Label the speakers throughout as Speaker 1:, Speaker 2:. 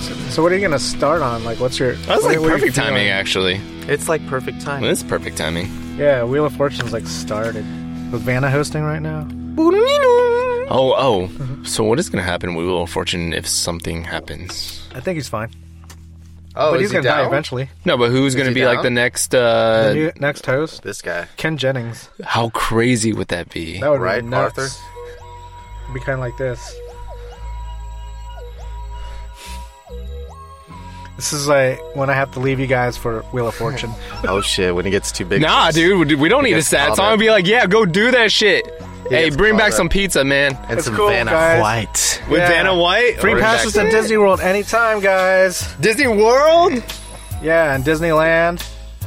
Speaker 1: So what are you gonna start on? Like, what's your?
Speaker 2: That was
Speaker 1: what
Speaker 2: like
Speaker 1: are- what are you
Speaker 2: perfect timing,
Speaker 1: feeling?
Speaker 2: actually.
Speaker 3: It's like perfect time.
Speaker 2: This is perfect timing.
Speaker 1: Yeah, Wheel of Fortune's like started. With Vanna hosting right now?
Speaker 2: Oh, oh. So what is going to happen with Wheel of Fortune if something happens?
Speaker 1: I think he's fine,
Speaker 3: oh,
Speaker 1: but
Speaker 3: is
Speaker 1: he's
Speaker 3: he
Speaker 1: gonna die
Speaker 3: down?
Speaker 1: eventually.
Speaker 2: No, but who's going to
Speaker 3: he
Speaker 2: be like
Speaker 3: down?
Speaker 2: the next? uh
Speaker 1: New- next host,
Speaker 3: This guy.
Speaker 1: Ken Jennings.
Speaker 2: How crazy would that be?
Speaker 1: That would
Speaker 3: Right,
Speaker 1: be nuts.
Speaker 3: Arthur?
Speaker 1: Be kind of like this. This is like when I have to leave you guys for Wheel of Fortune.
Speaker 3: Oh shit! When he gets too big.
Speaker 2: Nah,
Speaker 3: just-
Speaker 2: dude, we- we don't need a
Speaker 3: gets
Speaker 2: sad
Speaker 3: called
Speaker 2: song.
Speaker 3: up.
Speaker 2: Be like, yeah, go do that shit. hey,
Speaker 3: gets
Speaker 2: bring
Speaker 3: called
Speaker 2: back
Speaker 3: up.
Speaker 2: some pizza, man.
Speaker 3: And
Speaker 1: It's
Speaker 3: some
Speaker 1: cool,
Speaker 3: Vanna
Speaker 1: guys.
Speaker 3: White.
Speaker 2: With
Speaker 1: Yeah.
Speaker 2: Vanna White,
Speaker 1: Free
Speaker 2: Or-
Speaker 1: passes to
Speaker 2: Jackson?
Speaker 1: Disney World anytime, guys.
Speaker 2: Disney World
Speaker 1: Yeah, and Disneyland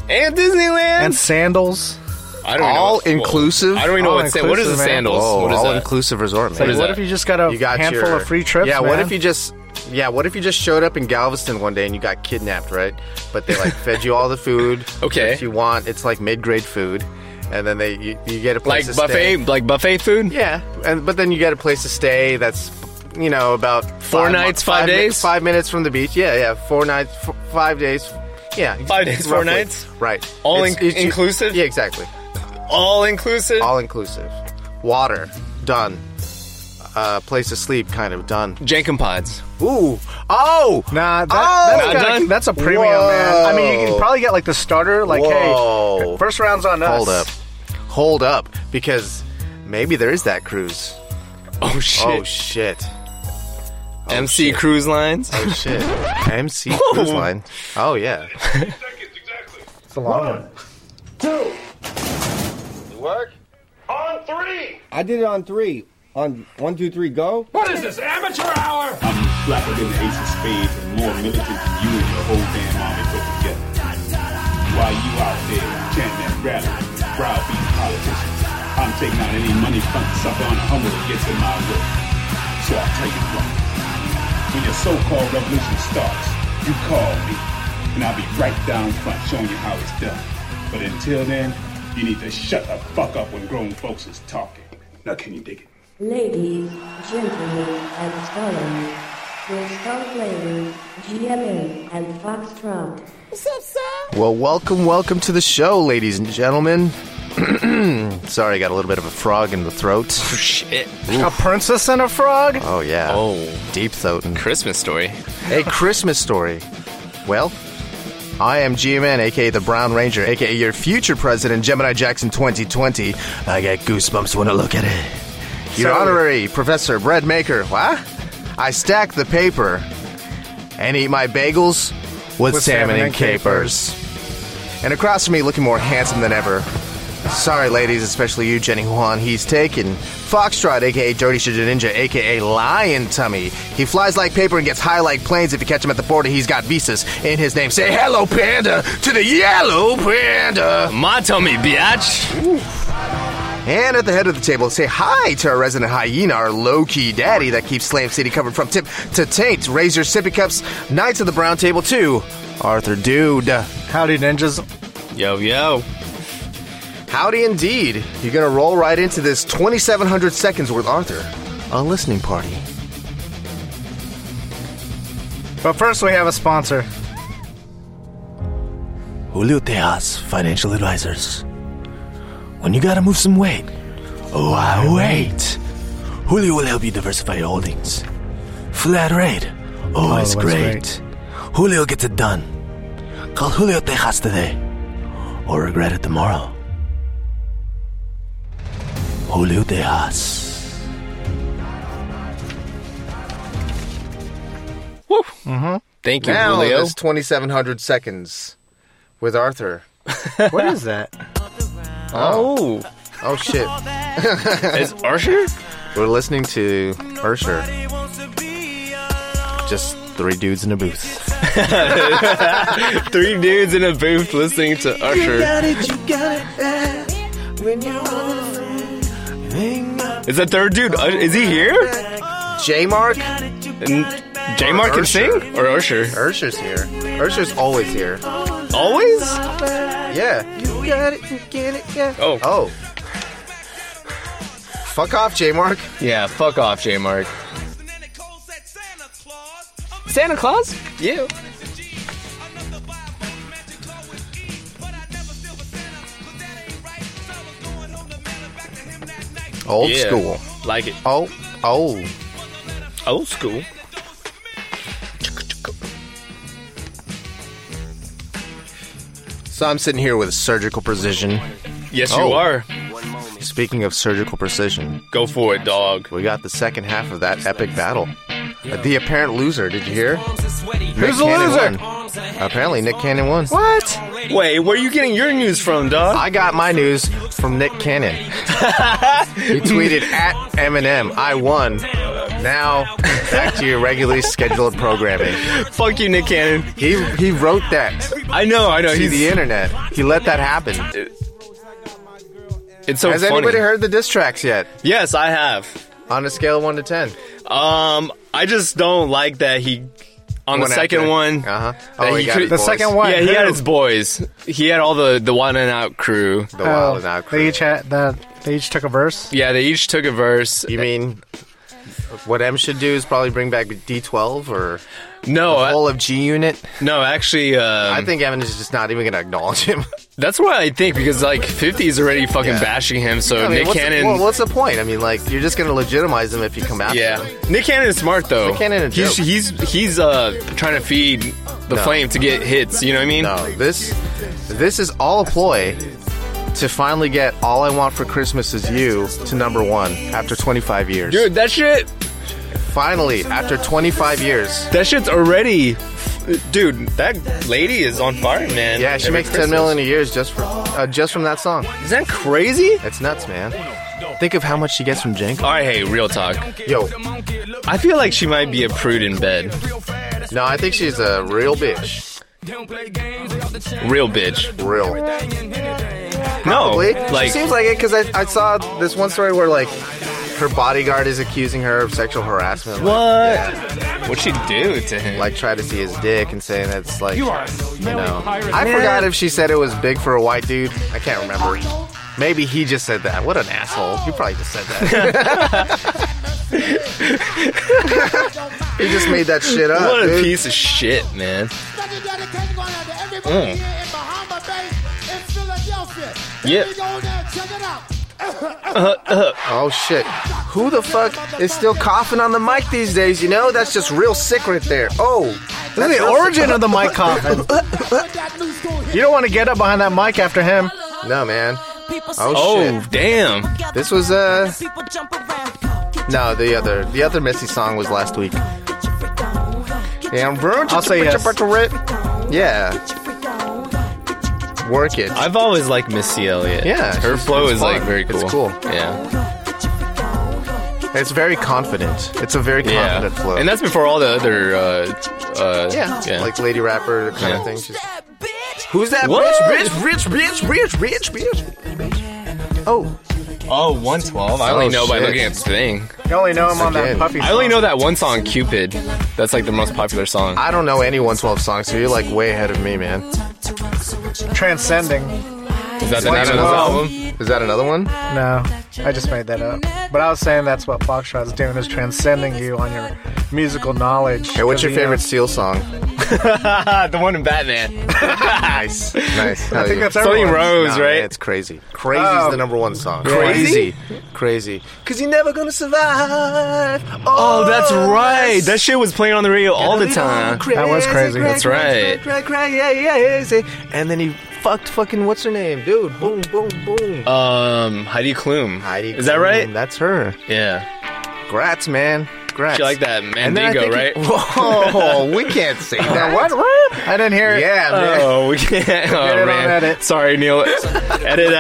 Speaker 2: and Disneyland.
Speaker 1: and sandals.
Speaker 2: I don't even know
Speaker 3: All
Speaker 2: what-
Speaker 3: inclusive.
Speaker 2: I don't even know
Speaker 1: All
Speaker 2: what. sa- What is the
Speaker 1: inclusive, man.
Speaker 2: sandals?
Speaker 3: Oh,
Speaker 2: what is
Speaker 3: all
Speaker 2: that?
Speaker 3: inclusive resort, man.
Speaker 1: Like,
Speaker 2: is
Speaker 1: what
Speaker 2: that?
Speaker 1: if you just got a
Speaker 3: you got
Speaker 1: handful
Speaker 3: your-
Speaker 1: of free trips?
Speaker 3: Yeah, what
Speaker 1: man?
Speaker 3: if you just yeah, what if you just showed up in Galveston one day and you got kidnapped, right? But they like fed you all the food
Speaker 2: Okay.
Speaker 3: that you want. It's like mid grade food, and then they you, you get a
Speaker 2: like
Speaker 3: place to
Speaker 2: buffet,
Speaker 3: Stay.
Speaker 2: like buffet food.
Speaker 3: Yeah, and but then you get a place to stay that's you know about
Speaker 2: Four
Speaker 3: mi-
Speaker 2: nights, five
Speaker 3: mi-
Speaker 2: days?
Speaker 3: five minutes from the beach. Yeah, yeah, four nights, f- five days. Yeah,
Speaker 2: Five days, four
Speaker 3: roughly.
Speaker 2: nights?
Speaker 3: Right,
Speaker 2: All in- inclusive?
Speaker 3: Yeah, exactly.
Speaker 2: All inclusive.
Speaker 3: All inclusive. Water done. Uh, place to sleep, kind of done.
Speaker 2: Jenkin pods.
Speaker 3: Ooh. Oh.
Speaker 1: Nah, that,
Speaker 3: Oh!
Speaker 1: that's,
Speaker 2: Not
Speaker 1: gotta-
Speaker 2: done?
Speaker 1: that's a premium, man. I mean, you can
Speaker 3: Whoa.
Speaker 1: probably get like the starter, like, hey,
Speaker 3: Whoa.
Speaker 1: first round's on us.
Speaker 3: Hold up. Hold up. Because maybe there is that cruise.
Speaker 2: Oh shit.
Speaker 3: Oh, shit. Oh,
Speaker 2: MC
Speaker 3: shit.
Speaker 2: Cruise Lines.
Speaker 3: Oh, shit. MC Cruise Line. Oh, yeah.
Speaker 4: seconds exactly.
Speaker 1: It's a long one.
Speaker 5: Two.
Speaker 4: On three.
Speaker 5: I did it on three. On one, two, three, go.
Speaker 4: What is this amateur hour?
Speaker 6: I'm blacker than the ace of spades and more militant than you and your whole damn army put together. While you out there chanting that rally, browbeating politicians, I'm taking out any money punk sucker on a humble that gets in my way. So I'll tell you what. When your so-called revolution starts, you call me, and I'll be right down front showing you how it's done. But until then, you need to shut the fuck up when grown folks is talking. Now can you dig it?
Speaker 7: Ladies, gentlemen, and scholars, we'll start playing GMA and Foxtrot.
Speaker 3: Well, welcome, welcome to the show, ladies and gentlemen. Sorry, I got a little bit of a frog in the throat.
Speaker 2: Oh, shit.
Speaker 1: A princess and a frog?
Speaker 3: Oh, yeah.
Speaker 2: Oh.
Speaker 3: Deep throating.
Speaker 2: Christmas story.
Speaker 3: A Christmas story. Well, I am GMN, aka the Brown Ranger, aka your future president, Gemini Jackson 2020. I get goosebumps when I look at it. Your
Speaker 1: So-
Speaker 3: honorary professor, bread maker. What? I stack the paper and eat my bagels with,
Speaker 1: With
Speaker 3: salmon, and capers. And across from me, looking more handsome than ever. Sorry, ladies, especially you, Jenny Juan. He's taken Foxtrot, aka Dirty Shit Ninja, aka Lion Tummy. He flies like paper and gets high like planes. If you catch him at the border, he's got visas in his name. Say hello, Panda, to the yellow panda.
Speaker 2: My tummy, biatch.
Speaker 3: And at the head of the table, say hi to our resident hyena, our low key daddy that keeps Slam City covered from tip to taint. Raise your sippy cups. Knights of the Brown Table, too. Arthur Dude.
Speaker 1: Howdy, ninjas.
Speaker 2: Yo, yo.
Speaker 3: Howdy indeed. You're going to roll right into this 2,700 seconds with Arthur, a listening party.
Speaker 1: But first, we have a sponsor.
Speaker 3: Julio Tejas Financial Advisors. When you gotta move some weight, oh, I wait. Julio will help you diversify your holdings. Flat rate,
Speaker 1: Always
Speaker 3: always, great. Julio gets it done. Call Julio Tejas today, or regret it tomorrow. Julio Tejas.
Speaker 2: Thank you, Julio.
Speaker 3: 2,700 seconds with Arthur.
Speaker 1: What is that?
Speaker 2: Oh,
Speaker 3: Oh shit.
Speaker 2: is Archer?
Speaker 3: We're listening to Ursher. Just three dudes in a booth.
Speaker 2: Three dudes in a booth listening to Usher.
Speaker 3: eh.
Speaker 2: Is that third dude? uh, Is he here?
Speaker 3: J Mark?
Speaker 2: J Mark can sing
Speaker 3: Usher.
Speaker 2: or Usher?
Speaker 3: Ursher's here. Ursher's always here.
Speaker 2: Always?
Speaker 3: Yeah. You got it, you get it, yeah.
Speaker 2: Oh,
Speaker 3: Oh. Fuck off, J Mark.
Speaker 2: yeah. Fuck off, J Mark.
Speaker 8: Santa Claus? You.
Speaker 3: Old
Speaker 2: Yeah.
Speaker 3: school.
Speaker 2: Like it.
Speaker 3: Oh, oh.
Speaker 2: Old school.
Speaker 3: So I'm sitting here with surgical precision.
Speaker 2: Yes,
Speaker 3: Oh.
Speaker 2: you are.
Speaker 3: Speaking of surgical precision,
Speaker 2: Go for it, dog.
Speaker 3: we got the second half of that epic battle. Uh, The apparent loser. Did you hear?
Speaker 1: Who's the loser?
Speaker 3: Apparently, Nick Cannon won.
Speaker 2: What? Wait, where are you getting your news from, dog?
Speaker 3: I got my news from Nick Cannon. he tweeted at Eminem, I won. Now, back to your regularly scheduled programming.
Speaker 2: Fuck you, Nick Cannon.
Speaker 3: He he wrote that
Speaker 2: I know, I know.
Speaker 3: to
Speaker 2: He's,
Speaker 3: the internet. He let that happen.
Speaker 2: it's so
Speaker 3: Has
Speaker 2: funny.
Speaker 3: anybody heard the diss tracks yet?
Speaker 2: Yes, I have.
Speaker 3: On a scale of one to ten,
Speaker 2: Um, I just don't like that he on the second one.
Speaker 3: Uh huh.
Speaker 2: that
Speaker 3: Oh, he
Speaker 2: he
Speaker 3: got
Speaker 2: could-
Speaker 3: his
Speaker 1: The
Speaker 3: boys.
Speaker 1: second one.
Speaker 2: Yeah, he
Speaker 1: who?
Speaker 2: had his boys. He had all the the one and out crew.
Speaker 3: The wild and
Speaker 1: Oh,
Speaker 3: out
Speaker 1: They
Speaker 3: crew.
Speaker 1: each had that. They each took a verse.
Speaker 2: Yeah, they each took a verse.
Speaker 3: You mean what M should do is probably bring back D12 or
Speaker 2: No, I-
Speaker 3: all of G Unit?
Speaker 2: no, actually, um,
Speaker 3: I think Evan is just not even going to acknowledge him.
Speaker 2: that's what I think because like 50's already fucking
Speaker 3: Yeah.
Speaker 2: bashing him. So
Speaker 3: I mean,
Speaker 2: Nick
Speaker 3: what's
Speaker 2: Cannon.
Speaker 3: The, well, what's the point? I mean, like you're just going to legitimize him if you come after
Speaker 2: yeah,
Speaker 3: him.
Speaker 2: Nick Cannon is smart though.
Speaker 3: Nick Cannon a
Speaker 2: he's
Speaker 3: joke.
Speaker 2: he's he's uh trying to feed the
Speaker 3: No.
Speaker 2: flame to get hits. You know what I mean?
Speaker 3: No, this this is all a ploy to finally get "All I Want for Christmas Is You" to number one after 25 years.
Speaker 2: Dude, that shit
Speaker 3: Finally, after 25 years.
Speaker 2: that shit's already. Dude, that lady is on fire, man.
Speaker 3: Yeah, she
Speaker 2: Every
Speaker 3: makes 10 million a year just for, uh, just from that song.
Speaker 2: Christmas. Is that crazy?
Speaker 3: That's nuts, man. Think of how much she gets from Jenko.
Speaker 2: All right, hey, real talk.
Speaker 3: Yo,
Speaker 2: I feel like she might be a prude in bed.
Speaker 3: no, I think she's a real bitch.
Speaker 2: Real bitch.
Speaker 3: Real.
Speaker 2: Probably.
Speaker 3: Really?
Speaker 2: No, like
Speaker 3: she seems like it because I, I saw this one story where like her bodyguard is accusing her of sexual harassment. Like,
Speaker 2: what? What'd she do to him?
Speaker 3: like try to see his dick and saying that's like you, know I forgot if she said it was big for a white dude. I can't remember. Maybe he just said that. What an asshole. He probably just said that. he just made that shit up.
Speaker 2: what a
Speaker 3: dude.
Speaker 2: piece of shit, man.
Speaker 9: Special dedication going out to everybody here in Bahama Bay in Philadelphia.
Speaker 2: Yeah.
Speaker 9: Here we go now, check it out.
Speaker 3: Oh shit. Who the fuck is still coughing on the mic these days, you know? That's just real sick right there. Oh.
Speaker 1: That's the origin of the mic coffin.
Speaker 9: With that new school hit.
Speaker 1: You don't want to get up behind that mic after him.
Speaker 3: No man. Oh,
Speaker 2: Oh, damn.
Speaker 3: shit. This was uh No, the other the other Missy song was last week. Yeah,
Speaker 1: I'll say yes.
Speaker 3: Yeah. Work it.
Speaker 2: I've always liked Missy Elliott.
Speaker 3: Yeah,
Speaker 2: her
Speaker 3: she's-
Speaker 2: flow
Speaker 3: she's
Speaker 2: is
Speaker 3: fun.
Speaker 2: like very cool.
Speaker 3: It's cool.
Speaker 2: Yeah,
Speaker 3: It's very confident. It's a very
Speaker 2: yeah.
Speaker 3: confident flow.
Speaker 2: And that's before all the other. Uh, uh,
Speaker 3: yeah. Like lady rapper kind
Speaker 2: Yeah.
Speaker 3: of thing. She's- Who's that
Speaker 2: What?
Speaker 3: bitch? Bitch, bitch, bitch, bitch, bitch, bitch. Oh,
Speaker 2: oh, 112. I only
Speaker 3: Oh,
Speaker 2: know by
Speaker 3: shit.
Speaker 2: looking at the thing.
Speaker 1: You only know him on that
Speaker 3: Again.
Speaker 1: puppy.
Speaker 2: I only know that one song, Cupid. That's like the most popular song.
Speaker 3: I don't know any 112 song, so you're like way ahead of me, man.
Speaker 1: transcending.
Speaker 2: Is that the name
Speaker 3: Like
Speaker 2: of this
Speaker 3: 12.
Speaker 2: album?
Speaker 3: Is that another one?
Speaker 1: No, I just made that up. But I was saying that's what Foxtrot's doing is transcending you on your musical knowledge.
Speaker 3: Hey, what's your
Speaker 1: Of, you know,
Speaker 3: favorite Seal song?
Speaker 2: the one in Batman.
Speaker 3: Nice, nice.
Speaker 1: I think that's
Speaker 2: Something
Speaker 1: everyone.
Speaker 2: Rose,
Speaker 3: Nah,
Speaker 2: right?
Speaker 3: man, it's crazy. Crazy
Speaker 1: Oh.
Speaker 3: is the number one song.
Speaker 2: Crazy?
Speaker 3: crazy. Cause you're never gonna survive.
Speaker 2: Oh, that's right. That shit was playing on the radio all the time.
Speaker 1: That was crazy.
Speaker 2: That's right.
Speaker 3: Crazy, crazy, yeah, yeah, yeah. And then he fucked fucking what's her name, dude? Boom, boom, boom.
Speaker 2: Um, Heidi Klum.
Speaker 3: Heidi
Speaker 2: Is that
Speaker 3: Klum,
Speaker 2: right?
Speaker 3: That's her.
Speaker 2: Yeah.
Speaker 3: Grats, man. Grats.
Speaker 2: She like that
Speaker 3: And then I
Speaker 2: Mandingo,
Speaker 3: think
Speaker 2: right?
Speaker 3: he- Whoa, we can't say that.
Speaker 1: What? What? I didn't hear it.
Speaker 3: Yeah, man.
Speaker 2: Oh, we can't. Oh,
Speaker 1: it on
Speaker 2: man.
Speaker 1: edit.
Speaker 2: Sorry, Neil. edit at
Speaker 3: I can't say
Speaker 2: uh,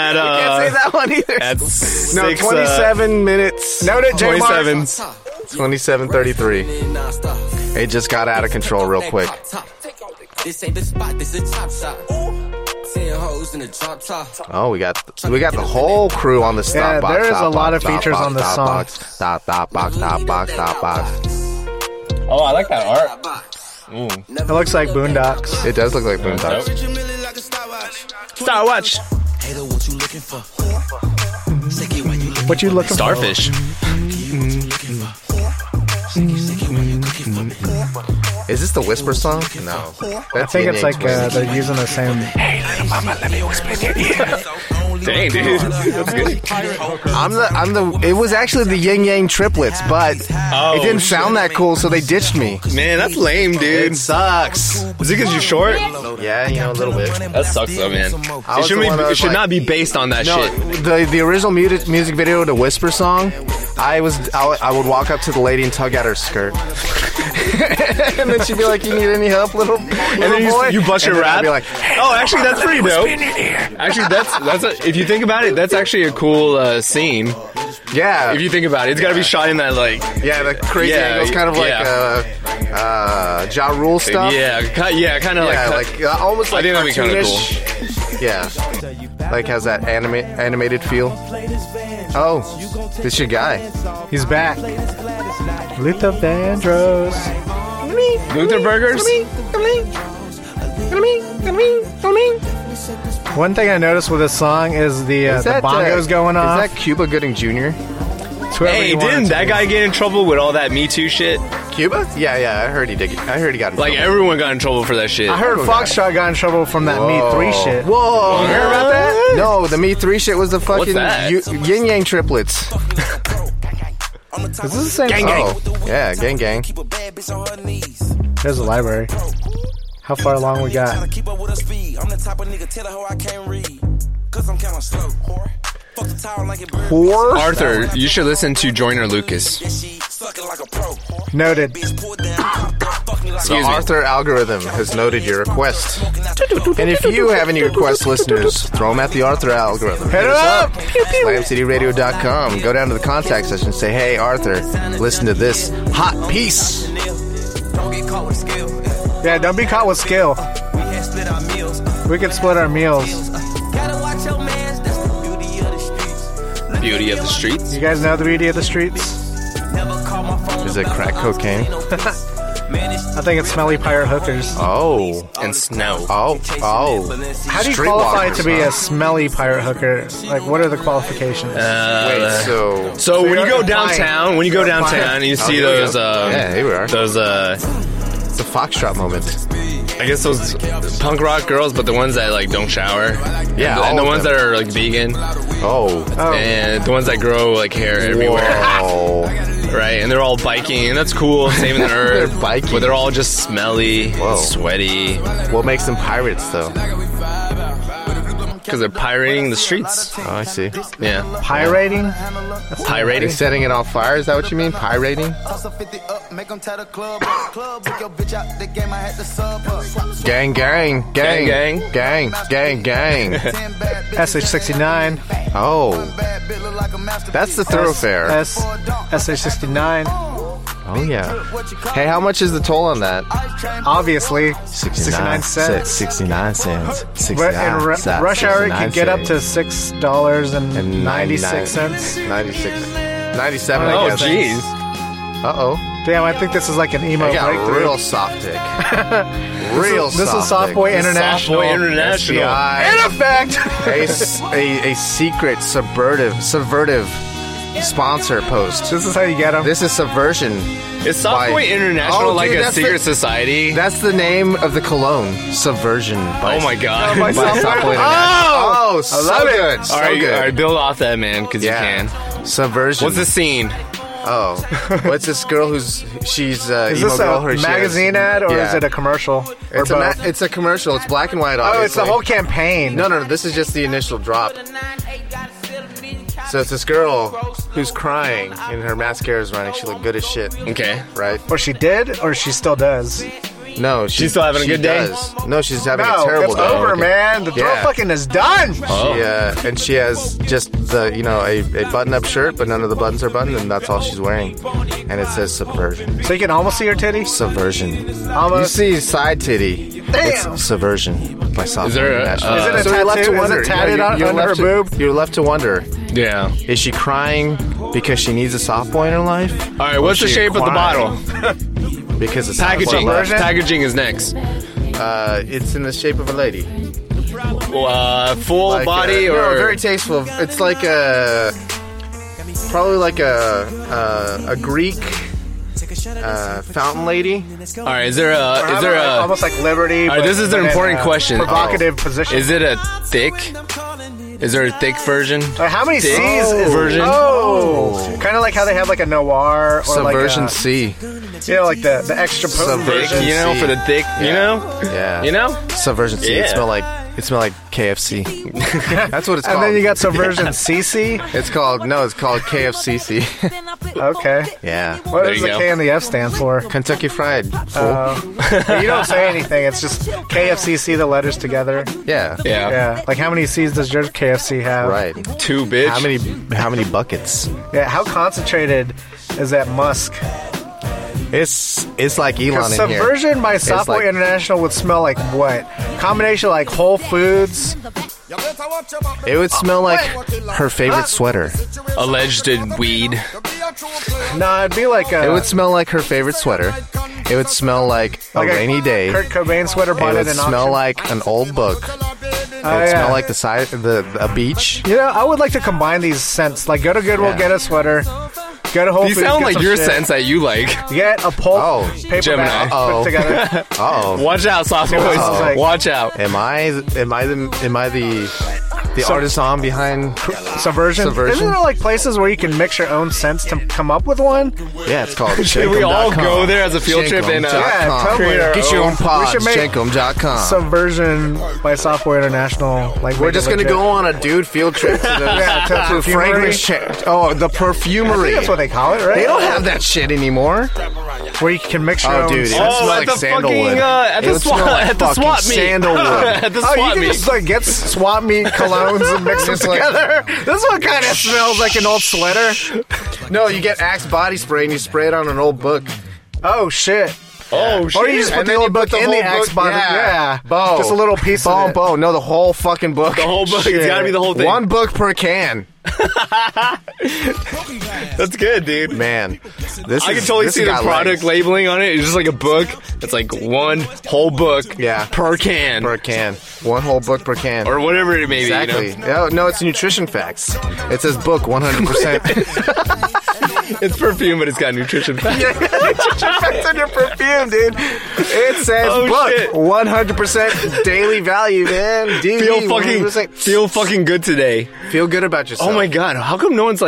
Speaker 3: that one either.
Speaker 2: at
Speaker 3: no,
Speaker 2: six, uh,
Speaker 3: 27 minutes.
Speaker 1: Note it, J. Mark.
Speaker 2: 27.
Speaker 3: 27:33. It just got out of control real quick.
Speaker 10: This ain't the spot, this is top shot. Ten hoes in a drop top.
Speaker 3: Oh, we got we got the whole crew on the stop
Speaker 1: Yeah,
Speaker 3: box.
Speaker 1: there is
Speaker 3: stop
Speaker 1: a lot
Speaker 3: box,
Speaker 1: of
Speaker 3: stop
Speaker 1: features
Speaker 3: box,
Speaker 1: on this
Speaker 3: stop
Speaker 1: song.
Speaker 3: Box, stop, stop box, stop box, stop box.
Speaker 2: Oh, I like that art.
Speaker 1: It looks like Boondocks.
Speaker 3: It does look like Boondocks.
Speaker 2: Star Watch.
Speaker 1: What you looking
Speaker 2: Starfish.
Speaker 3: Is this the Whisper song? No.
Speaker 1: I
Speaker 3: That's
Speaker 1: think it's
Speaker 3: Yin
Speaker 1: like
Speaker 3: Yang
Speaker 1: uh,
Speaker 3: Twins.
Speaker 1: they're using the same.
Speaker 2: Dang, dude. That's good.
Speaker 3: I'm the I'm the it was actually the Yin Yang triplets, but
Speaker 2: Oh,
Speaker 3: it didn't sound that cool, so they ditched me.
Speaker 2: Man, that's lame, dude.
Speaker 3: It sucks.
Speaker 2: Is it because you're short?
Speaker 3: Yeah, you know, a little bit.
Speaker 2: That sucks, though, man.
Speaker 3: I
Speaker 2: It
Speaker 3: was
Speaker 2: should,
Speaker 3: the
Speaker 2: be,
Speaker 3: one that
Speaker 2: it
Speaker 3: was
Speaker 2: should
Speaker 3: like-
Speaker 2: not be based on that
Speaker 3: No,
Speaker 2: shit.
Speaker 3: the the original music, music video to Whisper song, I was I, would- I would walk up to the lady and tug at her skirt, and then she'd be like, "You need any help, little, and
Speaker 2: And then you,
Speaker 3: boy?"
Speaker 2: you bust
Speaker 3: And
Speaker 2: your
Speaker 3: then I'd
Speaker 2: rap.
Speaker 3: Be like,
Speaker 2: oh, actually, that's pretty dope. Actually, that's that's a, if you think about it, that's actually a cool uh, scene.
Speaker 3: "Yeah,
Speaker 2: If you think about it, it's got to be shot in that like
Speaker 3: yeah, the crazy
Speaker 2: Yeah,
Speaker 3: angles, kind of like
Speaker 2: yeah.
Speaker 3: uh, uh, Ja Rule stuff."
Speaker 2: yeah, ki- yeah, kind of
Speaker 3: Yeah,
Speaker 2: like,
Speaker 3: like uh, almost
Speaker 2: I
Speaker 3: like
Speaker 2: think that'd be kinda
Speaker 3: cartoonish. Yeah, like has that anime animated feel. Oh, this your guy?
Speaker 1: He's back. Luther Vandross.
Speaker 2: Luther Burgers.
Speaker 1: One thing I noticed with this song is the, uh,
Speaker 3: Is that
Speaker 1: the bongos
Speaker 3: uh,
Speaker 1: going off.
Speaker 3: Is that Cuba Gooding Jr.?
Speaker 1: It's whoever
Speaker 2: Hey,
Speaker 1: you want it
Speaker 2: didn't
Speaker 1: to
Speaker 2: that
Speaker 1: be.
Speaker 2: guy get in trouble with all that Me Too shit?
Speaker 3: Cuba? Yeah, yeah. I heard he did. I heard he got in
Speaker 2: Like
Speaker 3: trouble.
Speaker 2: everyone got in trouble for that shit.
Speaker 1: I heard Foxtrot got in trouble from that Me Three shit.
Speaker 3: Whoa! You heard about that? No, the Me Three shit was the fucking
Speaker 2: that?
Speaker 3: Yin Yang triplets.
Speaker 1: Is this the same?
Speaker 2: Gang, gang.
Speaker 3: Oh, yeah, gang gang.
Speaker 1: Oh, there's a library. How far along we got?
Speaker 10: Keep up with her speed. I'm the type of nigga tell her how I can't read. Cause I'm kinda slow, whore. Fuck the tower like it burn.
Speaker 3: Whore.
Speaker 2: Arthur, you should listen to Joyner Lucas.
Speaker 10: Yeah, she sucking like a pro. Whore.
Speaker 1: Noted.
Speaker 10: Bitch pulled down, popped up, fuck me like
Speaker 3: The
Speaker 2: Excuse me.
Speaker 3: Arthur algorithm has noted your request. And if you have any requests, listeners, throw them at the Arthur algorithm. Hit it up! SlamCityRadio.com. Go down to the contact section and say, hey, Arthur, listen to this hot piece.
Speaker 10: Don't get caught with skill.
Speaker 1: Yeah, don't be caught with skill.
Speaker 10: We had split our meals.
Speaker 1: We can split our meals.
Speaker 10: Gotta watch your mans, that's the beauty of the streets.
Speaker 2: Beauty of the streets.
Speaker 1: You guys know the beauty of the streets?
Speaker 10: Never call my phone.
Speaker 3: Is it crack cocaine?
Speaker 1: I think it's smelly pirate hookers.
Speaker 3: Oh.
Speaker 2: And snow.
Speaker 3: Oh. Oh.
Speaker 1: How do you
Speaker 3: Street
Speaker 1: qualify
Speaker 3: walkers,
Speaker 1: to be
Speaker 3: huh?
Speaker 1: a smelly pirate hooker? Like, what are the qualifications?
Speaker 3: Wait, so.
Speaker 2: So when you
Speaker 1: you're
Speaker 2: go
Speaker 1: implying-
Speaker 2: downtown, when you go
Speaker 1: you're implying-
Speaker 2: downtown, you see
Speaker 3: Oh, here we
Speaker 2: those.
Speaker 3: go.
Speaker 2: Um,
Speaker 3: Yeah, here we are.
Speaker 2: Those. Uh,
Speaker 3: It's a foxtrot moment.
Speaker 2: I guess those punk rock girls, but the ones that like don't shower.
Speaker 3: Yeah,
Speaker 2: and, the- and
Speaker 3: all
Speaker 2: the
Speaker 3: of
Speaker 2: ones
Speaker 3: them.
Speaker 2: that are like vegan,
Speaker 3: Oh.
Speaker 1: Oh.
Speaker 2: and the ones that grow like hair everywhere,
Speaker 3: Whoa.
Speaker 2: right? And they're all biking, and that's cool, saving the earth.
Speaker 3: They're biking.
Speaker 2: but they're all just smelly,
Speaker 3: Whoa.
Speaker 2: and sweaty,
Speaker 3: What makes them pirates, though? Oh,
Speaker 2: because they're pirating the streets.
Speaker 3: Oh, I see.
Speaker 2: Yeah,
Speaker 1: Pirating?
Speaker 3: Like
Speaker 2: pirating.
Speaker 3: setting it on fire, is that what you mean? Pirating?
Speaker 9: Hustle 50 up, make 'em tell the club. up. Club, book your bitch out the game, I had to sub up. Swap, swap,
Speaker 3: Gang, gang, gang,
Speaker 2: Gang,
Speaker 3: gang, gang, gang.
Speaker 9: 10 bad bitches.
Speaker 1: SH69.
Speaker 3: Oh,
Speaker 9: Bad bitch look like a masterpiece.
Speaker 3: that's the thoroughfare.
Speaker 1: S- SH69.
Speaker 3: Oh yeah. Hey, how much is the toll on that?
Speaker 1: Obviously, 69 cents.
Speaker 3: Sixty-nine cents.
Speaker 1: But in ru- rush hour, it could get up to six dollars and ninety-six cents.
Speaker 3: Ninety-six. Ninety-seven.
Speaker 2: Oh,
Speaker 3: I guess.
Speaker 2: jeez.
Speaker 3: Uh oh.
Speaker 1: Damn, I think this is like an emo
Speaker 3: I got
Speaker 1: breakthrough.
Speaker 3: real soft dick. real.
Speaker 1: this is
Speaker 3: soft dick.
Speaker 1: Softboy
Speaker 3: This is
Speaker 1: International.
Speaker 2: Softboy International.
Speaker 3: FBI.
Speaker 1: In effect,
Speaker 3: a, s- a- a secret subvertive subvertive sponsor post.
Speaker 1: this is how you get them.
Speaker 3: This is subversion.
Speaker 2: Is Softboy
Speaker 3: Why-
Speaker 2: International
Speaker 3: Oh,
Speaker 2: like
Speaker 3: dude,
Speaker 2: a
Speaker 3: that's the-
Speaker 2: secret society?
Speaker 3: That's the name of the cologne. Subversion. By
Speaker 2: oh my god.
Speaker 3: By Software International.
Speaker 2: Oh!
Speaker 3: Oh, so good. So
Speaker 2: all right,
Speaker 3: good.
Speaker 2: all right, build off that man because
Speaker 3: yeah.
Speaker 2: you can.
Speaker 3: Subversion.
Speaker 2: What's the scene?
Speaker 3: Oh, what's this girl who's she's uh,
Speaker 1: Is
Speaker 3: emo
Speaker 1: this
Speaker 3: girl,
Speaker 1: a
Speaker 3: her shit
Speaker 1: magazine ad or
Speaker 3: Yeah.
Speaker 1: is it a commercial? Or
Speaker 3: It's a ma-
Speaker 1: both?
Speaker 3: it's a commercial. It's black and white.
Speaker 1: oh, it's the
Speaker 3: obviously.
Speaker 1: whole campaign.
Speaker 3: No, no, no. This is just the initial drop. So it's this girl who's crying and her mascara is running. She looked good as shit,
Speaker 2: Okay.
Speaker 3: right?
Speaker 1: Or she did, or she still does.
Speaker 3: No, she,
Speaker 2: She's still having a
Speaker 3: she
Speaker 2: good day?
Speaker 3: does. No, she's having
Speaker 1: No,
Speaker 3: a terrible
Speaker 1: it's
Speaker 3: day.
Speaker 1: over, man. The
Speaker 3: Yeah.
Speaker 1: throw fucking is done.
Speaker 3: She, uh, and she has just the you know a, a button-up shirt, but none of the buttons are buttoned, and that's all she's wearing. And it says subversion,
Speaker 1: So you can almost see her titty.
Speaker 3: subversion.
Speaker 1: Almost.
Speaker 3: You see side titty.
Speaker 1: Damn.
Speaker 3: It's subversion by Software
Speaker 2: there a-
Speaker 3: International.
Speaker 2: uh, Is it a
Speaker 3: so you're left
Speaker 1: tattoo? Is
Speaker 3: to
Speaker 1: it
Speaker 3: wonder.
Speaker 1: tatted
Speaker 3: you're-
Speaker 1: on-
Speaker 3: you're
Speaker 1: under
Speaker 3: left
Speaker 1: her
Speaker 3: to-
Speaker 1: boob?
Speaker 3: You're left to wonder:
Speaker 2: Yeah.
Speaker 3: Is she crying because she needs a soft boy in her life?
Speaker 2: All right, what's the
Speaker 3: she
Speaker 2: shape of the bottle?
Speaker 3: crying? Because it's
Speaker 2: Packaging.
Speaker 1: Subversion?
Speaker 2: Packaging is next.
Speaker 3: Uh, it's in the shape of a lady.
Speaker 2: Uh, full
Speaker 3: Like,
Speaker 2: body
Speaker 3: uh,
Speaker 2: or
Speaker 3: no, very tasteful. It's like a probably like a uh, a Greek uh, Fountain Lady.
Speaker 2: All right, is there a is
Speaker 1: Almost like-
Speaker 2: there a
Speaker 1: almost like liberty?
Speaker 2: All right,
Speaker 1: but-
Speaker 2: this is an
Speaker 1: but in
Speaker 2: important
Speaker 1: a
Speaker 2: question. Oh.
Speaker 1: Provocative position.
Speaker 2: is it a thick? Is there a thick version?
Speaker 3: Uh,
Speaker 1: Like, how many
Speaker 2: Thick
Speaker 1: C's is
Speaker 2: version?
Speaker 1: Oh, kind of like how they have like a noir or
Speaker 3: Subversion
Speaker 1: like
Speaker 3: C.
Speaker 1: a, you know, like the the extra potent
Speaker 2: Thick,
Speaker 1: version.
Speaker 3: Subversion.
Speaker 2: you know,
Speaker 3: C.
Speaker 2: for the thick, you know,
Speaker 3: Yeah.
Speaker 2: you know.
Speaker 3: Subversion C. It
Speaker 2: Yeah.
Speaker 3: smelled like it smelled like KFC. That's what it's called.
Speaker 1: And then you got subversion CC.
Speaker 3: It's called no. It's called KFCC.
Speaker 1: Okay.
Speaker 3: yeah.
Speaker 1: What
Speaker 2: There
Speaker 1: does
Speaker 2: you
Speaker 1: the
Speaker 2: go.
Speaker 1: K and the F stand for?
Speaker 3: Kentucky Fried. fool.
Speaker 1: you don't say anything. It's just KFCC the letters together.
Speaker 3: yeah.
Speaker 2: Yeah.
Speaker 1: Yeah. Like how many C's does your KFC have?
Speaker 3: Right.
Speaker 2: Two bitch.
Speaker 3: How many? How many buckets?
Speaker 1: Yeah. How concentrated is that musk?
Speaker 3: It's it's like Elon
Speaker 1: Because
Speaker 3: in here.
Speaker 1: subversion by Safeway
Speaker 3: like-
Speaker 1: International would smell like what? Combination of, like Whole Foods.
Speaker 3: It would smell like her favorite sweater.
Speaker 2: Alleged weed.
Speaker 1: No, it'd be like a
Speaker 3: It would smell like her favorite sweater. It would smell like a
Speaker 1: like
Speaker 3: rainy day.
Speaker 1: Kurt Cobain sweater
Speaker 3: It
Speaker 1: bought at
Speaker 3: would
Speaker 1: an
Speaker 3: smell
Speaker 1: auction.
Speaker 3: like an old book. It
Speaker 1: Oh,
Speaker 3: would
Speaker 1: yeah.
Speaker 3: smell like the side, the a beach.
Speaker 1: You know, I would like to combine these scents. Like, go to Goodwill,
Speaker 3: Yeah.
Speaker 1: get a sweater, go to Whole
Speaker 2: These
Speaker 1: Foods,
Speaker 2: sound
Speaker 1: get
Speaker 2: like
Speaker 1: some
Speaker 2: your
Speaker 1: shit.
Speaker 2: sense that you like.
Speaker 1: Get a pulp
Speaker 3: Oh,
Speaker 1: paper
Speaker 2: Gemini.
Speaker 1: bag
Speaker 3: Uh-oh.
Speaker 1: put together.
Speaker 3: Oh,
Speaker 2: Watch out, soft boys.
Speaker 1: Wow. Like-
Speaker 2: Watch out.
Speaker 3: am I? Am I the? Am I the? The artisan behind?
Speaker 1: Subversion.
Speaker 3: Subversion.
Speaker 1: Isn't there like places where you can mix your own scents to come up with one?
Speaker 3: Yeah, it's called.
Speaker 2: Should we all go there as a field trip and, uh,
Speaker 1: Yeah, totally.
Speaker 3: get your own
Speaker 1: We
Speaker 3: pods.
Speaker 1: should make-
Speaker 3: Jenkum.com.
Speaker 1: Subversion by Software International. Like,
Speaker 3: Uh-huh. We're just gonna go on a dude field trip to the
Speaker 1: Yeah, to
Speaker 3: to
Speaker 1: perfumery.
Speaker 3: fragrance check. Oh, the perfumery.
Speaker 1: That's what they call it, right?
Speaker 3: They don't have that shit anymore.
Speaker 1: where you can mix your
Speaker 3: Oh,
Speaker 1: own.
Speaker 3: dude,
Speaker 1: scent.
Speaker 3: would smell
Speaker 2: Oh, at
Speaker 3: like
Speaker 2: the
Speaker 3: sandalwood.
Speaker 2: fucking uh, at
Speaker 3: It
Speaker 2: the
Speaker 3: would
Speaker 2: swap
Speaker 3: smell like
Speaker 2: at the
Speaker 3: fucking
Speaker 2: swap meet.
Speaker 3: sandalwood.
Speaker 2: at the
Speaker 1: Oh, you
Speaker 2: swap
Speaker 1: can
Speaker 2: meet.
Speaker 1: just like get swap meat colognes and mix them
Speaker 3: It's like-
Speaker 1: together. This one kind of smells like an old sweater.
Speaker 3: No, you get Axe body spray and you spray it on an old book.
Speaker 1: Oh shit!
Speaker 2: oh shit.
Speaker 1: Or you just put
Speaker 3: And
Speaker 1: the
Speaker 3: then
Speaker 1: old
Speaker 3: you
Speaker 1: book
Speaker 3: put the
Speaker 1: in the
Speaker 3: whole
Speaker 1: axe
Speaker 3: book-
Speaker 1: body.
Speaker 3: yeah.
Speaker 1: Yeah,
Speaker 3: Bo.
Speaker 1: just a little piece
Speaker 3: Bo,
Speaker 1: of it.
Speaker 3: bo. No, the whole fucking book.
Speaker 2: the whole book. It's gotta be the whole thing.
Speaker 3: One book per can.
Speaker 2: That's good, dude.
Speaker 3: Man, this
Speaker 2: I can
Speaker 3: is,
Speaker 2: totally
Speaker 3: this
Speaker 2: see the
Speaker 3: got
Speaker 2: product
Speaker 3: legs.
Speaker 2: labeling on it. It's just like a book. It's like one whole book
Speaker 3: Yeah.
Speaker 2: per can
Speaker 3: per can. One whole book per can.
Speaker 2: or whatever it may
Speaker 3: exactly.
Speaker 2: be. You know?
Speaker 3: Oh, no, it's nutrition facts. It says book 100%.
Speaker 2: It's perfume, but it's got nutrition facts.
Speaker 3: It's in your perfume, dude. It says
Speaker 2: Oh,
Speaker 3: book
Speaker 2: shit.
Speaker 3: 100% daily value, man. DV,
Speaker 2: Feel fucking
Speaker 3: 100%.
Speaker 2: feel fucking good today.
Speaker 3: Feel good about yourself.
Speaker 2: Oh my god, how come no one's like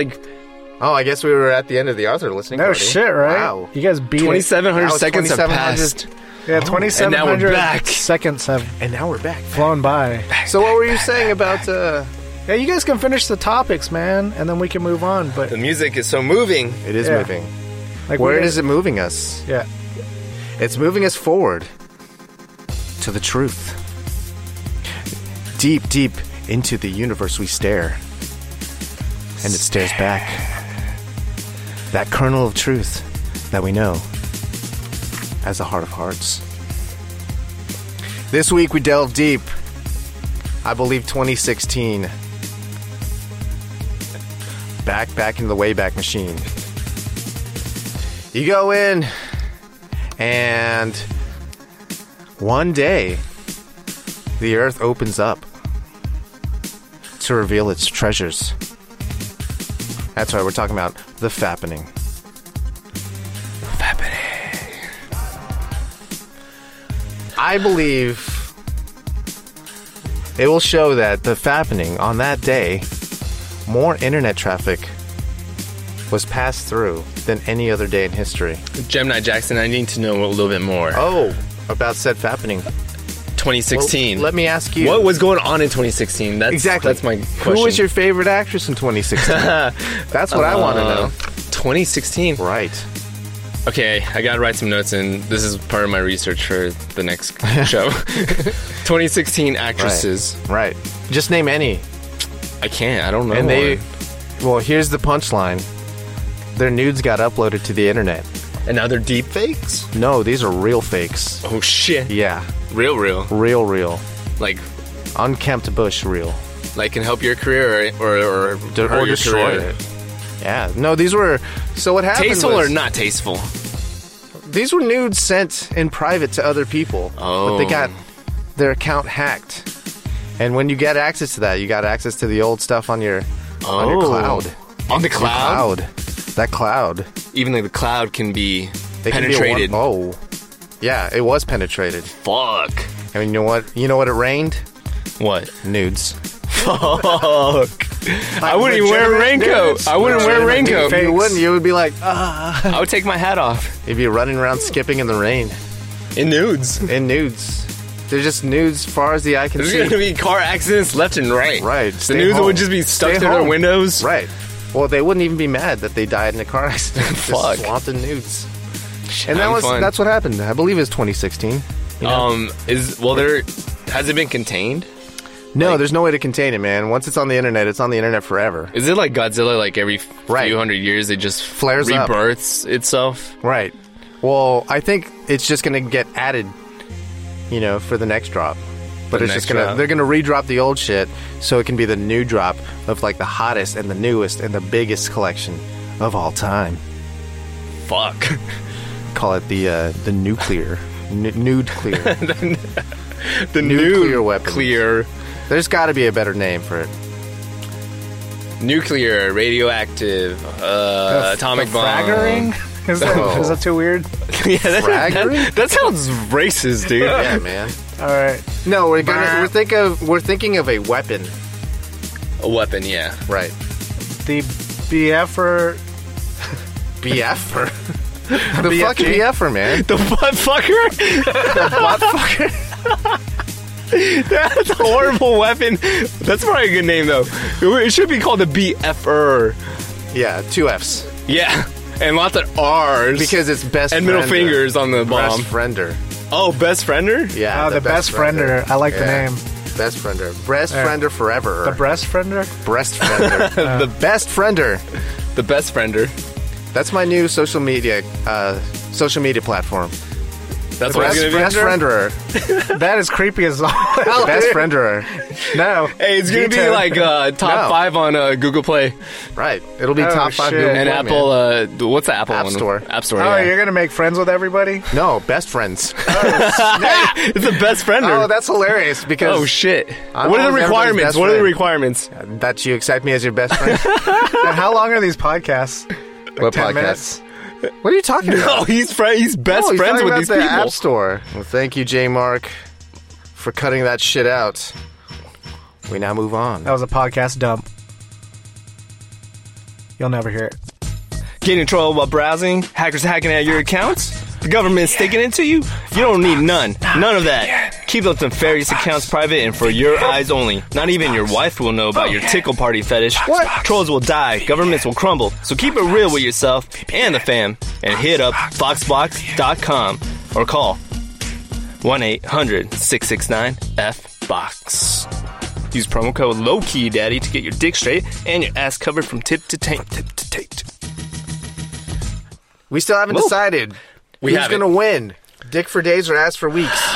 Speaker 3: Oh, I guess we were at the end of the Arthur listening.
Speaker 1: No
Speaker 3: party.
Speaker 1: shit, right?
Speaker 3: Wow.
Speaker 1: You guys beat it.
Speaker 2: 2,700
Speaker 3: That was
Speaker 2: seconds have
Speaker 3: 2,700.
Speaker 2: passed?
Speaker 1: Yeah, 2,700
Speaker 2: And now we're back.
Speaker 1: seconds have
Speaker 3: And now we're back.
Speaker 1: flown by.
Speaker 3: So what were you saying about? uh
Speaker 1: Yeah, you guys can finish the topics, man, and then we can move on. But
Speaker 2: The music is so moving.
Speaker 3: It is
Speaker 1: Yeah.
Speaker 3: moving.
Speaker 1: like,
Speaker 3: Where
Speaker 1: we-
Speaker 3: is it moving us?
Speaker 1: Yeah,
Speaker 3: It's moving us forward to the truth. Deep, deep into the universe we stare. And it stares back. That kernel of truth that we know as the heart of hearts. This week we delve deep. I believe 2016. Back, back into the Wayback Machine. You go in, and one day, the earth opens up to reveal its treasures. That's right, we're talking about the fappening. Fappening. I believe it will show that the fappening on that day, more internet traffic was passed through than any other day in history.
Speaker 2: Gemini Jackson, I need to know a little bit more.
Speaker 3: Oh, about said fappening.
Speaker 2: 2016.
Speaker 3: Well, let me ask you.
Speaker 2: What was going on in 2016? That's
Speaker 3: exactly?
Speaker 2: That's my question.
Speaker 3: Who was your favorite actress in 2016? that's what I want to
Speaker 2: Uh,
Speaker 3: know.
Speaker 2: 2016.
Speaker 3: Right.
Speaker 2: Okay, I gotta write some notes, and this is part of my research for the next show. 2016 actresses.
Speaker 3: Right. Just name any,
Speaker 2: I can't. I don't know.
Speaker 3: and they.
Speaker 2: one.
Speaker 3: Well, here's the punchline. Their nudes got uploaded to the internet.
Speaker 2: and now they're deep fakes.
Speaker 3: No, these are real fakes.
Speaker 2: Oh shit!
Speaker 3: Yeah,
Speaker 2: Real, real.
Speaker 3: real, real,
Speaker 2: Like,
Speaker 3: unkempt bush, real,
Speaker 2: like can help your career or or, or,
Speaker 3: D-
Speaker 2: hurt
Speaker 3: or
Speaker 2: your
Speaker 3: destroy
Speaker 2: career.
Speaker 3: it. Yeah. No, these were. So what happened?
Speaker 2: Tasteful
Speaker 3: was,
Speaker 2: or not tasteful?
Speaker 3: These were nudes sent in private to other people. But they
Speaker 2: Oh.
Speaker 3: got their account hacked. And when you get access to that, you got access to the old stuff on your on your
Speaker 2: Oh. Um,
Speaker 3: cloud.
Speaker 2: On the
Speaker 3: Your
Speaker 2: cloud?
Speaker 3: That cloud.
Speaker 2: Even though the cloud can be
Speaker 3: They can be a
Speaker 2: Penetrated.
Speaker 3: one- oh, yeah, it was penetrated.
Speaker 2: Fuck.
Speaker 3: And you know what? You know what? It rained
Speaker 2: What?
Speaker 3: nudes.
Speaker 2: Fuck. I wouldn't even wear a
Speaker 3: legitimate
Speaker 2: raincoat.
Speaker 3: nudes.
Speaker 2: I wouldn't wear a raincoat.
Speaker 3: You wouldn't. You would be like, uh,
Speaker 2: I would take my hat off.
Speaker 3: you'd be running around skipping in the rain
Speaker 2: In nudes.
Speaker 3: in nudes. They're just nudes, far as the eye can
Speaker 2: There's
Speaker 3: see.
Speaker 2: gonna be car accidents left and right.
Speaker 3: Right.
Speaker 2: The
Speaker 3: stay
Speaker 2: nudes
Speaker 3: home.
Speaker 2: would just be stuck
Speaker 3: Stay
Speaker 2: through their
Speaker 3: home.
Speaker 2: windows.
Speaker 3: Right. Well, they wouldn't even be mad that they died in a car accident. Just
Speaker 2: Fuck.
Speaker 3: Swamped in nudes. And that
Speaker 2: Having
Speaker 3: was
Speaker 2: fun.
Speaker 3: that's what happened. I believe it was 2016.
Speaker 2: Um. Is well there. Has it been contained?
Speaker 3: No, there's no way to contain it, man. Once it's on the internet, it's on the internet forever.
Speaker 2: Is it like Godzilla? Like every
Speaker 3: Right.
Speaker 2: few hundred years, it just
Speaker 3: Flares up.
Speaker 2: rebirths itself.
Speaker 3: Right. Well, I think it's just going to get added, you know, for the next drop. But
Speaker 2: The next
Speaker 3: it's just gonna
Speaker 2: drop.
Speaker 3: they're gonna redrop the old shit so it can be the new drop of like the hottest and the newest and the biggest collection of all time.
Speaker 2: Fuck.
Speaker 3: Call it the uh, the nuclear. N- nude clear.
Speaker 2: The
Speaker 3: Nuclear
Speaker 2: new
Speaker 3: weapons.
Speaker 2: Clear.
Speaker 3: There's got to be a better name for it.
Speaker 2: Nuclear, radioactive, uh,
Speaker 1: A f-
Speaker 2: atomic
Speaker 1: a
Speaker 2: bomb.
Speaker 1: fraggering? Is that,
Speaker 3: Oh.
Speaker 1: is that too weird?
Speaker 2: yeah, that,
Speaker 3: Fraggering?
Speaker 2: that, that sounds racist, dude.
Speaker 3: Yeah, man.
Speaker 1: All right.
Speaker 3: No, we're gonna, we're think of we're thinking of a weapon,
Speaker 2: A weapon, yeah.
Speaker 3: right?
Speaker 1: The BF
Speaker 3: BF. the
Speaker 1: BFG?
Speaker 3: fucking BFer, man.
Speaker 2: The butt fucker? the butt fucker? That's a horrible weapon. That's probably a good name, though. It it should be called the BFR.
Speaker 3: Yeah, two Fs
Speaker 2: Yeah. And lots of R's.
Speaker 3: because it's best
Speaker 2: and middle
Speaker 3: friender.
Speaker 2: fingers on the
Speaker 3: Best
Speaker 2: bomb.
Speaker 3: friender.
Speaker 2: Oh, best friender?
Speaker 3: Yeah,
Speaker 1: Oh, the, best, friender. I like
Speaker 3: Yeah.
Speaker 1: the name.
Speaker 3: Best friender. Breast
Speaker 1: Yeah.
Speaker 3: friender forever.
Speaker 1: The breast friender?
Speaker 3: breast friender. the best friender.
Speaker 2: The best friender.
Speaker 3: That's my new social media uh, social media platform.
Speaker 2: That's what
Speaker 3: Breast,
Speaker 2: it's gonna
Speaker 3: breast
Speaker 2: be.
Speaker 3: frienderer.
Speaker 1: That is creepy as all hell.
Speaker 3: best frienderer.
Speaker 1: No.
Speaker 2: Hey, it's gonna be
Speaker 1: Vetoed.
Speaker 2: like uh, top
Speaker 3: No.
Speaker 2: five on uh, Google Play
Speaker 3: Right. It'll be
Speaker 1: Oh,
Speaker 3: top five.
Speaker 1: shit.
Speaker 3: Google
Speaker 2: and
Speaker 3: Play,
Speaker 2: Apple.
Speaker 3: man.
Speaker 2: Uh, what's the Apple
Speaker 3: App
Speaker 2: one?
Speaker 3: Store.
Speaker 2: App Store.
Speaker 1: Oh,
Speaker 2: yeah.
Speaker 1: you're gonna make friends with everybody?
Speaker 3: No, best friends.
Speaker 2: it's the best friender.
Speaker 3: oh, that's hilarious because
Speaker 2: Oh, shit!
Speaker 3: I'm
Speaker 2: what are the
Speaker 3: always everybody's
Speaker 2: requirements?
Speaker 3: best
Speaker 2: What are the
Speaker 3: friend.
Speaker 2: requirements?
Speaker 3: that you accept me as your best friend.
Speaker 1: And how long are these podcasts? Like
Speaker 3: What
Speaker 1: 10
Speaker 3: podcast?
Speaker 1: minutes?
Speaker 3: what are you talking about?
Speaker 2: No, he's friend. He's best
Speaker 3: No, he's
Speaker 2: friends
Speaker 3: talking
Speaker 2: with
Speaker 3: about
Speaker 2: these
Speaker 3: the
Speaker 2: people.
Speaker 3: App Store. Well, thank you, J Mark, for cutting that shit out. We now move on.
Speaker 1: That was a podcast dump. You'll never hear it.
Speaker 2: Getting in trouble while browsing. Hackers hacking at your accounts. The government's sticking into you. You don't need none. None of that. Keep those nefarious accounts private and for your eyes only. Not even your wife will know about your tickle party fetish.
Speaker 3: What?
Speaker 2: Trolls will die. Governments will crumble. So keep it real with yourself and the fam. And hit up foxbox.com or call 1 800 669 FBOX. Use promo code LOWKEY DADDY to get your dick straight and your ass covered from tip to taint. Tip to taint.
Speaker 3: We still haven't
Speaker 2: Whoa.
Speaker 3: decided
Speaker 2: We
Speaker 3: who's
Speaker 2: have it.
Speaker 3: going to win. Dick for days or ass for weeks.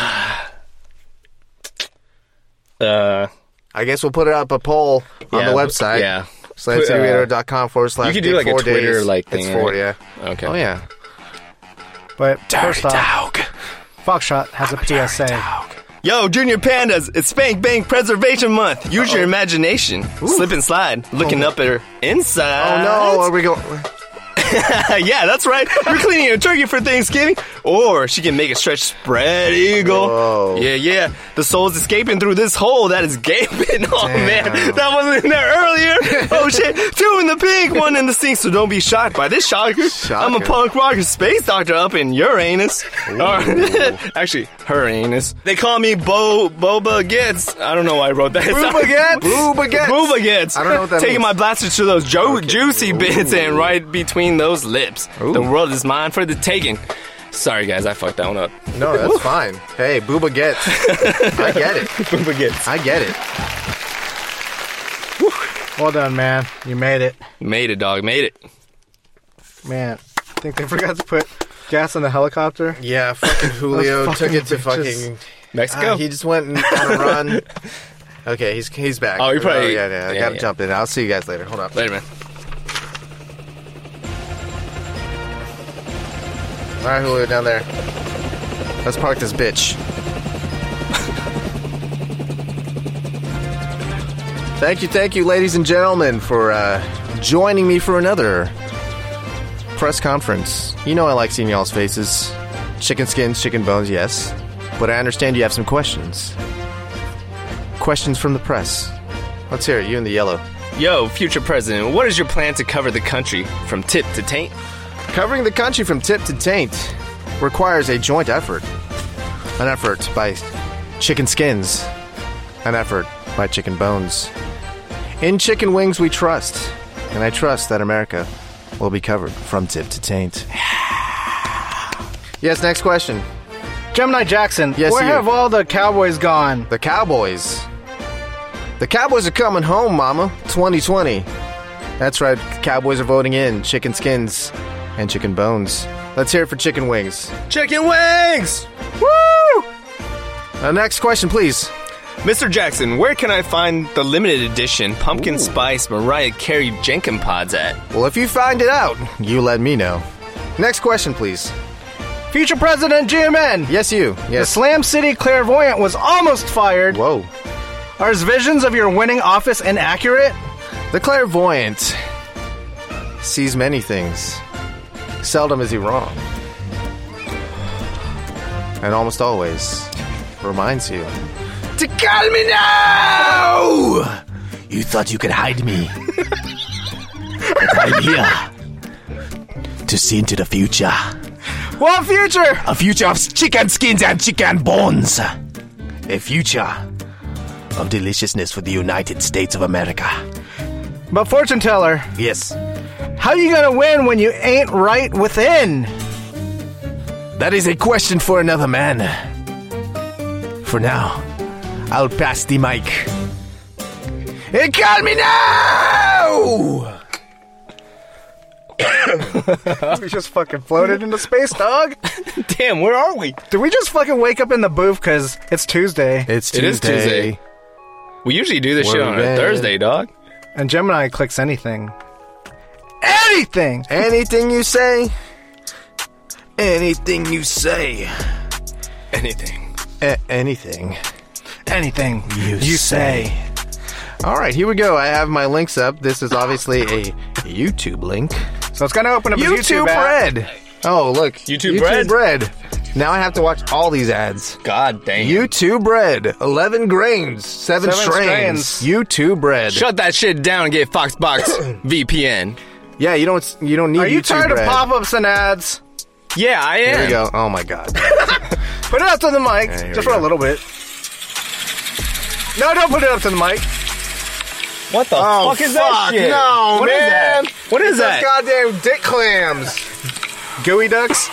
Speaker 2: Uh,
Speaker 3: I guess we'll put up a poll on
Speaker 2: Yeah,
Speaker 3: the website.
Speaker 2: yeah. Put, uh,
Speaker 3: Slancerator.com forward slash
Speaker 2: you could do
Speaker 3: dick
Speaker 2: like a
Speaker 3: four days.
Speaker 2: Twitter-like
Speaker 3: It's
Speaker 2: thing,
Speaker 3: four,
Speaker 2: right?
Speaker 3: yeah.
Speaker 2: okay.
Speaker 3: Oh, yeah.
Speaker 1: But first off, Foxshot has a PSA.
Speaker 2: Yo, Junior Pandas, it's Spank Bank Preservation Month. Use your imagination. Slip and slide, looking up at her
Speaker 3: Oh,
Speaker 2: inside.
Speaker 3: no. Are we going?
Speaker 2: yeah, that's right. You're cleaning a turkey for Thanksgiving, or she can make a stretch spread eagle.
Speaker 3: Whoa.
Speaker 2: Yeah, yeah. The soul's escaping through this hole that is gaping. Oh
Speaker 3: Damn.
Speaker 2: man, that wasn't in there earlier. Oh shit, two in the pig, one in the sink. So don't be shocked by this shocker. I'm a
Speaker 3: Shocker.
Speaker 2: punk rocker space doctor up in Uranus. Or- Actually, her anus. They call me Bo Boba Gets. I don't know why I wrote that.
Speaker 3: Booba Gets? Booba Gets.
Speaker 2: Booba Gets.
Speaker 3: I don't know what that
Speaker 2: Taking
Speaker 3: means.
Speaker 2: my blaster to those jo- juicy bits and right between those lips. The world is mine for the taking. Sorry, guys, I fucked that one up.
Speaker 3: No, that's fine. Hey, Booba gets. I get it.
Speaker 2: Booba Gets.
Speaker 3: I get it.
Speaker 1: Well done, man. You made it.
Speaker 2: Made it, dog. Made it.
Speaker 1: Man, I think they forgot to put gas in the helicopter.
Speaker 3: Yeah, fucking Julio
Speaker 1: Those
Speaker 3: took it to
Speaker 1: fucking bitches.
Speaker 3: fucking.
Speaker 2: Mexico.
Speaker 3: Ah, he just went and on a run. Okay, he's he's back.
Speaker 2: Oh, he probably-
Speaker 3: yeah, yeah. I
Speaker 2: yeah,
Speaker 3: gotta
Speaker 2: yeah.
Speaker 3: jump in. I'll see you guys later. Hold on.
Speaker 2: Later, man.
Speaker 3: All right, Julio, down there. Let's park this bitch. thank you, thank you, ladies and gentlemen, for uh, joining me for another press conference. You know I like seeing y'all's faces. Chicken skins, chicken bones, yes. But I understand you have some questions. Questions from the press. Let's hear it. You in the yellow.
Speaker 2: Yo, future president, what is your plan to cover the country from tip to taint?
Speaker 3: Covering the country from tip to taint requires a joint effort. An effort by chicken skins, an effort by chicken bones. In chicken wings, we trust, and I trust that America will be covered from tip to taint. Yes, next question.
Speaker 1: Gemini Jackson,
Speaker 3: Yes,
Speaker 1: where
Speaker 3: you.
Speaker 1: have all the cowboys gone?
Speaker 3: The Cowboys. The Cowboys are coming home, Mama. 2020. That's right, the Cowboys are voting in chicken skins and chicken bones. Let's hear it for chicken wings.
Speaker 2: Chicken wings!
Speaker 3: Woo! Uh, next question, please.
Speaker 2: Mr. Jackson, where can I find the limited edition pumpkin spice Mariah Carey Jenkin pods at?
Speaker 3: Well, if you find it out, you let me know. Next question, please.
Speaker 1: Future President GMN,
Speaker 3: Yes, you.
Speaker 1: the
Speaker 3: Yes.
Speaker 1: Slam City clairvoyant was almost fired.
Speaker 3: Whoa.
Speaker 1: Are his visions of your winning office inaccurate?
Speaker 3: The clairvoyant sees many things. Seldom is he wrong. And almost always reminds you to call me now! You thought you could hide me. but I'm here to see into the future.
Speaker 1: What future?
Speaker 3: A future of chicken skins and chicken bones. A future of deliciousness for the United States of America.
Speaker 1: But fortune teller,
Speaker 3: Yes.
Speaker 1: how you gonna win when you ain't right within?
Speaker 3: That is a question for another man. For now, I'll pass the mic. Hey, call me now!
Speaker 1: We just fucking floated into space, dog.
Speaker 2: Damn, where are we?
Speaker 1: Did we just fucking wake up in the booth because it's Tuesday?
Speaker 3: It's
Speaker 2: It is Tuesday. We usually do this shit
Speaker 3: We're
Speaker 2: on
Speaker 3: back.
Speaker 2: a Thursday, dog.
Speaker 1: And Gemini clicks anything. Anything!
Speaker 3: Anything you say, anything you say,
Speaker 2: Anything.
Speaker 3: A- anything.
Speaker 1: Anything you,
Speaker 3: say. All right, here we go. I have my links up. This is obviously a YouTube link.
Speaker 1: So it's gonna open up a
Speaker 3: YouTube,
Speaker 1: YouTube ad.
Speaker 3: Red. Oh, look.
Speaker 2: YouTube Red.
Speaker 3: Red. Now I have to watch all these ads.
Speaker 2: God damn.
Speaker 3: U2 bread, 11 grains, 7,
Speaker 1: Seven
Speaker 3: strains.
Speaker 1: strains.
Speaker 3: U2 bread.
Speaker 2: Shut that shit down and get Foxbox VPN.
Speaker 3: yeah, you don't you don't need
Speaker 1: Are you
Speaker 3: U2
Speaker 1: tired
Speaker 3: bread.
Speaker 1: of pop-ups and ads?
Speaker 2: Yeah, I am.
Speaker 3: There we go. Oh my god.
Speaker 1: Put it up to the mic,
Speaker 3: Yeah, here
Speaker 1: just for
Speaker 3: we
Speaker 1: a
Speaker 3: go.
Speaker 1: little bit. No, don't put it up to the mic.
Speaker 2: What the
Speaker 3: Oh,
Speaker 2: fuck is that
Speaker 3: fuck,
Speaker 2: shit?
Speaker 3: no,
Speaker 2: What is
Speaker 3: man.
Speaker 2: that? What is that?
Speaker 3: Those goddamn dick clams.
Speaker 1: Gooey ducks.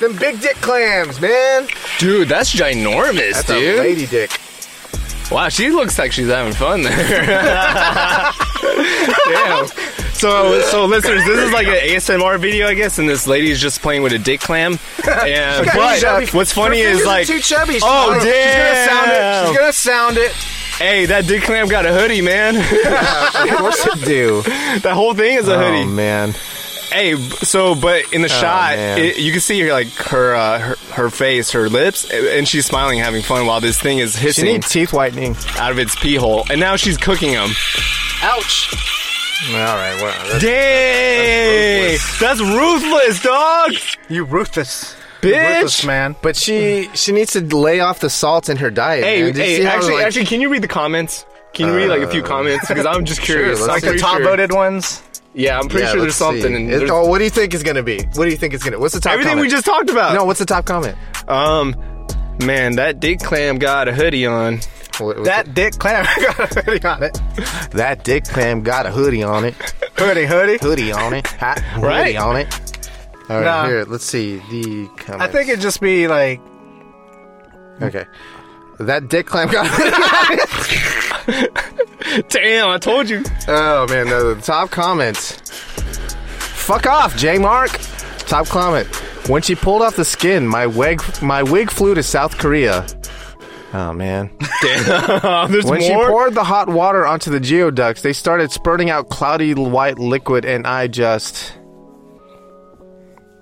Speaker 3: Them big dick clams, man.
Speaker 2: Dude, that's ginormous,
Speaker 3: That's
Speaker 2: dude.
Speaker 3: a lady dick.
Speaker 2: Wow, she looks like she's having fun there. Damn. So, uh, so listeners, this is like an ASMR video, I guess, and this lady's just playing with a dick clam. And
Speaker 3: She's got
Speaker 2: but
Speaker 3: chubby-
Speaker 2: what's funny
Speaker 3: her
Speaker 2: is
Speaker 3: fingers are
Speaker 2: like,
Speaker 3: too chubby. She's
Speaker 2: oh
Speaker 3: gonna- she's gonna sound
Speaker 2: damn!
Speaker 3: it. She's gonna sound it.
Speaker 2: hey, that dick clam got a hoodie, man.
Speaker 3: of course it do.
Speaker 2: that whole thing is a
Speaker 3: Oh
Speaker 2: hoodie.
Speaker 3: man. Oh,
Speaker 2: Hey, b- so but in the shot,
Speaker 3: man.
Speaker 2: it, you can see her like her, uh, her her face, her lips, a- and she's smiling, having fun while this thing is
Speaker 3: She
Speaker 2: hissing
Speaker 3: needs teeth whitening.
Speaker 2: out of its pee hole, and now she's cooking them.
Speaker 3: Ouch. All right. Well, that's-
Speaker 2: Dang! That's ruthless, dog!
Speaker 1: you ruthless.
Speaker 2: Bitch.
Speaker 1: Ruthless, man.
Speaker 3: but she she needs to lay off the salt in her diet.
Speaker 2: Hey,
Speaker 3: man. Did you see
Speaker 2: hey,
Speaker 3: how,
Speaker 2: actually,
Speaker 3: like- Uh,
Speaker 2: actually, can you read the comments? Can you read like a few comments? Because I'm just curious.
Speaker 3: let's
Speaker 2: I'm
Speaker 3: see.
Speaker 1: Like the
Speaker 2: pretty
Speaker 1: top
Speaker 2: sure-
Speaker 1: voted ones.
Speaker 2: Yeah, I'm pretty
Speaker 3: Yeah,
Speaker 2: sure there's
Speaker 3: let's
Speaker 2: something.
Speaker 3: see.
Speaker 2: And
Speaker 3: It-
Speaker 2: there's-
Speaker 3: oh, what do you think is gonna be? What do you think is gonna? What's the top?
Speaker 2: everything we
Speaker 3: comment?
Speaker 2: just talked about.
Speaker 3: No, what's the top comment?
Speaker 2: Um, man, that dick clam got a hoodie on.
Speaker 3: What was
Speaker 1: That dick clam got a hoodie on it.
Speaker 3: it? that dick clam got a hoodie on it.
Speaker 1: Hoodie, hoodie.
Speaker 3: Hoodie on it. Hot
Speaker 2: Right?
Speaker 3: hoodie on it. All right,
Speaker 1: Nah.
Speaker 3: here. Let's see the comment.
Speaker 1: I think it'd just be like
Speaker 3: okay. That dick clam got. a hoodie on it.
Speaker 2: Damn, I told you.
Speaker 3: oh man, no, the top comment. Fuck off, J Mark. Top comment. When she pulled off the skin, my wig my wig flew to South Korea. Oh man.
Speaker 2: Damn, there's
Speaker 3: When she
Speaker 2: more.
Speaker 3: poured the hot water onto the geoducks, they started spurting out cloudy white liquid, and I just.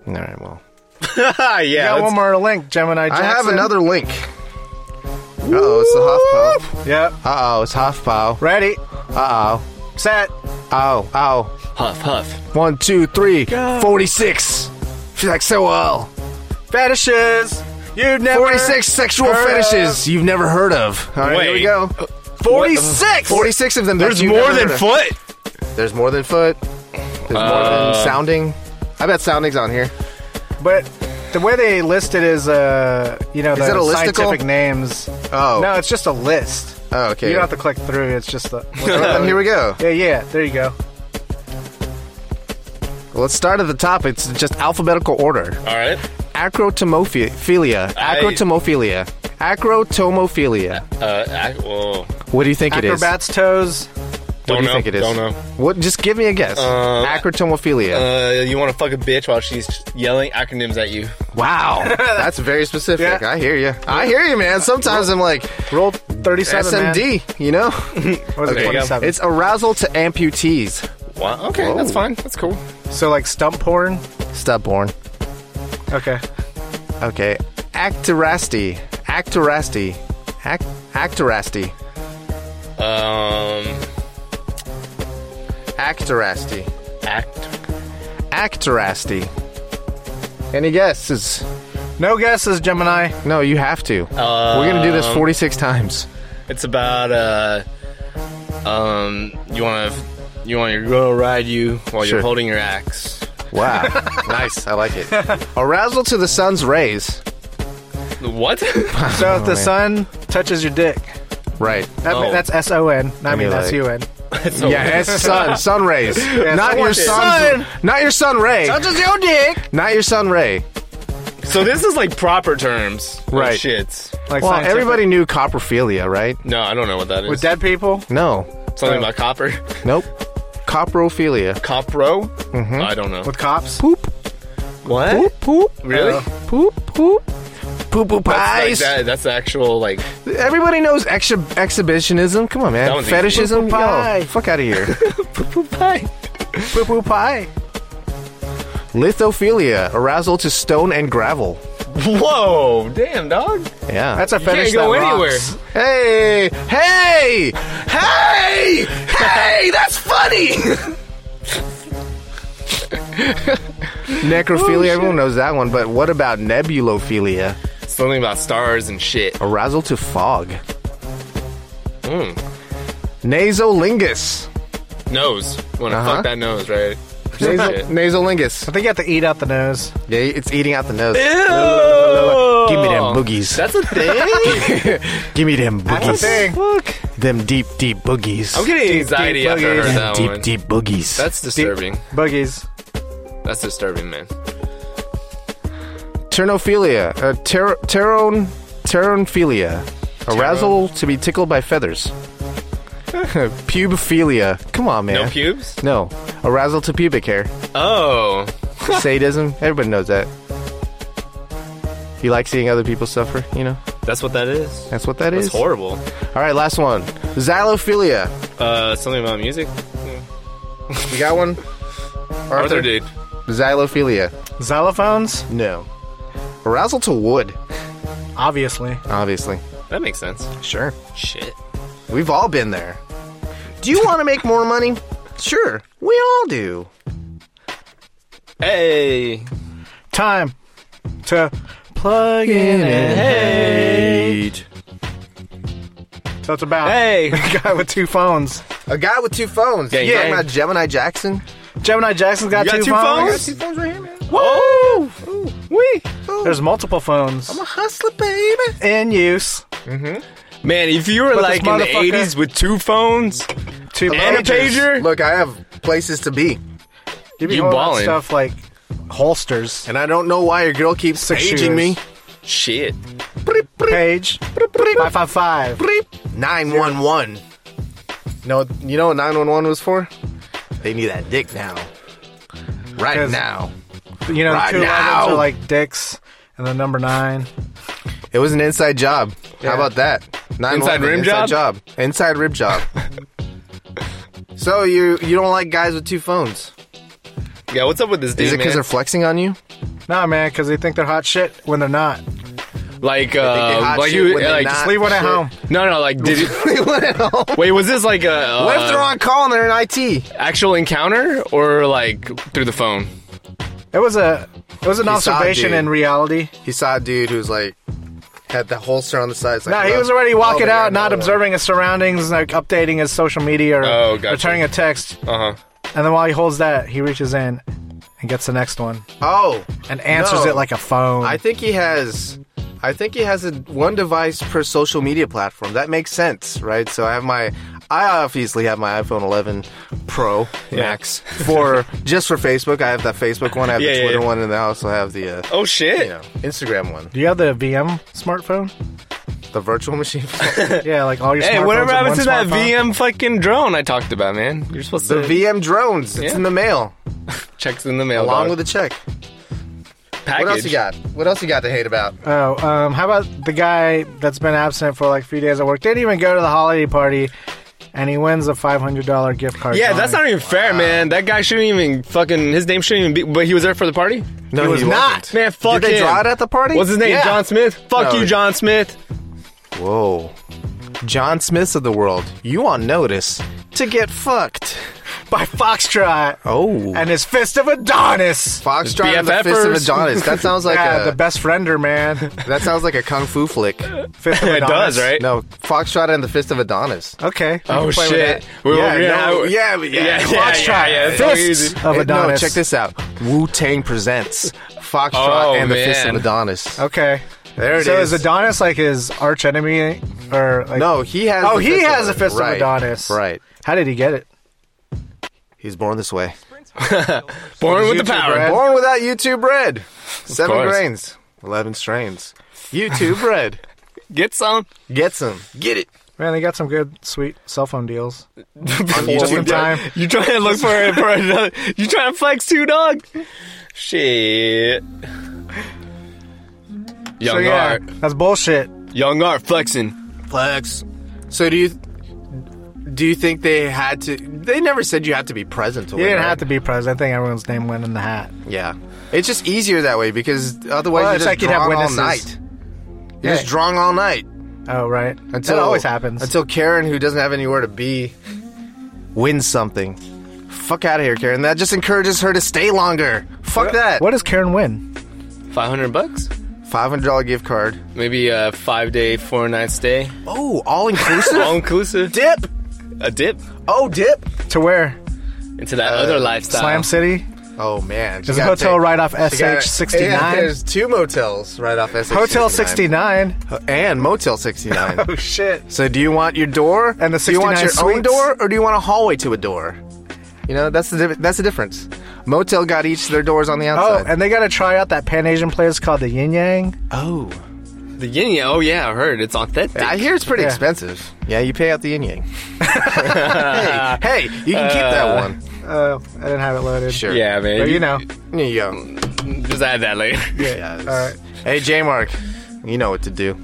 Speaker 3: All right, well.
Speaker 2: Ah, yeah,
Speaker 1: got
Speaker 2: that's-
Speaker 1: one more link, Gemini
Speaker 3: I
Speaker 1: Jackson.
Speaker 3: have another link. Uh oh, it's the Huffpo.
Speaker 1: Yep.
Speaker 3: Uh oh, it's Huffpo.
Speaker 1: Ready,
Speaker 3: Uh oh.
Speaker 1: set,
Speaker 3: Ow, ow.
Speaker 2: Huff, huff.
Speaker 3: One, two, three, 46. She's like, so uh, well.
Speaker 1: Fetishes. You've never
Speaker 3: 46 sexual
Speaker 1: heard of.
Speaker 3: fetishes you've never heard of. All right, here we
Speaker 2: Wait. Uh,
Speaker 3: go.
Speaker 1: 46.
Speaker 3: 46 of them. that
Speaker 2: There's
Speaker 3: you've
Speaker 2: more
Speaker 3: never
Speaker 2: than
Speaker 3: heard of.
Speaker 2: foot.
Speaker 3: There's more than foot. There's more
Speaker 2: Uh,
Speaker 3: than sounding. I bet sounding's on here.
Speaker 1: But the way they list it is, uh, you know, the
Speaker 3: it a listicle?
Speaker 1: scientific names.
Speaker 3: Oh.
Speaker 1: No, it's just a list.
Speaker 3: Oh, okay.
Speaker 1: You don't have to click through. It's just the.
Speaker 3: Um, here we go.
Speaker 1: yeah, yeah. There you go.
Speaker 3: Well, Let's start at the top. It's just alphabetical order.
Speaker 2: All right.
Speaker 3: Acrotomophilia.
Speaker 2: I-
Speaker 3: Acrotomophilia. Acrotomophilia.
Speaker 2: Uh, I, whoa.
Speaker 3: What do you think it is?
Speaker 1: Acrobat's toes.
Speaker 2: Don't
Speaker 3: what do you
Speaker 2: know.
Speaker 3: think it is?
Speaker 2: Don't know.
Speaker 3: What? Just give me a guess.
Speaker 2: Uh,
Speaker 3: Acrotomophilia.
Speaker 2: Uh, you want to fuck a bitch while she's yelling acronyms at you?
Speaker 3: wow, that's very specific.
Speaker 1: Yeah.
Speaker 3: I hear you. I hear you, man. Sometimes I'm like
Speaker 1: Roll 37. man.
Speaker 3: SMD. You know,
Speaker 1: What is
Speaker 2: Okay,
Speaker 1: it,
Speaker 2: you go.
Speaker 1: 27?
Speaker 3: it's arousal to amputees.
Speaker 2: Wow. Okay,
Speaker 3: Whoa.
Speaker 2: that's fine. That's cool.
Speaker 1: so, like, stump porn?
Speaker 3: Stubborn.
Speaker 1: Okay.
Speaker 3: Okay. Actorasty. Actorasty. Act- actorasty.
Speaker 2: Um,
Speaker 3: Actorasty.
Speaker 2: act.
Speaker 3: Actorasty. Any guesses?
Speaker 1: No guesses, Gemini.
Speaker 3: No, you have to. We're gonna do
Speaker 1: Um,
Speaker 3: this 46 times.
Speaker 2: It's about uh, um, you want to, you want your girl to ride you while
Speaker 3: Sure.
Speaker 2: you're holding your axe.
Speaker 3: Wow. nice. I like it. Arousal to the sun's rays.
Speaker 2: What?
Speaker 1: So, if the sun
Speaker 3: man.
Speaker 1: touches your dick,
Speaker 3: Right.
Speaker 1: that,
Speaker 2: Oh.
Speaker 1: that's S O N. I mean,
Speaker 3: you're
Speaker 1: that's
Speaker 3: like-
Speaker 1: U N.
Speaker 2: That's so
Speaker 3: Yeah,
Speaker 2: weird.
Speaker 3: it's sun, sun rays. not
Speaker 1: sun
Speaker 3: your
Speaker 1: rays.
Speaker 3: sun, not your sun ray,
Speaker 1: Touches your dick!
Speaker 3: not your sun ray.
Speaker 2: So this is like proper terms. Oh, of
Speaker 3: Right.
Speaker 2: Shits.
Speaker 1: Like,
Speaker 3: Well,
Speaker 1: scientific-
Speaker 3: everybody knew coprophilia, right?
Speaker 2: No, I don't know what that is.
Speaker 1: With dead people?
Speaker 3: No,
Speaker 2: Something
Speaker 3: uh,
Speaker 2: about copper.
Speaker 3: nope. Coprophilia.
Speaker 2: Copro?
Speaker 3: Mm-hmm.
Speaker 2: I don't know.
Speaker 1: With cops?
Speaker 3: Poop,
Speaker 2: What?
Speaker 3: poop, poop,
Speaker 2: Really?
Speaker 3: Eh? Uh, poop, poop, poop, poop
Speaker 2: That's, like
Speaker 3: pies.
Speaker 2: that, that's the actual like.
Speaker 3: Everybody knows exhi- exhibitionism. Come on,
Speaker 2: That
Speaker 3: man.
Speaker 2: one's easy.
Speaker 3: Fetishism.
Speaker 1: Poop pie.
Speaker 3: Yo, fuck out of here.
Speaker 1: Poo poo pie.
Speaker 3: Lithophilia. Arousal to stone and gravel.
Speaker 2: Whoa! Damn, dog.
Speaker 3: Yeah.
Speaker 1: That's a
Speaker 2: Can't
Speaker 1: fetish.
Speaker 2: go
Speaker 1: that
Speaker 2: anywhere.
Speaker 1: rocks.
Speaker 3: Hey! Hey! Hey! Hey! That's funny! Necrophilia,
Speaker 2: Oh,
Speaker 3: everyone knows that one, but what about nebulophilia?
Speaker 2: Something about stars and shit.
Speaker 3: Arousal to fog.
Speaker 2: Hmm.
Speaker 3: Nasolingus.
Speaker 2: Nose. You want to
Speaker 3: Uh-huh.
Speaker 2: fuck that nose, right?
Speaker 3: Nasal- nasolingus.
Speaker 1: I think you have to eat out the nose.
Speaker 3: Yeah, it's eating out the nose. Give me
Speaker 2: Ew.
Speaker 3: them boogies.
Speaker 2: That's a thing.
Speaker 3: Give me them
Speaker 1: That's a thing.
Speaker 3: boogies. Them deep, deep boogies.
Speaker 2: I'm getting anxiety after I heard that
Speaker 3: deep,
Speaker 2: one.
Speaker 3: deep boogies.
Speaker 2: That's disturbing.
Speaker 1: Boogies.
Speaker 2: That's disturbing, man.
Speaker 3: Ternophilia. Uh, ter- teron, teronphilia. Arousal to be tickled by feathers. Pubophilia. Come on, man.
Speaker 2: No pubes?
Speaker 3: No. Arousal to pubic hair.
Speaker 2: Oh.
Speaker 3: Sadism. Everybody knows that. You like seeing other people suffer, you know?
Speaker 2: That's what that is.
Speaker 3: That's what that
Speaker 2: That's
Speaker 3: is.
Speaker 2: horrible.
Speaker 3: All right, last one. Xylophilia.
Speaker 2: Uh, something about music.
Speaker 3: You got one?
Speaker 2: Arthur, dude.
Speaker 3: Xylophilia.
Speaker 1: Xylophones?
Speaker 3: No. Arousal to wood,
Speaker 1: Obviously.
Speaker 3: obviously.
Speaker 2: That makes sense.
Speaker 3: Sure.
Speaker 2: Shit.
Speaker 3: We've all been there. Do you want to make more money? Sure, we all do.
Speaker 2: Hey.
Speaker 1: Time to plug in and hate. So it's about
Speaker 2: Hey.
Speaker 1: a guy with two phones.
Speaker 3: A guy with two phones.
Speaker 2: Gang,
Speaker 3: you talking
Speaker 2: gang.
Speaker 3: about Gemini Jackson?
Speaker 1: Gemini Jackson's got,
Speaker 2: You got two
Speaker 1: phones.
Speaker 2: phones?
Speaker 3: Two phones right here, man.
Speaker 2: Whoa.
Speaker 1: Wee. There's multiple phones
Speaker 3: I'm a hustler, baby.
Speaker 1: in use.
Speaker 2: Man, if you were
Speaker 1: this
Speaker 2: like in the
Speaker 1: motherfucker-
Speaker 2: 80s with two phones
Speaker 1: Two
Speaker 2: and a pager,
Speaker 3: Look, I have places to be,
Speaker 1: You be
Speaker 2: You
Speaker 1: holding
Speaker 2: ballin'.
Speaker 1: stuff like holsters.
Speaker 3: and I don't know why your girl keeps
Speaker 1: Six
Speaker 3: paging me.
Speaker 2: shit.
Speaker 1: Page. Five five five.
Speaker 3: Nine one one. No, you know what nine one one was for? They need that dick now, right
Speaker 1: 'Cause-
Speaker 3: now.
Speaker 1: You know,
Speaker 3: Right
Speaker 1: the two
Speaker 3: now.
Speaker 1: elevens are like dicks, and the number nine.
Speaker 3: It was an inside job. How about that? Nine
Speaker 2: Inside rim job?
Speaker 3: inside job. Inside rib job. so you you don't like guys with two phones?
Speaker 2: Yeah, what's up with this dude?
Speaker 3: Is it because
Speaker 2: man?
Speaker 3: they're flexing on you?
Speaker 1: Nah, man, because they think they're hot shit when they're not.
Speaker 2: Like,
Speaker 3: get
Speaker 2: uh,
Speaker 3: hot
Speaker 2: like
Speaker 3: shit
Speaker 2: you,
Speaker 3: when they're
Speaker 2: like,
Speaker 3: not
Speaker 1: Leave one at
Speaker 3: shit.
Speaker 1: home.
Speaker 2: no, no, like, did it,
Speaker 3: Leave one at home.
Speaker 2: wait, was this like a,
Speaker 3: What
Speaker 2: uh,
Speaker 3: if they're on call and they're in IT?
Speaker 2: actual encounter or like through the phone?
Speaker 1: It was a it was an
Speaker 3: He saw it,
Speaker 1: observation
Speaker 3: dude.
Speaker 1: in reality.
Speaker 3: He saw a dude who was like had the holster on the side. It's Like,
Speaker 1: No, he
Speaker 3: well,
Speaker 1: was already
Speaker 3: well,
Speaker 1: walking
Speaker 3: over here,
Speaker 1: out, not
Speaker 3: another one.
Speaker 1: observing his surroundings, like updating his social media or
Speaker 2: Oh, gotcha.
Speaker 1: returning a text.
Speaker 2: Uh huh.
Speaker 1: And then while he holds that, he reaches in and gets the next one
Speaker 3: Oh,
Speaker 1: and answers
Speaker 3: No.
Speaker 1: it like a phone.
Speaker 3: I think he has. I think he has a, one device per social media platform. That makes sense, right? So I have my. I obviously have my iPhone 11 Pro Max for just for Facebook. I have the Facebook one. I have
Speaker 2: Yeah,
Speaker 3: the
Speaker 2: yeah,
Speaker 3: Twitter
Speaker 2: yeah.
Speaker 3: one, and I also have the uh,
Speaker 2: Oh shit.
Speaker 3: you know Instagram one,
Speaker 1: Do you have the VM smartphone?
Speaker 3: the virtual machine.
Speaker 1: Yeah, like all your.
Speaker 2: Hey,
Speaker 1: smartphones
Speaker 2: whatever
Speaker 1: in
Speaker 2: happened
Speaker 1: one
Speaker 2: to that
Speaker 1: smartphone?
Speaker 2: VM fucking drone I talked about, man? You're supposed
Speaker 3: the
Speaker 2: to
Speaker 3: VM drones. It's
Speaker 2: Yeah.
Speaker 3: in the mail
Speaker 2: checks in the mail
Speaker 3: along
Speaker 2: dog.
Speaker 3: with a check.
Speaker 2: package.
Speaker 3: What else you got? What else you got to hate about?
Speaker 1: Oh, um, how about the guy that's been absent for like a few days at work? Didn't even go to the holiday party, and he wins a five hundred dollar gift card.
Speaker 2: Yeah, that's
Speaker 1: drawing.
Speaker 2: not even fair, man. That guy shouldn't even fucking. His name shouldn't even be. But he was there for the party.
Speaker 3: No,
Speaker 1: He was not.
Speaker 2: Man, fuck
Speaker 3: Did they
Speaker 2: him.
Speaker 3: draw it at the party?
Speaker 2: What's his name?
Speaker 3: Yeah.
Speaker 2: John Smith. Fuck
Speaker 3: No.
Speaker 2: you, John Smith.
Speaker 3: Whoa. John Smiths of the world, you on notice to get fucked.
Speaker 1: by Foxtrot
Speaker 3: Oh.
Speaker 1: and his fist of Adonis.
Speaker 3: Foxtrot and the Fist of
Speaker 2: BFFers.
Speaker 3: Adonis. That sounds like
Speaker 1: yeah,
Speaker 3: a
Speaker 1: the best friender, man.
Speaker 3: that sounds like a kung fu flick.
Speaker 1: Fist of
Speaker 2: It
Speaker 1: Adonis.
Speaker 2: does, right?
Speaker 3: No, Foxtrot and the Fist of Adonis.
Speaker 1: Okay. I
Speaker 2: Oh
Speaker 1: can play with
Speaker 2: shit.
Speaker 1: that.
Speaker 2: We were-
Speaker 1: yeah,
Speaker 2: we were-
Speaker 1: no,
Speaker 2: we-
Speaker 3: yeah, yeah,
Speaker 2: yeah,
Speaker 1: Foxtrot,
Speaker 2: yeah, yeah, it's so
Speaker 1: Fists
Speaker 2: easy.
Speaker 1: of
Speaker 3: Eh, No,
Speaker 1: Adonis.
Speaker 3: check this out. Wu Tang presents Foxtrot
Speaker 2: Oh,
Speaker 3: and the Fist of
Speaker 2: man.
Speaker 3: Adonis.
Speaker 1: Okay.
Speaker 3: There it is.
Speaker 1: so is. Adonis like his arch enemy, or like,
Speaker 3: No, he has.
Speaker 1: Oh,
Speaker 3: the
Speaker 1: he
Speaker 3: Fist of-
Speaker 1: has a Fist of
Speaker 3: right,
Speaker 1: Adonis.
Speaker 3: Right.
Speaker 1: How did he get it?
Speaker 3: He's born this way.
Speaker 2: Born with the
Speaker 1: YouTube,
Speaker 2: power.
Speaker 1: Brad.
Speaker 3: Born without YouTube bread. Seven
Speaker 2: course.
Speaker 3: grains, eleven strains. YouTube bread.
Speaker 2: Get some.
Speaker 3: Get some. Get it.
Speaker 1: Man, they got some good, sweet cell phone deals.
Speaker 3: On
Speaker 1: Just in
Speaker 3: YouTube.
Speaker 1: time.
Speaker 2: You trying to look for it for another? You trying to flex too, dog? Shit. Young
Speaker 1: So yeah,
Speaker 2: art.
Speaker 1: that's bullshid.
Speaker 2: Young art flexing.
Speaker 3: Plex. So do you do you think they had to? They never said you had to be present to
Speaker 1: You
Speaker 3: win.
Speaker 1: didn't
Speaker 3: right?
Speaker 1: have to be president. I think everyone's name went in the hat.
Speaker 3: Yeah, it's just easier that way because otherwise
Speaker 1: Well,
Speaker 3: you're
Speaker 1: it's
Speaker 3: just
Speaker 1: like you'd have
Speaker 3: drawn all
Speaker 1: witnesses.
Speaker 3: night. You're
Speaker 1: Yeah.
Speaker 3: just drawn all night
Speaker 1: Oh, right.
Speaker 3: until
Speaker 1: that always happens.
Speaker 3: Until Karen, who doesn't have anywhere to be, wins something. Fuck out of here, Karen. That just encourages her to stay longer. Fuck that.
Speaker 1: what does Karen win?
Speaker 2: Five hundred bucks.
Speaker 3: Five hundred dollar gift card.
Speaker 2: Maybe a five day, four night stay.
Speaker 3: Oh, all inclusive.
Speaker 2: All inclusive.
Speaker 3: dip.
Speaker 2: A dip
Speaker 3: Oh, dip.
Speaker 1: To where?
Speaker 2: into that other lifestyle.
Speaker 1: Slam City?
Speaker 3: Oh man,
Speaker 1: There's a hotel right off SH69.
Speaker 3: there's two motels right off SH69.
Speaker 1: Hotel 69.
Speaker 3: and Motel 69.
Speaker 1: Oh, shit.
Speaker 3: so do you want your door
Speaker 1: And the
Speaker 3: Do you
Speaker 1: 69
Speaker 3: want your own
Speaker 1: suites?
Speaker 3: door or do you want a hallway to a door? You know, that's the diff- that's the difference. Motel got each their doors on the
Speaker 1: Oh,
Speaker 3: outside.
Speaker 1: and they got to try out that Pan Asian place called the Yin Yang.
Speaker 3: oh.
Speaker 2: The yin yang. Oh yeah, I heard it's authentic.
Speaker 3: I hear it's pretty
Speaker 1: Yeah.
Speaker 3: expensive. Yeah, you pay out the yin yang. hey, hey, you can keep that one.
Speaker 1: Uh, I didn't have it loaded.
Speaker 3: Sure.
Speaker 2: yeah, man.
Speaker 1: But you know.
Speaker 3: There you go.
Speaker 2: just add that later.
Speaker 3: Yes.
Speaker 1: All right.
Speaker 3: Hey, J Mark, you know what to do.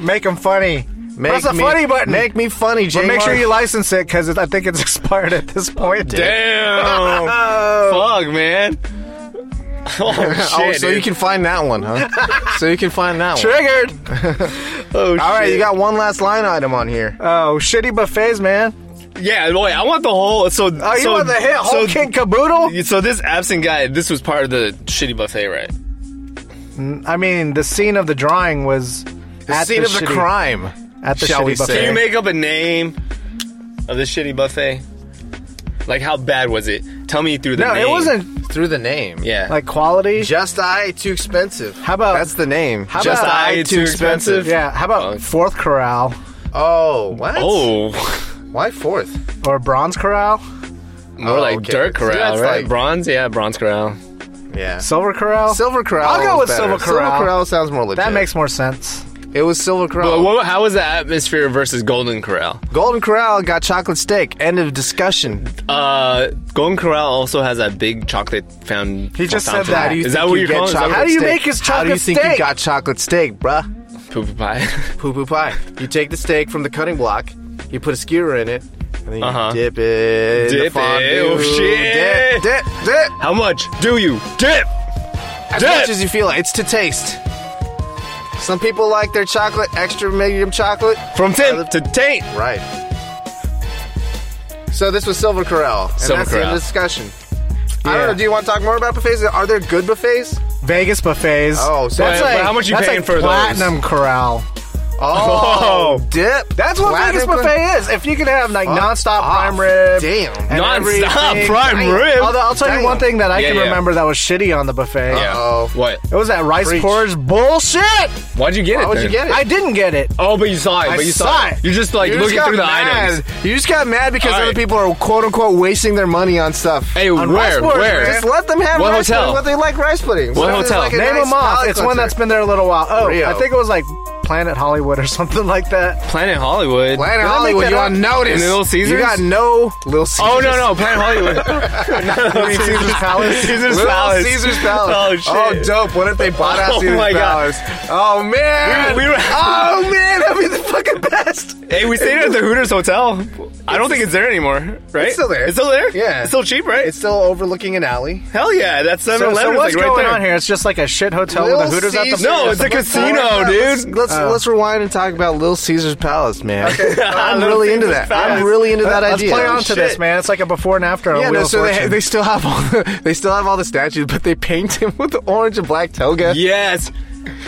Speaker 1: Make them funny.
Speaker 3: Make
Speaker 1: Press the
Speaker 3: me,
Speaker 1: funny button.
Speaker 3: Make me funny, J
Speaker 1: But
Speaker 3: Mark.
Speaker 1: make sure you license it because I think it's expired at this point.
Speaker 2: Damn. Fuck, man. Oh shit.
Speaker 3: Oh, so
Speaker 2: dude.
Speaker 3: you can find that one, huh? so you can find that one.
Speaker 1: Triggered.
Speaker 2: Oh,
Speaker 3: All right,
Speaker 2: shit.
Speaker 3: you got one last line item on here.
Speaker 1: Oh, shitty buffets, man.
Speaker 2: Yeah, boy, I want the whole. So,
Speaker 1: Oh, you
Speaker 2: so,
Speaker 1: want the hit whole
Speaker 2: so,
Speaker 1: king caboodle?
Speaker 2: So this absent guy, this was part of the shitty buffet, right?
Speaker 1: I mean, the scene of the drawing was
Speaker 3: The
Speaker 1: at
Speaker 3: scene
Speaker 1: the
Speaker 3: of the
Speaker 1: shitty-
Speaker 3: crime.
Speaker 1: At the
Speaker 3: shall
Speaker 1: shitty
Speaker 3: we
Speaker 1: buffet.
Speaker 3: say.
Speaker 2: Can you make up a name of this shitty buffet? Like, how bad was it? Tell me through the
Speaker 1: no,
Speaker 2: name.
Speaker 1: it wasn't
Speaker 3: Through the name.
Speaker 2: Yeah.
Speaker 1: like quality.
Speaker 3: Just I too expensive.
Speaker 1: How about-
Speaker 3: that's the name?
Speaker 1: How
Speaker 2: Just
Speaker 1: about-
Speaker 2: I, too expensive.
Speaker 1: yeah. How about fourth corral
Speaker 3: Oh, what?
Speaker 2: Oh,
Speaker 3: why fourth?
Speaker 1: or bronze corral,
Speaker 2: more like
Speaker 3: okay.
Speaker 2: dirt
Speaker 3: So
Speaker 2: corral,
Speaker 3: that's
Speaker 2: right?
Speaker 3: like-
Speaker 2: bronze, yeah, bronze corral.
Speaker 3: Yeah.
Speaker 1: silver corral?
Speaker 3: Silver Corral.
Speaker 1: I'll go
Speaker 3: is
Speaker 1: with
Speaker 3: better.
Speaker 1: Silver Corral.
Speaker 3: Silver Corral sounds more legit.
Speaker 1: that makes more sense.
Speaker 3: it was Silver
Speaker 2: But
Speaker 3: Corral.
Speaker 2: what, how was the atmosphere versus Golden Corral?
Speaker 3: Golden Corral got chocolate steak. End of discussion.
Speaker 2: Uh, Golden Corral also has that big chocolate found.
Speaker 1: He just said
Speaker 2: fountain.
Speaker 1: that. How do you
Speaker 2: Is
Speaker 3: think
Speaker 2: that what
Speaker 3: you
Speaker 2: you're
Speaker 3: get
Speaker 2: calling? Is that
Speaker 3: chocolate
Speaker 1: How do you
Speaker 3: steak?
Speaker 1: make his
Speaker 3: How do you
Speaker 1: chocolate
Speaker 3: think you
Speaker 1: steak?
Speaker 3: got chocolate steak, bruh?
Speaker 2: what- poo poo pie?
Speaker 3: poo poo pie. You take the steak from the cutting block, you put a skewer in it, and then you
Speaker 2: Uh-huh.
Speaker 3: dip it. in the
Speaker 2: Dip it.
Speaker 3: fondue.
Speaker 2: Oh, shit.
Speaker 3: Dip, dip, dip.
Speaker 2: how much do you dip?
Speaker 3: As
Speaker 2: Dip.
Speaker 3: much as you feel it. It's to taste. Some people like their chocolate extra medium chocolate.
Speaker 2: From tint to taint.
Speaker 3: Right. So this was Silver Corral, and
Speaker 2: Silver
Speaker 3: that's the end
Speaker 2: Corral.
Speaker 3: of the discussion. I
Speaker 1: Yeah.
Speaker 3: don't know. Do you want to talk more about buffets? Are there good buffets?
Speaker 1: Vegas buffets.
Speaker 3: Oh, so
Speaker 2: But- but how much you
Speaker 1: that's
Speaker 2: paying
Speaker 1: like
Speaker 2: for those?
Speaker 1: Platinum Corral.
Speaker 3: Oh,
Speaker 2: Oh.
Speaker 3: dip.
Speaker 1: That's what
Speaker 3: Platinum
Speaker 1: Vegas
Speaker 3: Corral?
Speaker 1: buffet is. If you could have like
Speaker 3: Fuck
Speaker 1: nonstop
Speaker 3: off.
Speaker 1: prime rib,
Speaker 3: Damn.
Speaker 1: and
Speaker 2: Non-stop
Speaker 1: everything.
Speaker 2: prime
Speaker 1: Damn.
Speaker 2: rib?
Speaker 1: Although I'll tell
Speaker 3: Damn.
Speaker 1: you one thing that I
Speaker 2: Yeah,
Speaker 1: can
Speaker 2: yeah.
Speaker 1: remember that was shitty on the buffet.
Speaker 2: Yeah.
Speaker 3: Uh-oh.
Speaker 2: What?
Speaker 1: It was that rice
Speaker 3: Preach.
Speaker 1: porridge bullshit.
Speaker 2: Why'd you get it?
Speaker 3: Why'd you
Speaker 2: then?
Speaker 3: get it?
Speaker 1: I didn't get it.
Speaker 2: Oh, but you saw it.
Speaker 1: I
Speaker 2: but you saw,
Speaker 1: saw
Speaker 2: it.
Speaker 1: it.
Speaker 2: You're just like
Speaker 3: You just
Speaker 2: looking
Speaker 3: got
Speaker 2: through the
Speaker 3: mad.
Speaker 2: items.
Speaker 3: You just got mad because
Speaker 2: All
Speaker 3: other
Speaker 2: right.
Speaker 3: people are quote unquote wasting their money on stuff.
Speaker 2: Hey,
Speaker 1: On
Speaker 2: where?
Speaker 1: Westward,
Speaker 2: Where?
Speaker 1: man.
Speaker 3: Just let them have
Speaker 2: What
Speaker 3: rice
Speaker 2: hotel?
Speaker 3: pudding, what they like rice pudding.
Speaker 2: What
Speaker 3: Whatever they
Speaker 2: hotel?
Speaker 3: Like a
Speaker 1: Name
Speaker 3: nice
Speaker 1: them off.
Speaker 3: palate
Speaker 1: It's one
Speaker 3: cleanser.
Speaker 1: that's been there a little while. Oh,
Speaker 3: Rio.
Speaker 1: I think it was like Planet Hollywood or something like that.
Speaker 2: Planet Hollywood.
Speaker 3: Planet
Speaker 1: Did I make
Speaker 3: Hollywood.
Speaker 1: that
Speaker 3: You
Speaker 1: up?
Speaker 3: on notice?
Speaker 2: And Little Caesars?
Speaker 3: You got no Little Caesars.
Speaker 2: Oh no no, Planet Hollywood.
Speaker 1: Caesar's Palace.
Speaker 2: Caesar's
Speaker 3: Little
Speaker 2: Palace.
Speaker 3: Caesars Palace.
Speaker 2: Oh shit.
Speaker 3: dope. What if they bought out
Speaker 2: Oh,
Speaker 3: Caesars
Speaker 2: my God.
Speaker 3: Palace? Oh man.
Speaker 2: We- we were-
Speaker 3: oh man, that'd be the fucking best.
Speaker 2: hey, we stayed at the Hooters hotel. I don't think it's there anymore. Right?
Speaker 3: It's still there.
Speaker 2: It's still there.
Speaker 3: Yeah.
Speaker 2: It's still cheap, right?
Speaker 3: It's still overlooking an alley.
Speaker 2: Hell yeah, that's 7
Speaker 1: So, so
Speaker 2: Eleven.
Speaker 1: what's
Speaker 2: like right
Speaker 1: going
Speaker 2: there.
Speaker 1: on here? It's just like a shit hotel with
Speaker 3: Little
Speaker 1: the Hooters at
Speaker 3: Caesars.
Speaker 1: the
Speaker 2: No, it's a casino,
Speaker 3: Let's-
Speaker 2: dude.
Speaker 3: Let's let's rewind and talk about Little Caesar's Palace, man. I'm
Speaker 2: Little
Speaker 3: really into
Speaker 2: Caesar's
Speaker 3: that.
Speaker 2: Palace.
Speaker 3: I'm really into that
Speaker 1: Let's
Speaker 3: idea.
Speaker 1: play on to this, man. It's like a before and after. on
Speaker 3: Yeah,
Speaker 1: Wheel
Speaker 3: no,
Speaker 1: of
Speaker 3: so they,
Speaker 1: Fortune.
Speaker 3: they still have all the, they still have all the statues, but they paint him with the orange and black toga.
Speaker 2: Yes.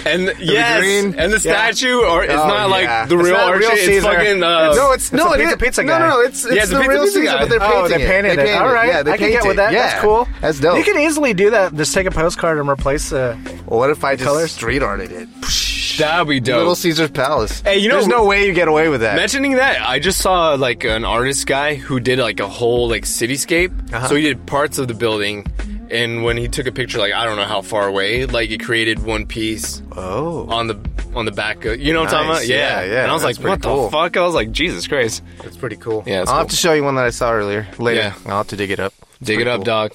Speaker 2: And yes,
Speaker 3: green?
Speaker 2: and the
Speaker 3: Yeah.
Speaker 2: statue, or it's
Speaker 3: Oh,
Speaker 2: not
Speaker 3: yeah.
Speaker 2: like the
Speaker 3: It's
Speaker 2: real
Speaker 1: not
Speaker 2: Archie.
Speaker 1: real
Speaker 2: It's
Speaker 1: Caesar.
Speaker 2: fucking uh,
Speaker 3: no, it's
Speaker 1: It's
Speaker 3: no,
Speaker 1: a
Speaker 3: it is-
Speaker 1: pizza pizza
Speaker 3: No,
Speaker 1: guy.
Speaker 3: no, no, it's, it's
Speaker 2: Yeah,
Speaker 3: the, real
Speaker 2: pizza
Speaker 3: Caesar,
Speaker 2: guy.
Speaker 3: but they're painting
Speaker 1: Oh, they painted
Speaker 3: it.
Speaker 1: it.
Speaker 3: They painted
Speaker 1: All right,
Speaker 3: yeah, they
Speaker 1: I can get
Speaker 3: paint
Speaker 1: with
Speaker 3: it.
Speaker 1: that.
Speaker 3: Yeah.
Speaker 1: That's cool.
Speaker 3: That's dope.
Speaker 1: You can easily do that. Just take a postcard and replace the.
Speaker 3: well, what if I just
Speaker 1: Colors?
Speaker 3: street arted it?
Speaker 2: that'd be dope.
Speaker 3: Little Caesar's Palace.
Speaker 2: Hey, you know-
Speaker 3: there's no way you get away with that.
Speaker 2: Mentioning that, I just saw like an artist guy who did like a whole like cityscape.
Speaker 3: Uh-huh.
Speaker 2: So he did parts of the building, and when he took a picture, like I don't know how far away, like he created one piece
Speaker 3: oh,
Speaker 2: on the on the back. Of, you know what I'm
Speaker 3: Nice.
Speaker 2: talking about? Yeah,
Speaker 3: Yeah, yeah.
Speaker 2: And I was
Speaker 3: That's
Speaker 2: like, what
Speaker 3: pretty cool.
Speaker 2: the fuck? I was like, Jesus Christ!
Speaker 3: that's pretty cool.
Speaker 2: Yeah,
Speaker 3: I'll
Speaker 2: it's
Speaker 3: have
Speaker 2: cool.
Speaker 3: to show you one that I saw earlier. Later,
Speaker 2: Yeah.
Speaker 3: I'll have to dig it up. It's
Speaker 2: Dig it
Speaker 3: pretty
Speaker 2: up,
Speaker 3: cool.
Speaker 2: dog.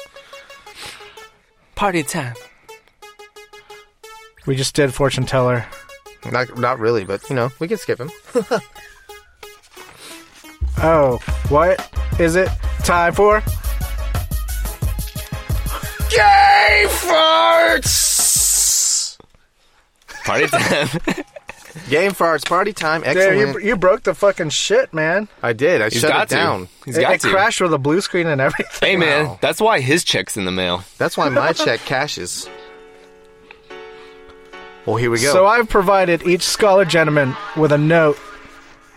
Speaker 2: Party time.
Speaker 1: We just did fortune teller.
Speaker 3: Not, not really, but you know, we can skip him.
Speaker 1: Oh, what is it time for?
Speaker 3: Gay farts.
Speaker 2: Party time.
Speaker 3: Game farts, party time.
Speaker 1: Damn,
Speaker 3: Excellent.
Speaker 1: you, you broke the fucking shit, man.
Speaker 3: I did. I
Speaker 2: He's
Speaker 3: shut
Speaker 2: got
Speaker 3: it
Speaker 2: to.
Speaker 3: down.
Speaker 2: He's
Speaker 1: it
Speaker 2: got
Speaker 1: it
Speaker 2: to.
Speaker 1: crashed with a blue screen and everything.
Speaker 2: Hey man,
Speaker 3: Wow.
Speaker 2: that's why his check's in the mail.
Speaker 3: That's why my check cashes. Well, here we go.
Speaker 1: So I've provided each scholar gentleman with a note.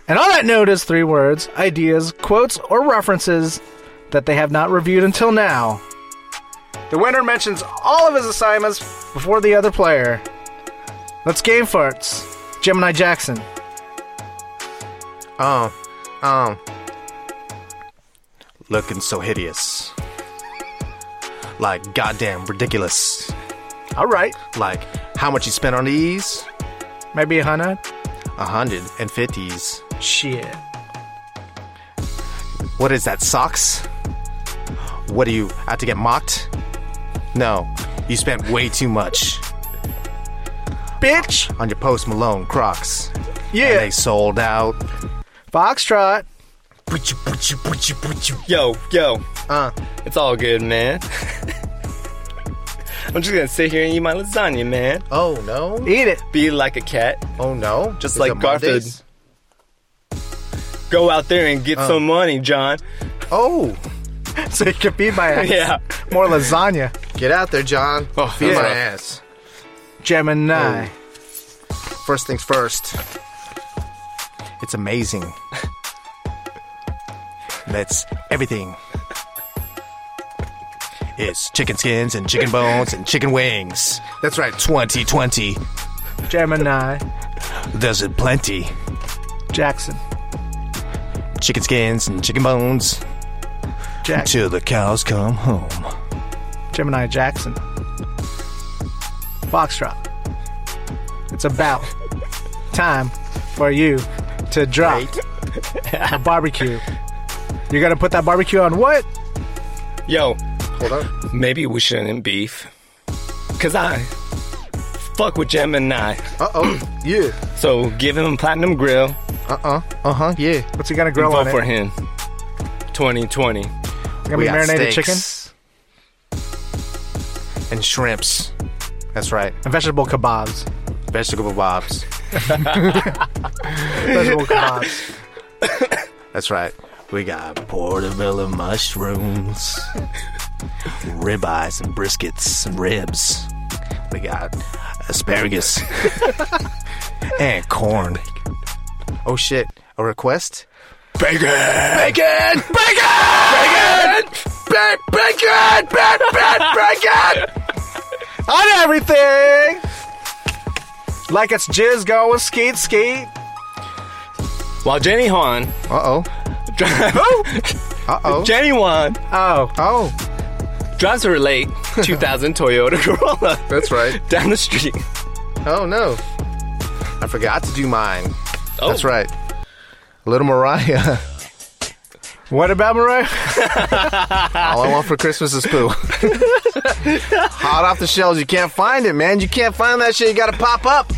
Speaker 1: And on that note is three words, ideas, quotes, or references that they have not reviewed until now. The winner mentions all of his assignments before the other player. Let's game farts. Gemini Jackson.
Speaker 3: um, um, looking so hideous, like goddamn ridiculous.
Speaker 1: All right.
Speaker 3: Like how much you spent on these?
Speaker 1: Maybe a hundred.
Speaker 3: A hundred and fifties.
Speaker 1: Shit.
Speaker 3: What is that? Socks? What are you out to get mocked? No, you spent way too much
Speaker 1: Bitch.
Speaker 3: on your Post Malone Crocs. And
Speaker 1: Yeah.
Speaker 3: they sold out.
Speaker 1: Foxtrot.
Speaker 2: Yo, yo,
Speaker 3: Uh,
Speaker 2: it's all good, man. I'm just gonna sit here and eat my lasagna, man.
Speaker 3: oh no.
Speaker 1: Eat it.
Speaker 2: Be like a cat.
Speaker 3: Oh no.
Speaker 2: Just
Speaker 3: Is
Speaker 2: like
Speaker 3: it Mondays?
Speaker 2: Garfield. Go out there and get some money, John.
Speaker 3: Oh,
Speaker 1: So you can feed my ass.
Speaker 2: Yeah.
Speaker 1: More lasagna.
Speaker 3: get out there, John.
Speaker 2: Oh,
Speaker 3: Feed
Speaker 2: yeah.
Speaker 3: my ass.
Speaker 1: Gemini.
Speaker 3: First things first. It's amazing. That's everything. It's chicken skins and chicken bones and chicken wings. That's right. 2020.
Speaker 1: Gemini.
Speaker 3: There's a plenty.
Speaker 1: Jackson.
Speaker 3: Chicken skins and chicken bones
Speaker 1: Jackson.
Speaker 3: till the cows come home.
Speaker 1: Gemini Jackson. Foxtrot. It's about time for you to drop a barbecue. You're gonna put that barbecue on what?
Speaker 2: Yo,
Speaker 3: Hold on.
Speaker 2: maybe we shouldn't beef. Cause I fuck with Gemini.
Speaker 3: Uh oh. Yeah.
Speaker 2: So give him a platinum grill
Speaker 3: Uh uh. Uh huh. Yeah.
Speaker 1: What's he gonna
Speaker 2: and
Speaker 1: grill
Speaker 2: vote
Speaker 1: on
Speaker 2: for
Speaker 1: it?
Speaker 2: him. 2020.
Speaker 1: It's Gonna be marinated chicken
Speaker 3: chicken and shrimps. That's right.
Speaker 1: and vegetable kebabs.
Speaker 3: Vegetable Bob's.
Speaker 1: Vegetable kebabs.
Speaker 3: That's right. We got portobello mushrooms, ribeyes and briskets and ribs. We got asparagus and corn. Oh shit! A request? Bacon! Bacon! Bacon! Bacon! Bacon! Bacon! Bacon! Bacon!
Speaker 1: On everything! Like it's jizz going skate skate.
Speaker 2: While Jenny Han,
Speaker 3: Uh oh. Uh oh.
Speaker 2: Jenny Wan
Speaker 1: Oh,
Speaker 3: Oh,
Speaker 2: drives her late 2000 Toyota Corolla
Speaker 3: that's right.
Speaker 2: down the street.
Speaker 3: Oh no. I forgot to do mine.
Speaker 2: Oh,
Speaker 3: That's right. Little Mariah.
Speaker 1: what about Mariah?
Speaker 3: All I want for Christmas is poo. Hot off the shelves. You can't find it, man. You can't find that shit. You gotta pop up.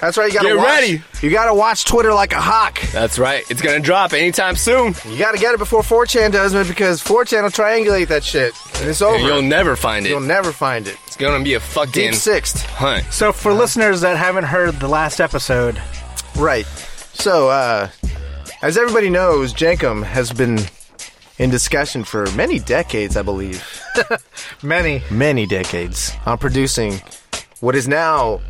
Speaker 3: That's right. You gotta
Speaker 2: Get
Speaker 3: watch.
Speaker 2: ready.
Speaker 3: You gotta watch Twitter like a hawk.
Speaker 2: That's right. It's gonna drop anytime soon,
Speaker 3: You gotta get it before 4chan does, man, because 4chan will triangulate that shit. And it's over.
Speaker 2: and you'll never find it.
Speaker 3: You'll never find it.
Speaker 2: it's gonna be a fucking
Speaker 3: Deep sixth.
Speaker 2: hunt.
Speaker 1: So, for listeners that haven't heard the last episode,
Speaker 3: Right. So, uh, as everybody knows, Jankum has been in discussion for many decades, I believe.
Speaker 1: many.
Speaker 3: many decades on producing what is now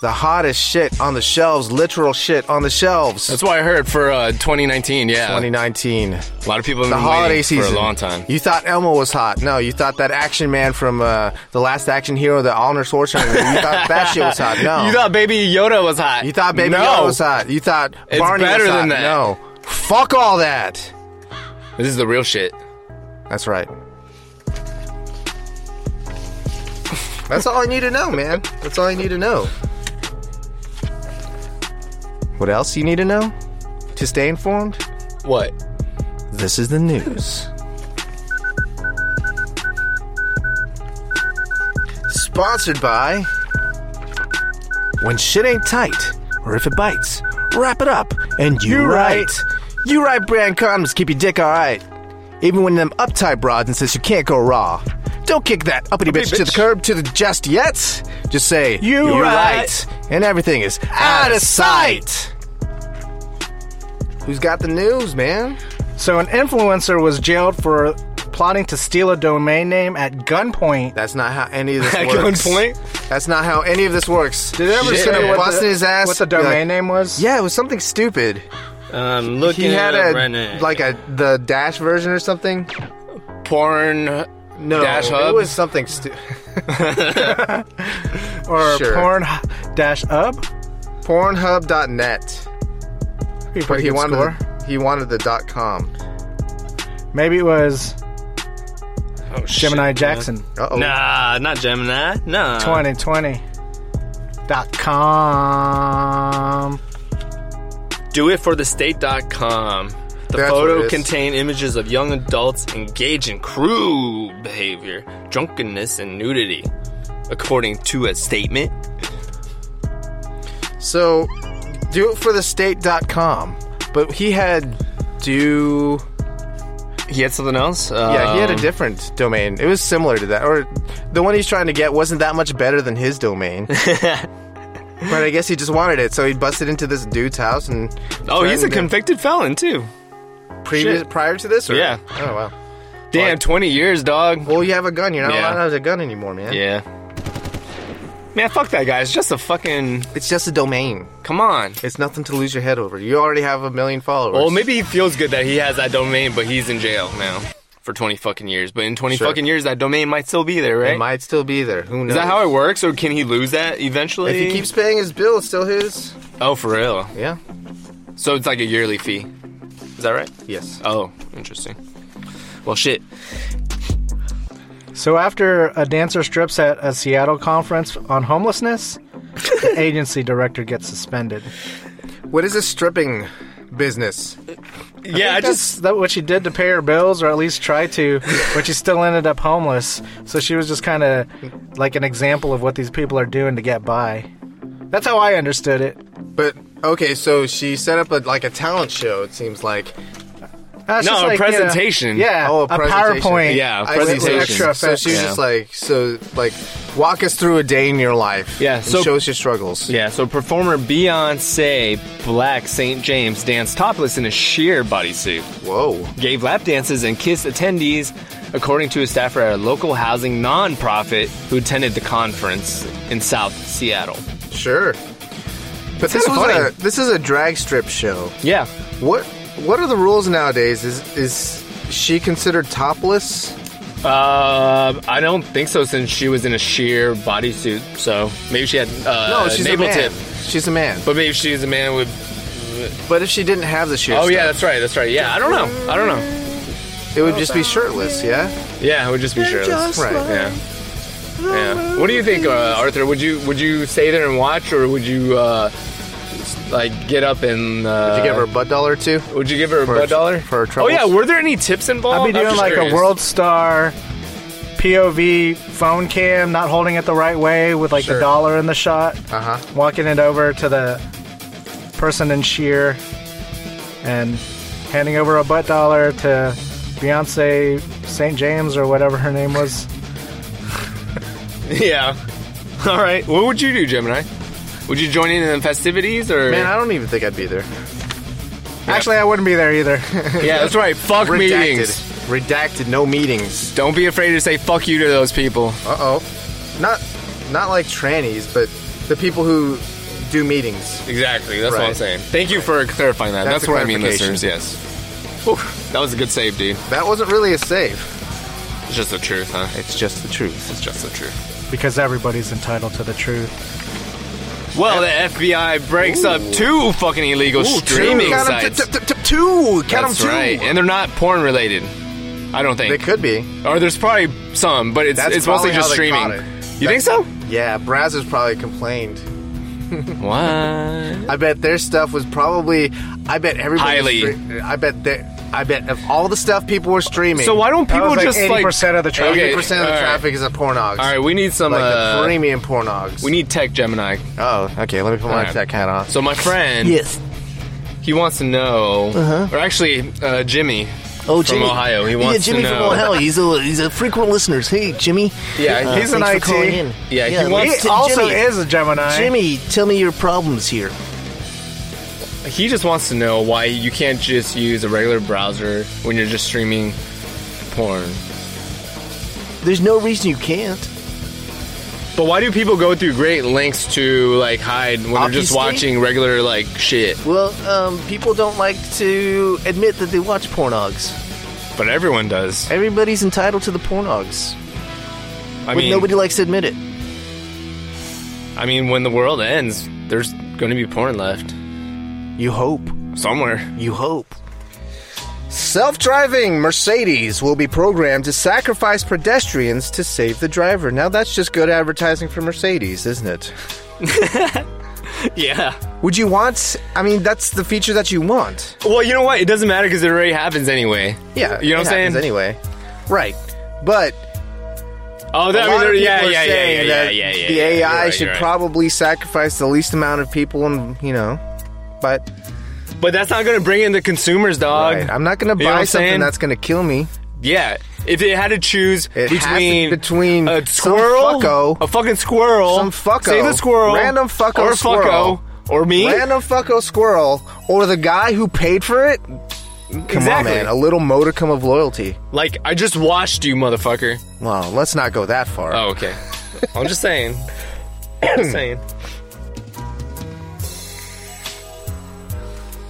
Speaker 3: the hottest shit on the shelves, literal shit on the shelves.
Speaker 2: That's what I heard for uh, 2019. Yeah,
Speaker 3: 2019,
Speaker 2: a lot of people have
Speaker 3: the
Speaker 2: been
Speaker 3: holiday
Speaker 2: waiting
Speaker 3: season.
Speaker 2: for a long time.
Speaker 3: You thought Elmo was hot. No, you thought that action man from uh, the last action hero, the Arnold Schwarzenegger, you thought that shit was hot. No.
Speaker 2: You thought Baby Yoda was hot.
Speaker 3: You thought Baby
Speaker 2: no.
Speaker 3: Yoda was hot. You thought
Speaker 2: It's
Speaker 3: Barney
Speaker 2: better
Speaker 3: was hot.
Speaker 2: than that.
Speaker 3: No. Fuck all that.
Speaker 2: This is the real shit.
Speaker 3: That's right. That's all I need to know, man. That's all I need to know. What else you need to know? To stay informed,
Speaker 2: What?
Speaker 3: this is the news. Sponsored by When Shit Ain't Tight, or If It Bites, Wrap It Up, and You,
Speaker 1: You
Speaker 3: right.
Speaker 1: right.
Speaker 3: You Right brand condoms keep your dick alright. Even when them uptight broads and says you can't go raw. Don't kick that uppity bitch, to the curb to the just yet. Just say,
Speaker 1: You right.
Speaker 3: And everything is out of sight. Who's got the news, man?
Speaker 1: So, an influencer was jailed for plotting to steal a domain name at gunpoint.
Speaker 3: That's not how any of this
Speaker 2: At
Speaker 3: works.
Speaker 2: gunpoint?
Speaker 3: That's not how any of this works.
Speaker 1: Did it ever
Speaker 3: He's
Speaker 1: say
Speaker 3: gonna
Speaker 1: what
Speaker 3: bust
Speaker 1: the-
Speaker 3: his ass?
Speaker 1: What the
Speaker 3: be like,
Speaker 1: domain name was?
Speaker 3: Yeah, it was something stupid.
Speaker 2: Um, looking
Speaker 3: He had
Speaker 2: at
Speaker 3: a like a the dash version or something.
Speaker 2: porn.
Speaker 3: No,
Speaker 2: Dash
Speaker 3: it
Speaker 2: hub?
Speaker 3: was something stupid.
Speaker 1: Or
Speaker 3: Sure.
Speaker 1: porn dash up?
Speaker 3: Pornhub.net. But he wanted the, he wanted the dot com.
Speaker 1: Maybe it was
Speaker 2: Oh, shit,
Speaker 1: Gemini
Speaker 2: man.
Speaker 1: Jackson
Speaker 3: Uh oh.
Speaker 2: Nah, not Gemini. Nah.
Speaker 1: 2020 dot com.
Speaker 2: doitforthestate.com. The
Speaker 3: That's what it
Speaker 2: photo
Speaker 3: is.
Speaker 2: contained images of young adults engaged in crude behavior, drunkenness, and nudity, according to a statement.
Speaker 3: So do it for the state.com. But he had do
Speaker 2: He had something else.
Speaker 3: Yeah, he had
Speaker 2: Um,
Speaker 3: a different domain. It was similar to that, or the one he's trying to get wasn't that much better than his domain. but I guess he just wanted it, so he busted into this dude's house and.
Speaker 2: Oh, he's a
Speaker 3: threatened
Speaker 2: convicted felon too.
Speaker 3: him. previous
Speaker 2: shit.
Speaker 3: prior to this. Or?
Speaker 2: Yeah.
Speaker 3: Oh wow.
Speaker 2: Damn,
Speaker 3: What?
Speaker 2: 20 years, dog.
Speaker 3: Well, you have a gun. You're not
Speaker 2: Yeah.
Speaker 3: allowed to have a gun anymore, man.
Speaker 2: Yeah. Man, fuck that guy. It's just a fucking.
Speaker 3: It's just a domain.
Speaker 2: Come on.
Speaker 3: It's nothing to lose your head over. You already have a million followers.
Speaker 2: Well, maybe he feels good that he has that domain, but he's in jail now for 20 fucking years. But in 20
Speaker 3: Sure.
Speaker 2: fucking years, that domain might still be there, right?
Speaker 3: it might still be there. Who knows?
Speaker 2: Is that how it works, or can he lose that eventually?
Speaker 3: If he keeps paying his bill, it's still his.
Speaker 2: Oh, for real?
Speaker 3: Yeah.
Speaker 2: So it's like a yearly fee. Is that right?
Speaker 3: Yes.
Speaker 2: Oh, interesting. Well, shit.
Speaker 1: So after a dancer strips at a Seattle conference on homelessness, the agency director gets suspended.
Speaker 3: What is this stripping business?
Speaker 2: yeah, I
Speaker 1: That's that what she did to pay her bills, or at least try to, but she still ended up homeless. So she was just kind of like an example of what these people are doing to get by. That's how I understood it.
Speaker 3: But okay, so she set up a, like a talent show. It seems like
Speaker 1: That's
Speaker 2: No,
Speaker 1: just
Speaker 2: a
Speaker 1: like, you know,
Speaker 2: presentation.
Speaker 1: yeah,
Speaker 3: Oh, a
Speaker 1: a,
Speaker 3: presentation.
Speaker 1: PowerPoint.
Speaker 2: Yeah, a
Speaker 1: with
Speaker 2: presentation.
Speaker 1: Extra effects.
Speaker 3: So she's
Speaker 2: Yeah.
Speaker 3: just like, so like, walk us through a day in your life.
Speaker 2: Yeah,
Speaker 3: and
Speaker 2: so-
Speaker 3: show us your struggles.
Speaker 2: Yeah, so performer Beyonce Black St. James danced topless in a sheer bodysuit,
Speaker 3: Whoa.
Speaker 2: gave lap dances, and kissed attendees, according to a staffer at a local housing nonprofit who attended the conference in South Seattle.
Speaker 3: Sure. But this was
Speaker 2: kinda funny.
Speaker 3: a this is a drag strip show.
Speaker 2: Yeah,
Speaker 3: What what are the rules nowadays? Is is she considered topless?
Speaker 2: uh, I don't think so since she was in a sheer bodysuit, so maybe she had uh,
Speaker 3: no, she's
Speaker 2: navel
Speaker 3: a man.
Speaker 2: tip.
Speaker 3: She's a man. But,
Speaker 2: But maybe she's a man with.
Speaker 3: but if she didn't have the sheer
Speaker 2: Oh, yeah,
Speaker 3: stuff,
Speaker 2: that's right, that's right. Yeah, I don't know. I don't know.
Speaker 3: it would just be shirtless. Yeah.
Speaker 2: Yeah, it would just be shirtless.
Speaker 3: Right.
Speaker 2: Yeah. Yeah. What do you think, uh, Arthur? Would you would you stay there and watch, or would you uh, s- like get up and? Uh,
Speaker 3: Did you give her a butt dollar or two?
Speaker 2: Would you give her a
Speaker 3: for-
Speaker 2: butt dollar
Speaker 3: for her
Speaker 2: Oh
Speaker 3: troubles?
Speaker 2: yeah. Were there any tips involved?
Speaker 1: I'll be
Speaker 2: Oh, I'm
Speaker 1: doing
Speaker 2: just
Speaker 1: like
Speaker 2: curious.
Speaker 1: a world star POV phone cam, not holding it the right way with like
Speaker 2: Sure.
Speaker 1: the
Speaker 2: Uh-huh.
Speaker 1: dollar in the shot,
Speaker 3: Uh huh.
Speaker 1: walking it over to the person in sheer and handing over a butt dollar to Beyonce St. James or whatever her name was.
Speaker 2: Yeah. All right. What would you do, Gemini? Would you join in in the festivities or?
Speaker 3: Man, I don't even think I'd be there.
Speaker 1: Actually, I wouldn't be there either.
Speaker 2: yeah, that's right. Fuck
Speaker 3: Redacted.
Speaker 2: meetings.
Speaker 3: Redacted. No meetings.
Speaker 2: Don't be afraid to say fuck you to those people.
Speaker 3: Uh oh. Not not like trannies, but the people who do meetings.
Speaker 2: Exactly. That's what I'm
Speaker 3: Right.
Speaker 2: saying. Thank you for clarifying that.
Speaker 3: That's
Speaker 2: That's,
Speaker 3: a
Speaker 2: what I mean,
Speaker 3: clarification.
Speaker 2: listeners. Yes. Whew, that was a good save, dude.
Speaker 3: That wasn't really a save.
Speaker 2: It's just the truth, huh?
Speaker 3: It's just the truth.
Speaker 2: It's just the truth.
Speaker 1: because everybody's entitled to the truth.
Speaker 2: Well, the FBI breaks up two fucking illegal streaming
Speaker 3: Count 'em,
Speaker 2: sites.
Speaker 3: t- t- t- two. Count 'em
Speaker 2: That's
Speaker 3: two.
Speaker 2: right, and they're not porn related. I don't
Speaker 3: They
Speaker 2: think.
Speaker 3: could be.
Speaker 2: or there's probably some, but it's
Speaker 3: That's
Speaker 2: it's mostly
Speaker 3: probably how
Speaker 2: just
Speaker 3: they
Speaker 2: streaming.
Speaker 3: caught it.
Speaker 2: You think so?
Speaker 3: Yeah, Brazzers probably complained.
Speaker 2: What?
Speaker 3: I bet their stuff was probably. I bet everybody.
Speaker 2: Highly.
Speaker 3: stre- I bet they. I bet of all the stuff people were streaming.
Speaker 2: So why don't
Speaker 1: That
Speaker 2: people
Speaker 1: was like
Speaker 2: just like
Speaker 1: 80% of the traffic.
Speaker 2: Okay,
Speaker 3: 80% of the
Speaker 2: all right.
Speaker 3: traffic is a pornogs.
Speaker 2: All right, we need some.
Speaker 3: Like
Speaker 2: uh,
Speaker 3: the premium pornogs.
Speaker 2: we need tech Gemini.
Speaker 3: Oh, okay. Let me put my
Speaker 2: All right.
Speaker 3: tech hat on.
Speaker 2: So my friend, yes, he wants to know, or actually uh, Jimmy
Speaker 3: Oh,
Speaker 2: from Ohio, he wants to know.
Speaker 3: He's a he's a frequent listener. Hey, Jimmy.
Speaker 2: Yeah, he's
Speaker 1: an IT.
Speaker 2: Yeah, he wants
Speaker 1: He also is a Gemini.
Speaker 3: Jimmy, tell me your problems here.
Speaker 2: He just wants to know why you can't just use a regular browser when you're just streaming porn.
Speaker 3: There's no reason you can't.
Speaker 2: But why do people go through great lengths to like hide when they're just
Speaker 3: Obfuscate?
Speaker 2: watching regular like shit?
Speaker 3: Well, um, people don't like to admit that they watch pornogs.
Speaker 2: But everyone does.
Speaker 3: Everybody's entitled to the pornogs,
Speaker 2: I
Speaker 3: but
Speaker 2: mean,
Speaker 3: nobody likes to admit it.
Speaker 2: I mean, when the world ends, there's going to be porn left
Speaker 3: You hope.
Speaker 2: somewhere.
Speaker 3: You hope. Self driving Mercedes will be programmed to sacrifice pedestrians to save the driver. Now, that's just good advertising for Mercedes, isn't it?
Speaker 2: Yeah.
Speaker 3: Would you want? I mean, that's the feature that you want.
Speaker 2: Well, you know what? It doesn't matter because it already happens anyway.
Speaker 3: Yeah,
Speaker 2: You know what
Speaker 3: it
Speaker 2: I'm saying?
Speaker 3: happens Anyway, right. But
Speaker 2: Oh,
Speaker 3: a
Speaker 2: that, I mean,
Speaker 3: lot
Speaker 2: there-
Speaker 3: of people
Speaker 2: yeah,
Speaker 3: are
Speaker 2: yeah, yeah, yeah,
Speaker 3: saying
Speaker 2: yeah,
Speaker 3: that
Speaker 2: yeah, yeah.
Speaker 3: the
Speaker 2: yeah. You're
Speaker 3: AI
Speaker 2: right,
Speaker 3: should
Speaker 2: you're right.
Speaker 3: probably sacrifice the least amount of people, and you know. But
Speaker 2: But that's not going to bring in the consumers, dog.
Speaker 3: right, I'm not going to
Speaker 2: You know what
Speaker 3: buy
Speaker 2: I'm
Speaker 3: something
Speaker 2: saying?
Speaker 3: that's going to kill me.
Speaker 2: Yeah, if it had to choose
Speaker 3: It has to-
Speaker 2: between
Speaker 3: between
Speaker 2: a
Speaker 3: some
Speaker 2: squirrel,
Speaker 3: fucko-
Speaker 2: a fucking squirrel,
Speaker 3: some fucko,
Speaker 2: save the squirrel,
Speaker 3: random fucko
Speaker 2: or
Speaker 3: squirrel.
Speaker 2: fucko, or me.
Speaker 3: Random fucko squirrel or the guy who paid for it. Come on,
Speaker 2: Exactly.
Speaker 3: man, a little modicum of loyalty.
Speaker 2: Like I just watched you, motherfucker.
Speaker 3: Well, let's not go that far.
Speaker 2: Oh, okay. I'm just saying. I'm just saying.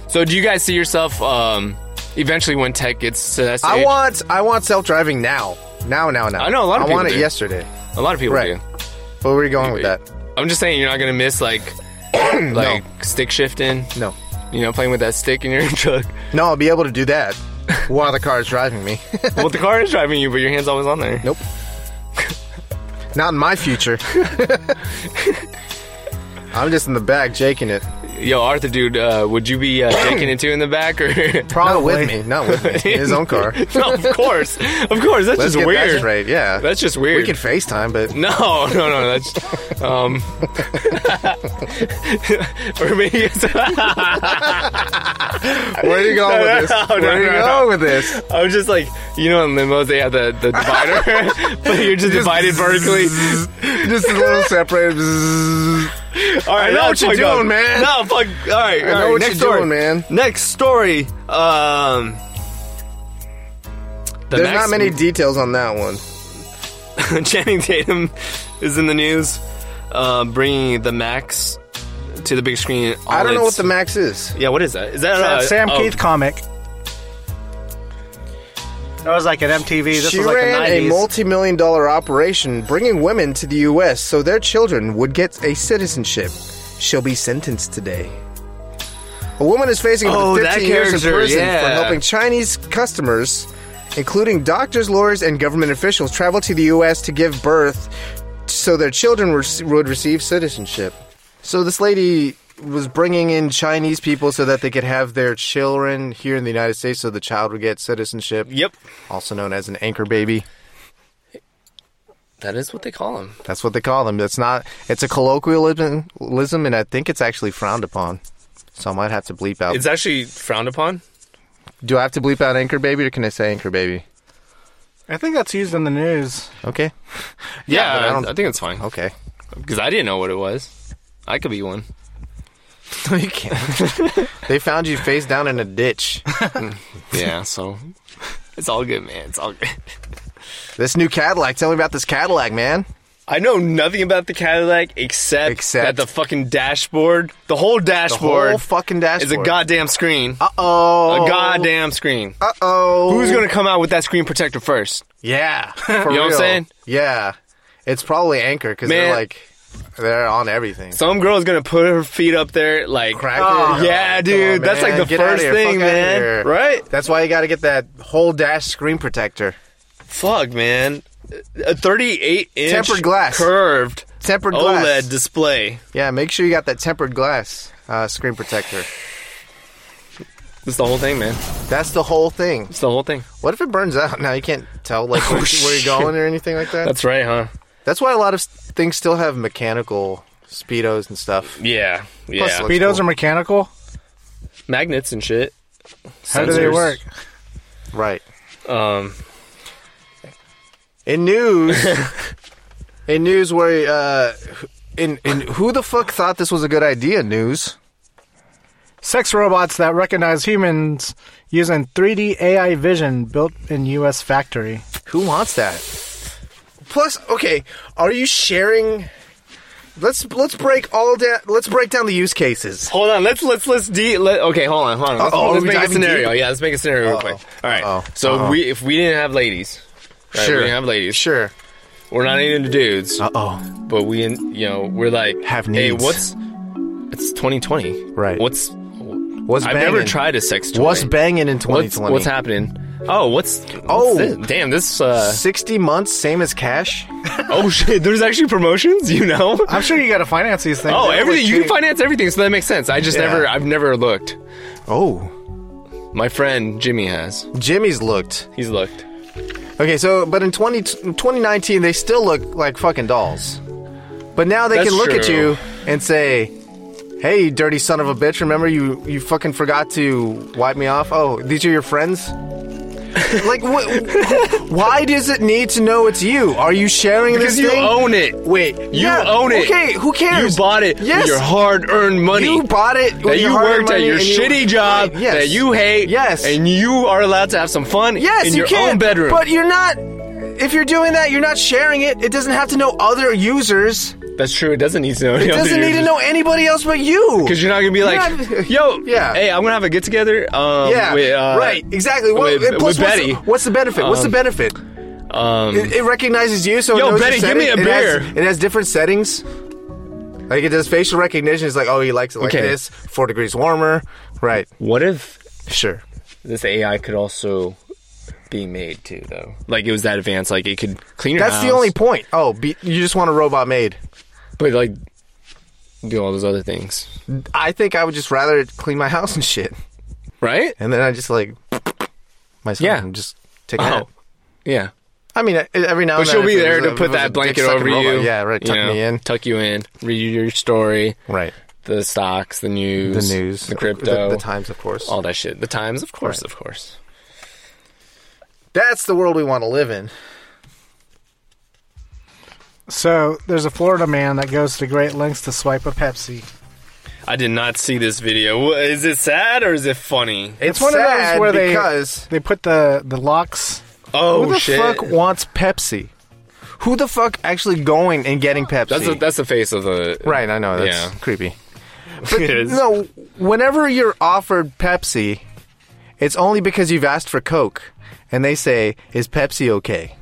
Speaker 2: So, do you guys see yourself um, eventually when tech gets to that stage?
Speaker 3: I want, I want self driving now, now, now, now.
Speaker 2: I know a lot of
Speaker 3: I want
Speaker 2: people do.
Speaker 3: it yesterday.
Speaker 2: a lot of people
Speaker 3: Right.
Speaker 2: do.
Speaker 3: Where were you going with that?
Speaker 2: I'm just saying you're not gonna miss like like stick shifting.
Speaker 3: No.
Speaker 2: You know, playing with that stick in your truck.
Speaker 3: No, I'll be able to do that while the car is driving me.
Speaker 2: well, the car is driving you, but your hand's always on there.
Speaker 3: Nope. Not in my future. I'm just in the back jaking it.
Speaker 2: Yo, Arthur, dude, uh, would you be uh, taking it too in the back or?
Speaker 3: Not with me. Not with me. In his own car.
Speaker 2: no, of course, of course. That's
Speaker 3: Let's
Speaker 2: just
Speaker 3: get
Speaker 2: weird.
Speaker 3: that straight. Yeah.
Speaker 2: That's just weird.
Speaker 3: we can FaceTime, but
Speaker 2: No, no, no. That's um, or maybe it's
Speaker 3: Where are you going with this?
Speaker 2: No, no,
Speaker 3: Where are you
Speaker 2: no, no.
Speaker 3: going with this?
Speaker 2: I was just like, you know, in limos they have the, the divider, but you're just, divided vertically.
Speaker 3: Just a little separated. Bzzz.
Speaker 2: All right,
Speaker 3: I know
Speaker 2: now
Speaker 3: what you're
Speaker 2: fuck up.
Speaker 3: doing, man.
Speaker 2: No, fuck. All right,
Speaker 3: I know
Speaker 2: all right,
Speaker 3: what
Speaker 2: next
Speaker 3: you're
Speaker 2: story.
Speaker 3: doing, man.
Speaker 2: Next story. Um, the
Speaker 3: There's
Speaker 2: next-
Speaker 3: not many details on that one.
Speaker 2: Channing Tatum is in the news, uh, bringing the Max to the big screen. on
Speaker 3: I don't know what
Speaker 2: its-
Speaker 3: the max is.
Speaker 2: Yeah, what is that? Is that uh,
Speaker 1: That Sam
Speaker 2: oh,
Speaker 1: Keith comic. That was like an MTV. This
Speaker 3: she
Speaker 1: was like
Speaker 3: ran
Speaker 1: the 90s.
Speaker 3: a multi-million dollar operation bringing women to the U.S. so their children would get a citizenship. She'll be sentenced today. A woman is facing up to
Speaker 2: Oh, that
Speaker 3: 15 years in
Speaker 2: character,
Speaker 3: prison for
Speaker 2: yeah.
Speaker 3: helping Chinese customers, including doctors, lawyers, and government officials, travel to the U.S. to give birth so their children were, would receive citizenship. So this lady was bringing in Chinese people so that they could have their children here in the United States so the child would get citizenship
Speaker 2: Yep,
Speaker 3: also known as an anchor baby.
Speaker 2: that is what they call him.
Speaker 3: That's what they call them. That's not. It's a colloquialism, lism, and I think it's actually frowned upon. So I might have to bleep out.
Speaker 2: It's actually frowned upon.
Speaker 3: Do I have to bleep out anchor baby, or can I say anchor baby?
Speaker 1: I think that's used in the news.
Speaker 3: Okay.
Speaker 2: Yeah,
Speaker 3: but I
Speaker 2: I,
Speaker 3: don't-
Speaker 2: I think it's fine
Speaker 3: Okay.
Speaker 2: because I didn't know what it was. I could be one.
Speaker 3: No, you can't. they found you face down in a ditch.
Speaker 2: Yeah, so it's all good, man. It's all good.
Speaker 3: This new Cadillac. Tell me about this Cadillac, man.
Speaker 2: I know nothing about the Cadillac except,
Speaker 3: Except-
Speaker 2: that the fucking dashboard, the whole
Speaker 3: The
Speaker 2: dashboard,
Speaker 3: whole fucking dashboard.
Speaker 2: is a goddamn screen.
Speaker 3: Uh oh.
Speaker 2: A goddamn screen.
Speaker 3: Uh oh.
Speaker 2: Who's gonna come out with that screen protector first?
Speaker 3: Yeah. For you know
Speaker 2: what I'm saying?
Speaker 3: Yeah. It's probably anchor because they're
Speaker 2: Man.
Speaker 3: like they're on everything.
Speaker 2: Some girl's gonna put her feet up there, like
Speaker 3: Crack it.
Speaker 2: yeah,
Speaker 3: Oh, Come
Speaker 2: dude,
Speaker 3: on,
Speaker 2: that's like
Speaker 3: man.
Speaker 2: the
Speaker 3: Get outta
Speaker 2: first
Speaker 3: here.
Speaker 2: thing,
Speaker 3: Fuck outta
Speaker 2: man.
Speaker 3: here.
Speaker 2: Right?
Speaker 3: That's why you got to get that whole dash screen protector.
Speaker 2: Fuck, man. A 38 inch
Speaker 3: Tempered glass.
Speaker 2: curved
Speaker 3: Tempered glass.
Speaker 2: OLED display.
Speaker 3: Yeah, make sure you got that tempered glass uh, screen protector.
Speaker 2: It's the whole thing, man.
Speaker 3: That's the whole thing.
Speaker 2: It's the whole thing.
Speaker 3: What if it burns out? Now you can't tell like where, where
Speaker 2: Oh, shit.
Speaker 3: you're going or anything like that. That's,
Speaker 2: That's right, huh?
Speaker 3: why a lot of s- things still have mechanical speedos and stuff.
Speaker 2: Yeah, yeah.
Speaker 3: Plus,
Speaker 1: Speedos
Speaker 3: cool.
Speaker 1: are mechanical.
Speaker 2: Magnets and shit.
Speaker 1: How do they
Speaker 2: Sensors.
Speaker 1: work?
Speaker 3: Right.
Speaker 2: Um,
Speaker 3: In news, in news where uh, in in who the fuck thought this was a good idea? News.
Speaker 1: Sex robots that recognize humans using 3D AI vision built in U.S. factory.
Speaker 3: Who wants that? Plus, okay, are you sharing? Let's let's break all down. Let's break down the use cases.
Speaker 2: Hold on, let's let's let's de- let, okay, hold on, hold on. Let's,
Speaker 3: Uh-oh,
Speaker 2: let's
Speaker 3: we
Speaker 2: make a
Speaker 3: diving
Speaker 2: scenario.
Speaker 3: deep?
Speaker 2: Yeah, let's make a scenario real
Speaker 3: Uh-oh.
Speaker 2: quick. All right.
Speaker 3: Uh-oh.
Speaker 2: So
Speaker 3: Uh-oh.
Speaker 2: we if we didn't have ladies, right,
Speaker 3: Sure.
Speaker 2: we didn't have ladies.
Speaker 3: Sure.
Speaker 2: We're not into dudes,
Speaker 3: Uh oh.
Speaker 2: but we in- you know, we're like
Speaker 3: Have
Speaker 2: Hey,
Speaker 3: needs."
Speaker 2: what's It's 2020.
Speaker 3: Right.
Speaker 2: What's
Speaker 3: What's
Speaker 2: I've
Speaker 3: banging?
Speaker 2: never tried a sex toy.
Speaker 3: What's banging in
Speaker 2: what's,
Speaker 3: 2020?
Speaker 2: what's happening? Oh, what's, what's
Speaker 3: Oh.
Speaker 2: this? damn this uh
Speaker 3: 60 months, same as cash.
Speaker 2: Oh shit, there's actually promotions, you know?
Speaker 1: I'm sure you got to finance these things.
Speaker 2: Oh, everything you
Speaker 1: cheating.
Speaker 2: can finance everything, so that makes sense. I just
Speaker 3: Yeah.
Speaker 2: never I've never looked.
Speaker 3: Oh,
Speaker 2: My friend Jimmy has.
Speaker 3: Jimmy's looked.
Speaker 2: He's looked.
Speaker 3: Okay, so but in 20, 2019 they still look like fucking dolls. But now they
Speaker 2: That's
Speaker 3: can look at
Speaker 2: true.
Speaker 3: you and say, "Hey, you dirty son of a bitch! Remember you you fucking forgot to wipe me off? Oh, these are your friends." like, wh- why does it need to know it's you? Are you sharing
Speaker 2: Because
Speaker 3: this
Speaker 2: you
Speaker 3: thing?
Speaker 2: own it.
Speaker 3: Wait,
Speaker 2: You
Speaker 3: yeah,
Speaker 2: own it.
Speaker 3: Okay, who cares?
Speaker 2: You bought it
Speaker 3: Yes.
Speaker 2: with your hard-earned money.
Speaker 3: You bought it. with
Speaker 2: that you
Speaker 3: your hard-earned
Speaker 2: worked at
Speaker 3: money
Speaker 2: your
Speaker 3: and you-
Speaker 2: shitty job
Speaker 3: Right, yes.
Speaker 2: that you hate.
Speaker 3: Yes.
Speaker 2: And you are allowed to have some fun
Speaker 3: Yes,
Speaker 2: in
Speaker 3: you
Speaker 2: your
Speaker 3: can,
Speaker 2: own bedroom.
Speaker 3: But you're not. If you're doing that, you're not sharing it. It doesn't have to know other users.
Speaker 2: That's true. It doesn't need to know.
Speaker 3: It doesn't need to know anybody else but you.
Speaker 2: Because you're not going to be like,
Speaker 3: You're not-
Speaker 2: yo,
Speaker 3: Yeah.
Speaker 2: hey, I'm going to have a get together. Um,
Speaker 3: yeah,
Speaker 2: with, uh,
Speaker 3: right, exactly. What,
Speaker 2: with-
Speaker 3: and plus,
Speaker 2: with
Speaker 3: what's,
Speaker 2: Betty.
Speaker 3: The, what's the benefit? what's the
Speaker 2: Um,
Speaker 3: benefit?
Speaker 2: Um,
Speaker 3: It, it recognizes you, so it
Speaker 2: Yo,
Speaker 3: knows
Speaker 2: Betty,
Speaker 3: your
Speaker 2: give me
Speaker 3: setting.
Speaker 2: a
Speaker 3: it has-
Speaker 2: beer.
Speaker 3: it has different settings. Like it does facial recognition. It's like, oh, he likes it like
Speaker 2: Okay.
Speaker 3: this. Four degrees warmer. Right.
Speaker 2: what if
Speaker 3: Sure.
Speaker 2: this AI could also be made too, though? Like it was that advanced. Like it could clean your
Speaker 3: That's the
Speaker 2: house,
Speaker 3: only point. Oh, be, you just want a robot made.
Speaker 2: But like do all those other things,
Speaker 3: I think I would just rather it clean my house and shit.
Speaker 2: right?
Speaker 3: and then I just like myself
Speaker 2: Yeah.
Speaker 3: and just take
Speaker 2: Oh.
Speaker 3: a nap.
Speaker 2: Yeah.
Speaker 3: I mean, I- every now and
Speaker 2: But she'll
Speaker 3: then if
Speaker 2: be
Speaker 3: it
Speaker 2: there
Speaker 3: was
Speaker 2: to
Speaker 3: a- if it
Speaker 2: put
Speaker 3: was a
Speaker 2: that blanket
Speaker 3: dick-sucking
Speaker 2: over
Speaker 3: robot,
Speaker 2: you.
Speaker 3: Yeah, right.
Speaker 2: you
Speaker 3: Tuck
Speaker 2: know,
Speaker 3: me in.
Speaker 2: Tuck you in. Read you your story.
Speaker 3: Right.
Speaker 2: the stocks, the news,
Speaker 3: The news,
Speaker 2: the crypto,
Speaker 3: the, the Times, of course.
Speaker 2: all that shit. The Times, of course,
Speaker 3: Right.
Speaker 2: of course.
Speaker 3: That's the world we want to live in.
Speaker 1: So there's a Florida man that goes to great lengths to swipe a Pepsi.
Speaker 2: I did not see this video. Wha- Is it sad or is it funny?
Speaker 3: It's,
Speaker 1: one of those
Speaker 3: sad
Speaker 1: where they-
Speaker 3: because
Speaker 1: They put the the locks.
Speaker 2: Oh
Speaker 3: who the
Speaker 2: shit!
Speaker 3: fuck wants Pepsi? Who the fuck actually going and getting Pepsi?
Speaker 2: that's the, that's the face of the
Speaker 3: right. I know that's
Speaker 2: Yeah.
Speaker 3: creepy.
Speaker 2: It is.
Speaker 3: No, whenever you're offered Pepsi, it's only because you've asked for Coke, and they say, "Is Pepsi okay?"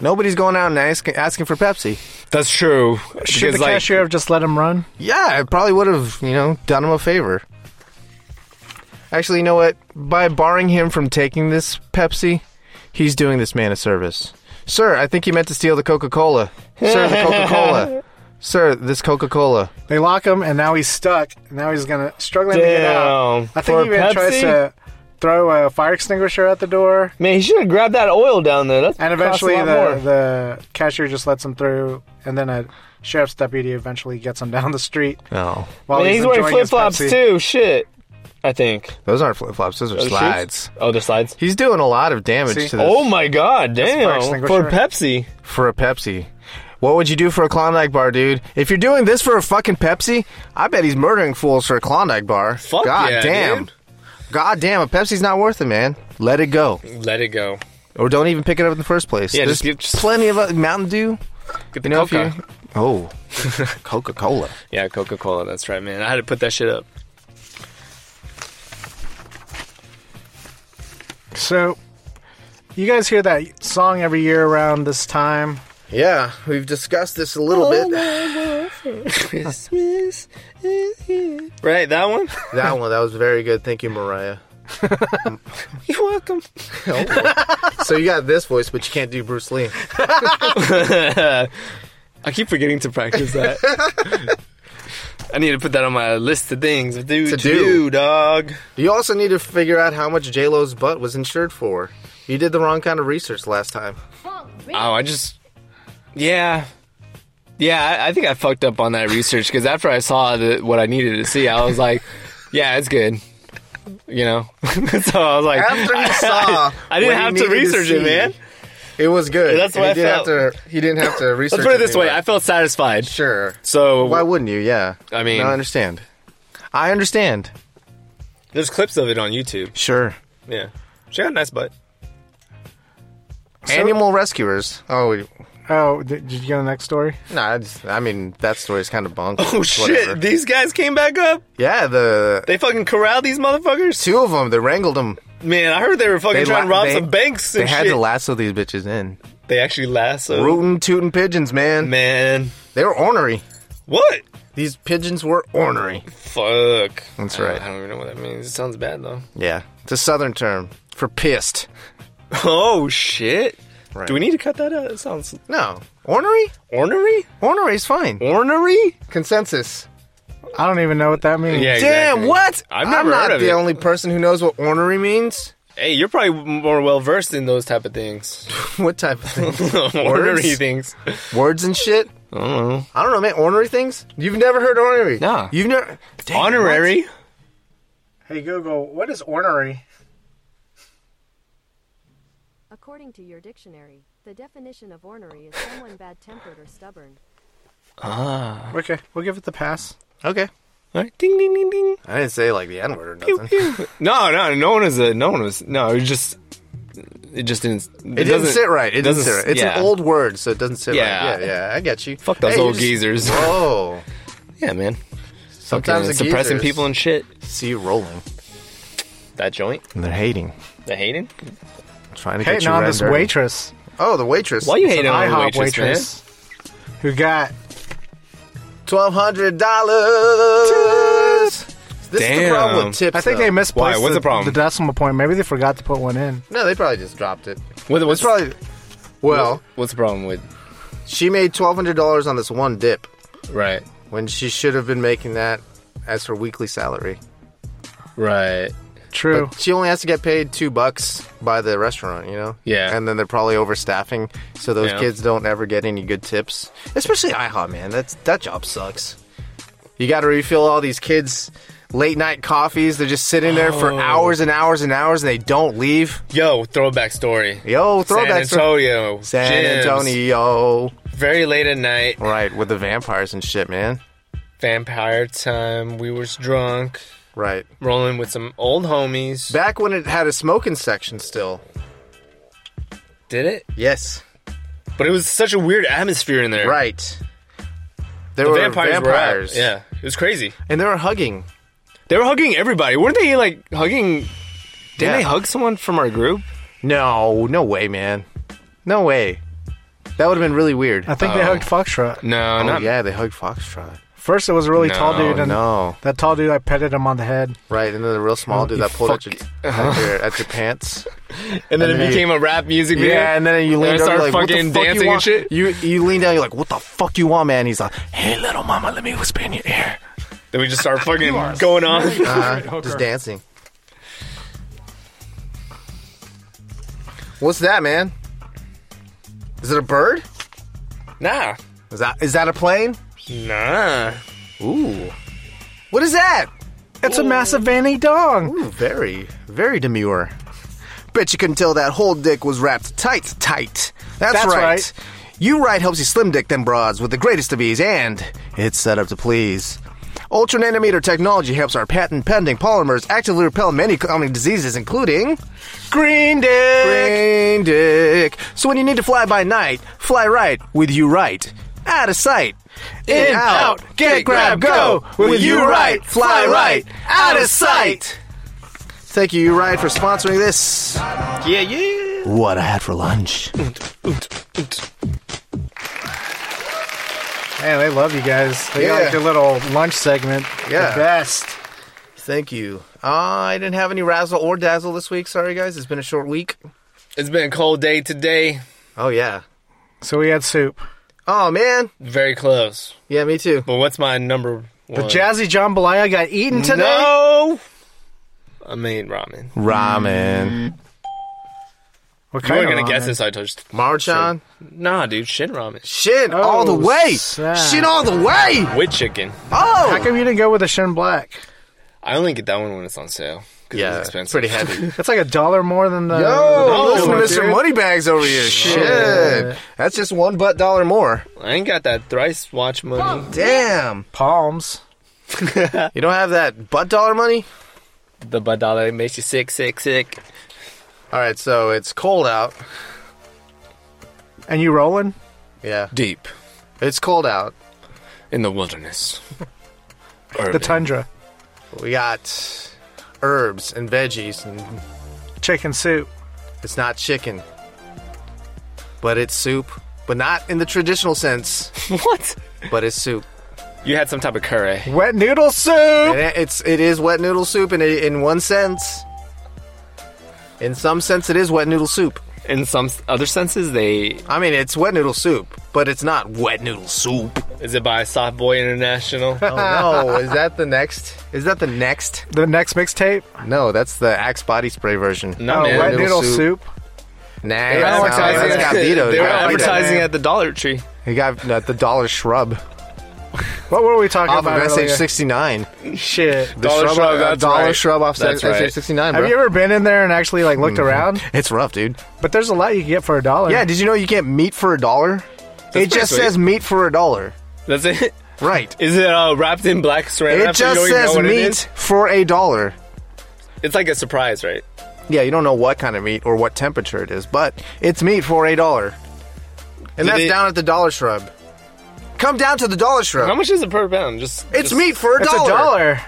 Speaker 3: Nobody's going out and asking asking for Pepsi.
Speaker 2: That's true.
Speaker 1: Should the
Speaker 2: Because, like,
Speaker 1: cashier have just let him run?
Speaker 3: Yeah, I probably would have, you know, done him a favor. Actually, you know what? By barring him from taking this Pepsi, he's doing this man a service. Sir, I think you meant to steal the Coca Cola. Sir, the Coca Cola. Sir, this Coca Cola.
Speaker 1: They lock him, and now he's stuck. Now he's gonna struggling to get out.
Speaker 11: Damn.
Speaker 1: I think
Speaker 11: For
Speaker 1: he even
Speaker 11: Pepsi?
Speaker 1: tries to throw a fire extinguisher at the door,
Speaker 11: Man, he should have grabbed that oil down there. That's
Speaker 1: and eventually
Speaker 11: cost a lot
Speaker 1: the
Speaker 11: more.
Speaker 1: the cashier just lets him through, and then a sheriff's deputy eventually gets him down the street.
Speaker 3: No,
Speaker 1: While
Speaker 11: Man, Oh. he's wearing
Speaker 1: enjoying
Speaker 11: flip
Speaker 1: his
Speaker 11: flops
Speaker 1: Pepsi.
Speaker 11: too. Shit, I think
Speaker 3: those aren't flip flops. Those are
Speaker 11: Those shoes?
Speaker 3: slides.
Speaker 11: Oh, the slides.
Speaker 3: He's doing a lot of damage
Speaker 1: See?
Speaker 3: to this
Speaker 11: Oh my god, damn!
Speaker 1: fire
Speaker 11: For
Speaker 1: extinguisher.
Speaker 11: Pepsi,
Speaker 3: for a Pepsi. What would you do for a Klondike bar, dude? If you're doing this for a fucking Pepsi, I bet he's murdering fools for a Klondike bar.
Speaker 2: Fuck
Speaker 3: God
Speaker 2: yeah,
Speaker 3: damn.
Speaker 2: dude.
Speaker 3: God damn, a Pepsi's not worth it, man. Let it go.
Speaker 2: Let it go.
Speaker 3: Or don't even pick it up in the first place.
Speaker 2: Yeah,
Speaker 3: There's
Speaker 2: just give- just-
Speaker 3: plenty of uh, Mountain Dew.
Speaker 2: Get the
Speaker 3: You know, if
Speaker 2: Coca.
Speaker 3: you. Oh, Coca Cola.
Speaker 2: Yeah, Coca Cola. That's right, man. I had to put that shit up.
Speaker 1: So, you guys hear that song every year around this time?
Speaker 3: Yeah, we've discussed this a little bit.
Speaker 2: Christmas is here. Right, that one.
Speaker 3: That one, that was very good. Thank you, Mariah.
Speaker 2: You're welcome.
Speaker 3: So you got this voice, but you can't do Bruce Lee.
Speaker 2: I keep forgetting to practice that. I need to put that on my list of things to do. To
Speaker 3: To do.
Speaker 2: do, dog.
Speaker 3: You also need to figure out how much J Lo's butt was insured for. You did the wrong kind of research last time.
Speaker 2: Oh, I just. Yeah. Yeah, I, I think I fucked up on that research because after I saw the, what I needed to see, I was like, yeah, it's good. You know? so I was like,
Speaker 3: After he saw,
Speaker 2: I didn't
Speaker 3: what he
Speaker 2: have
Speaker 3: needed
Speaker 2: to research
Speaker 3: see,
Speaker 2: it, man.
Speaker 3: It was good.
Speaker 2: That's
Speaker 3: And
Speaker 2: what
Speaker 3: he
Speaker 2: I
Speaker 3: didn't Have to, he didn't have to research.
Speaker 2: Let's put it this way
Speaker 3: anymore.
Speaker 2: I felt satisfied.
Speaker 3: sure.
Speaker 2: So
Speaker 3: Why wouldn't you? Yeah.
Speaker 2: I mean-
Speaker 3: No, I understand. I understand.
Speaker 2: there's clips of it on YouTube.
Speaker 3: Sure.
Speaker 2: Yeah. She got a nice butt.
Speaker 3: Animal rescuers. Oh, we-
Speaker 1: Oh, did, did you get the next story?
Speaker 3: nah. I, just, I mean, that story's kind of bunk.
Speaker 2: Oh, shit.
Speaker 3: Whatever.
Speaker 2: These guys came back up.
Speaker 3: yeah, the
Speaker 2: They fucking corralled these motherfuckers.
Speaker 3: two of them. They wrangled them.
Speaker 2: Man, I heard they were fucking
Speaker 3: They
Speaker 2: trying to
Speaker 3: la-
Speaker 2: rob
Speaker 3: they-
Speaker 2: some banks
Speaker 3: They
Speaker 2: and
Speaker 3: had
Speaker 2: shit.
Speaker 3: to lasso these bitches in.
Speaker 2: they actually lassoed.
Speaker 3: Rootin' tootin' pigeons, man.
Speaker 2: Man.
Speaker 3: They were ornery.
Speaker 2: What?
Speaker 3: These pigeons were ornery.
Speaker 2: Fuck.
Speaker 3: That's
Speaker 2: I don't-
Speaker 3: right.
Speaker 2: I don't even know what that means. It sounds bad though.
Speaker 3: Yeah, it's a southern term for pissed.
Speaker 2: Oh shit.
Speaker 3: Right.
Speaker 2: Do we need to cut that out? It sounds
Speaker 3: No, ornery.
Speaker 2: ornery.
Speaker 3: Ornery is fine.
Speaker 2: Ornery?
Speaker 3: Consensus.
Speaker 1: I don't even know what that means.
Speaker 2: Yeah.
Speaker 3: Damn,
Speaker 2: exactly.
Speaker 3: what?
Speaker 2: I've never
Speaker 3: I'm not
Speaker 2: heard of
Speaker 3: the
Speaker 2: it.
Speaker 3: only person who knows what ornery means.
Speaker 2: Hey, you're probably more well versed in those type of things.
Speaker 3: what type of things?
Speaker 2: ornery things.
Speaker 3: Words and shit. I don't know. I don't know, man. Ornery things. You've never heard ornery.
Speaker 2: Nah.
Speaker 3: You've never. Damn,
Speaker 2: Honorary.
Speaker 1: Hey Google, what is ornery?
Speaker 7: According to your dictionary, the definition of ornery is someone bad tempered or stubborn.
Speaker 1: Okay, we'll give it the pass.
Speaker 3: what? Okay.
Speaker 2: Alright, Ding ding ding ding.
Speaker 3: I didn't say like the N word or nothing.
Speaker 2: No, no, no one is a no one was no. It just it just didn't. It,
Speaker 3: It, doesn't sit right. It doesn't sit right. It's
Speaker 2: yeah.
Speaker 3: an old word, so it doesn't sit
Speaker 2: Yeah.
Speaker 3: right. Yeah, yeah. I get you.
Speaker 2: Fuck those
Speaker 3: Hey, you
Speaker 2: old
Speaker 3: just-
Speaker 2: geezers.
Speaker 3: Whoa.
Speaker 2: yeah, man.
Speaker 3: Sometimes
Speaker 2: Fucking
Speaker 3: the
Speaker 2: suppressing
Speaker 3: geezers
Speaker 2: people and shit.
Speaker 3: see you rolling,
Speaker 2: That joint.
Speaker 3: and they're hating,
Speaker 2: The hating.
Speaker 3: trying to get
Speaker 1: Hating
Speaker 3: you
Speaker 1: on
Speaker 3: red
Speaker 1: this
Speaker 3: dirty.
Speaker 1: waitress,
Speaker 3: Oh, the waitress.
Speaker 2: Why you
Speaker 1: an
Speaker 2: hating on the
Speaker 1: IHOP
Speaker 2: waitress, man?
Speaker 1: waitress, who got
Speaker 3: Twelve hundred dollars. This is the
Speaker 2: Damn.
Speaker 3: problem with tips.
Speaker 1: I think
Speaker 3: though.
Speaker 1: they misplaced
Speaker 2: Why? What's
Speaker 1: the,
Speaker 2: the problem?
Speaker 1: the decimal point. Maybe they forgot to put one in.
Speaker 3: No, they probably just dropped it.
Speaker 2: What,
Speaker 3: It's
Speaker 2: what's
Speaker 3: probably. Well,
Speaker 2: What's the problem with
Speaker 3: she made twelve hundred dollars on this one dip
Speaker 2: right?
Speaker 3: when she should have been making that as her weekly salary.
Speaker 2: Right.
Speaker 1: True.
Speaker 3: She only has to get paid two bucks by the restaurant, you know.
Speaker 2: Yeah.
Speaker 3: And then they're probably overstaffing, so those
Speaker 2: Yeah.
Speaker 3: kids don't ever get any good tips. Especially IHOP, man. That's that job sucks. You got to refill all these kids' late night coffees. They're just sitting there for
Speaker 2: Oh.
Speaker 3: hours and hours and hours, and they don't leave.
Speaker 2: Yo, throwback story.
Speaker 3: Yo, throwback
Speaker 2: San Antonio.
Speaker 3: San
Speaker 2: gyms,
Speaker 3: Antonio.
Speaker 2: Very late at night.
Speaker 3: Right, with the vampires and shit, man.
Speaker 2: Vampire time. We was drunk,
Speaker 3: Right.
Speaker 2: rolling with some old homies.
Speaker 3: Back when it had a smoking section still.
Speaker 2: Did it?
Speaker 3: Yes.
Speaker 2: But it was such a weird atmosphere in there.
Speaker 3: Right. There
Speaker 2: The
Speaker 3: were
Speaker 2: vampires,
Speaker 3: vampires.
Speaker 2: were out. Yeah. It was crazy.
Speaker 3: And they were hugging.
Speaker 2: They were hugging everybody. Weren't they like hugging? Didn't
Speaker 3: Yeah.
Speaker 2: they hug someone from our group?
Speaker 3: No, no way, man. No way. That would have been really weird.
Speaker 1: I
Speaker 2: oh.
Speaker 1: think they hugged Foxtrot.
Speaker 2: No,
Speaker 3: oh,
Speaker 2: not
Speaker 3: yeah, they hugged Foxtrot.
Speaker 1: First, it was a really tall
Speaker 2: No,
Speaker 1: dude, and
Speaker 3: No.
Speaker 1: that tall dude, I petted him on the head.
Speaker 3: Right, and then the real small dude
Speaker 1: you
Speaker 3: that pulled at your, at, your, at your pants.
Speaker 2: And then
Speaker 3: And
Speaker 2: it
Speaker 3: then
Speaker 2: became a rap music video.
Speaker 3: Yeah, and then you leaned
Speaker 2: I
Speaker 3: over
Speaker 2: started
Speaker 3: like, what the
Speaker 2: fucking
Speaker 3: fuck you
Speaker 2: dancing and
Speaker 3: want?
Speaker 2: shit.
Speaker 3: You you lean down, you're like, what the fuck you want, man? He's like, hey, little mama, let me whisper in your ear.
Speaker 2: Then we just started fucking going on.
Speaker 3: Uh, just dancing. What's that, man? Is it a bird?
Speaker 2: nah.
Speaker 3: Is that is that a plane?
Speaker 2: Nah.
Speaker 3: Ooh, what is that?
Speaker 1: It's a massive Vanny dong.
Speaker 3: Ooh, very, very demure. Bet you couldn't tell that whole dick was wrapped tight, tight. That's,
Speaker 1: That's
Speaker 3: right.
Speaker 1: right.
Speaker 3: You right helps you slim dick them broads with the greatest of ease, and it's set up to please. Ultra nanometer technology helps our patent pending polymers actively repel many common diseases, including green dick. Green dick. So when you need to fly by night, fly right with you right. Out of sight. In, out, get, grab, go. With you right, fly right. Out of sight. Thank you, You Ride, for sponsoring this.
Speaker 2: Yeah, yeah.
Speaker 3: What I had for lunch.
Speaker 1: Man, they love you guys. They got
Speaker 3: Yeah.
Speaker 1: like your little lunch segment.
Speaker 3: Yeah.
Speaker 1: The best.
Speaker 3: Thank you. Uh, I didn't have any razzle or dazzle this week. Sorry, guys. It's been a short week.
Speaker 2: It's been a cold day today.
Speaker 3: Oh, yeah.
Speaker 1: So we had soup.
Speaker 3: Oh, man.
Speaker 2: Very close.
Speaker 3: Yeah, me too.
Speaker 2: But what's my number
Speaker 1: The
Speaker 2: one?
Speaker 1: jazzy jambalaya got eaten today.
Speaker 2: No. I made ramen.
Speaker 3: Ramen.
Speaker 1: What
Speaker 2: You
Speaker 1: kind
Speaker 2: were gonna
Speaker 1: ramen?
Speaker 2: guess this. I touched.
Speaker 3: Marchan.
Speaker 2: Nah, dude. Shin ramen
Speaker 3: Shit all the
Speaker 1: Oh,
Speaker 3: way.
Speaker 1: snap.
Speaker 3: Shit all the way.
Speaker 2: with chicken.
Speaker 1: How
Speaker 3: Oh.
Speaker 1: come you didn't go with a Shin Black?
Speaker 2: I only get that one when it's on sale. 'cause
Speaker 3: Yeah,
Speaker 2: it's expensive.
Speaker 3: pretty heavy.
Speaker 1: That's like a dollar more than the.
Speaker 3: Yo,
Speaker 1: the
Speaker 3: Oh, listen to
Speaker 1: one,
Speaker 3: Mr.
Speaker 1: Oh, dude.
Speaker 3: Moneybags over here. Shit.
Speaker 1: Shit.
Speaker 3: That's just one butt dollar more.
Speaker 2: I ain't got that thrice watch money.
Speaker 3: Damn.
Speaker 1: Palms.
Speaker 3: You don't have that butt dollar money?
Speaker 2: The bud dollar makes you sick, sick, sick.
Speaker 3: All right, so it's cold out.
Speaker 1: And you rolling?
Speaker 3: Yeah.
Speaker 2: Deep
Speaker 3: It's cold out.
Speaker 2: in the wilderness.
Speaker 1: The tundra.
Speaker 3: We got herbs and veggies, and
Speaker 1: Chicken soup.
Speaker 3: it's not chicken, but it's soup. But not in the traditional sense,
Speaker 2: what?
Speaker 3: but it's soup.
Speaker 2: You had some type of curry.
Speaker 1: Wet noodle soup.
Speaker 3: And it- it's it is wet noodle soup in a, in one sense. In some sense, it is wet noodle soup.
Speaker 2: In some s- other senses, they
Speaker 3: I mean, it's wet noodle soup, but it's not wet noodle soup.
Speaker 2: is it by Soft Boy International?
Speaker 3: Oh no! is that the next? Is that the next?
Speaker 1: The next mixtape.
Speaker 3: No, that's the Axe body spray version.
Speaker 2: No,
Speaker 1: Oh,
Speaker 2: man.
Speaker 1: wet
Speaker 3: Noodle
Speaker 1: noodle soup.
Speaker 3: soup. Nah,
Speaker 2: They were
Speaker 3: that's not-
Speaker 2: advertising-
Speaker 3: that's got vetoed.
Speaker 2: They were
Speaker 3: I don't like that.
Speaker 2: advertising at the Dollar Tree.
Speaker 3: He got no, the dollar shrub
Speaker 1: What were we talking
Speaker 3: off of
Speaker 1: about? earlier?
Speaker 3: SH69.
Speaker 1: Shit.
Speaker 3: The
Speaker 2: Dollar Shrub,
Speaker 3: uh,
Speaker 2: that's
Speaker 3: dollar
Speaker 2: right.
Speaker 3: shrub off
Speaker 2: That's right.
Speaker 3: SH69, bro.
Speaker 1: Have you ever been in there and actually like looked around?
Speaker 3: it's rough, dude.
Speaker 1: But there's a lot you can get for a dollar.
Speaker 3: Yeah, did you know you get meat for a dollar? it just
Speaker 2: sweet.
Speaker 3: says meat for a dollar.
Speaker 2: That's it.
Speaker 3: Right.
Speaker 2: Is it uh, wrapped in black saran
Speaker 3: It
Speaker 2: wrap? so you
Speaker 3: just
Speaker 2: don't even know
Speaker 3: says
Speaker 2: what it
Speaker 3: meat
Speaker 2: is?
Speaker 3: for a dollar.
Speaker 2: It's like a surprise, right?
Speaker 3: Yeah, you don't know what kind of meat or what temperature it is, but it's meat for a dollar.
Speaker 2: Did
Speaker 3: And that's
Speaker 2: it-
Speaker 3: down at the dollar shrub. Come down to the dollar shrub.
Speaker 2: How much is it per pound? Just
Speaker 3: it's
Speaker 2: just-
Speaker 3: meat for a
Speaker 1: It's
Speaker 3: dollar.
Speaker 1: a dollar.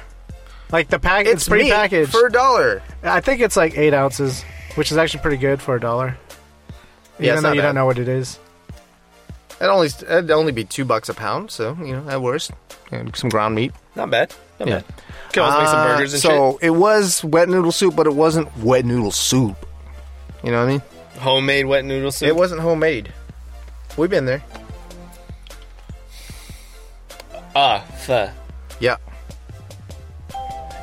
Speaker 1: Like the pack,
Speaker 3: It's,
Speaker 1: it's,
Speaker 3: meat
Speaker 1: pre-packaged.
Speaker 3: for a dollar.
Speaker 1: I think it's like eight ounces, which is actually pretty good for a dollar. Even
Speaker 3: Yeah, it's
Speaker 1: though
Speaker 3: not
Speaker 1: you
Speaker 3: bad.
Speaker 1: don't know what it is.
Speaker 3: It'd only it'd only be two bucks a pound, so you know at worst, and some ground meat.
Speaker 2: Not bad. Not
Speaker 3: Yeah.
Speaker 2: bad. Can always make some
Speaker 3: Uh,
Speaker 2: burgers and
Speaker 3: so it was wet noodle soup, but it wasn't wet noodle soup. You know what I mean?
Speaker 2: shit. Homemade wet noodle soup.
Speaker 3: It wasn't homemade. We've been there.
Speaker 2: Ah, fuck.
Speaker 3: Yeah.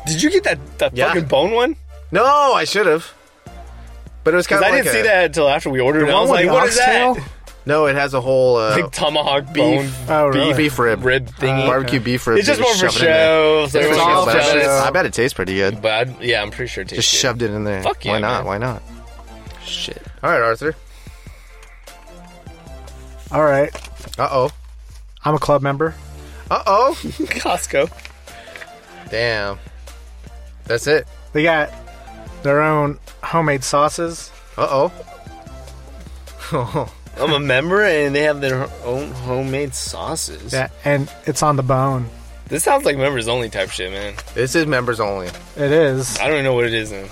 Speaker 2: Did you get that, that
Speaker 3: Yeah.
Speaker 2: fucking bone one?
Speaker 3: No, I should have. But it was kind
Speaker 2: Because
Speaker 3: of
Speaker 2: I
Speaker 3: like
Speaker 2: didn't
Speaker 3: a-
Speaker 2: see that until after we ordered it. I
Speaker 1: one
Speaker 2: was
Speaker 1: with
Speaker 2: like,
Speaker 1: the
Speaker 2: what is that?
Speaker 1: oxtail?
Speaker 3: No, it has a whole uh,
Speaker 2: Big tomahawk
Speaker 3: beef, Uh,
Speaker 2: beef,
Speaker 3: beef, beef rib, Uh,
Speaker 2: rib thingy.
Speaker 3: barbecue beef rib.
Speaker 2: It's just
Speaker 3: They
Speaker 2: more for
Speaker 3: shove it in there.
Speaker 2: show, so
Speaker 3: It's for
Speaker 2: everyone
Speaker 3: show,
Speaker 2: can
Speaker 3: but I
Speaker 2: judge.
Speaker 3: bet it- I bet it tastes pretty good.
Speaker 2: But I'd, yeah, I'm pretty sure it tastes
Speaker 3: Just
Speaker 2: good.
Speaker 3: shoved it in there.
Speaker 2: Fuck yeah,
Speaker 3: Why not?
Speaker 2: man.
Speaker 3: Why not?
Speaker 2: Shit.
Speaker 3: All right, Arthur.
Speaker 1: All right.
Speaker 3: Uh oh.
Speaker 1: I'm a club member.
Speaker 3: Uh oh.
Speaker 2: Costco.
Speaker 3: Damn. That's it.
Speaker 1: They got their own homemade sauces.
Speaker 3: Uh oh.
Speaker 2: I'm a member, and they have their own homemade sauces.
Speaker 1: Yeah, and it's on the bone.
Speaker 2: This sounds like members only type shit, man.
Speaker 3: This is members only.
Speaker 1: It is.
Speaker 2: I don't even know what it is. Man.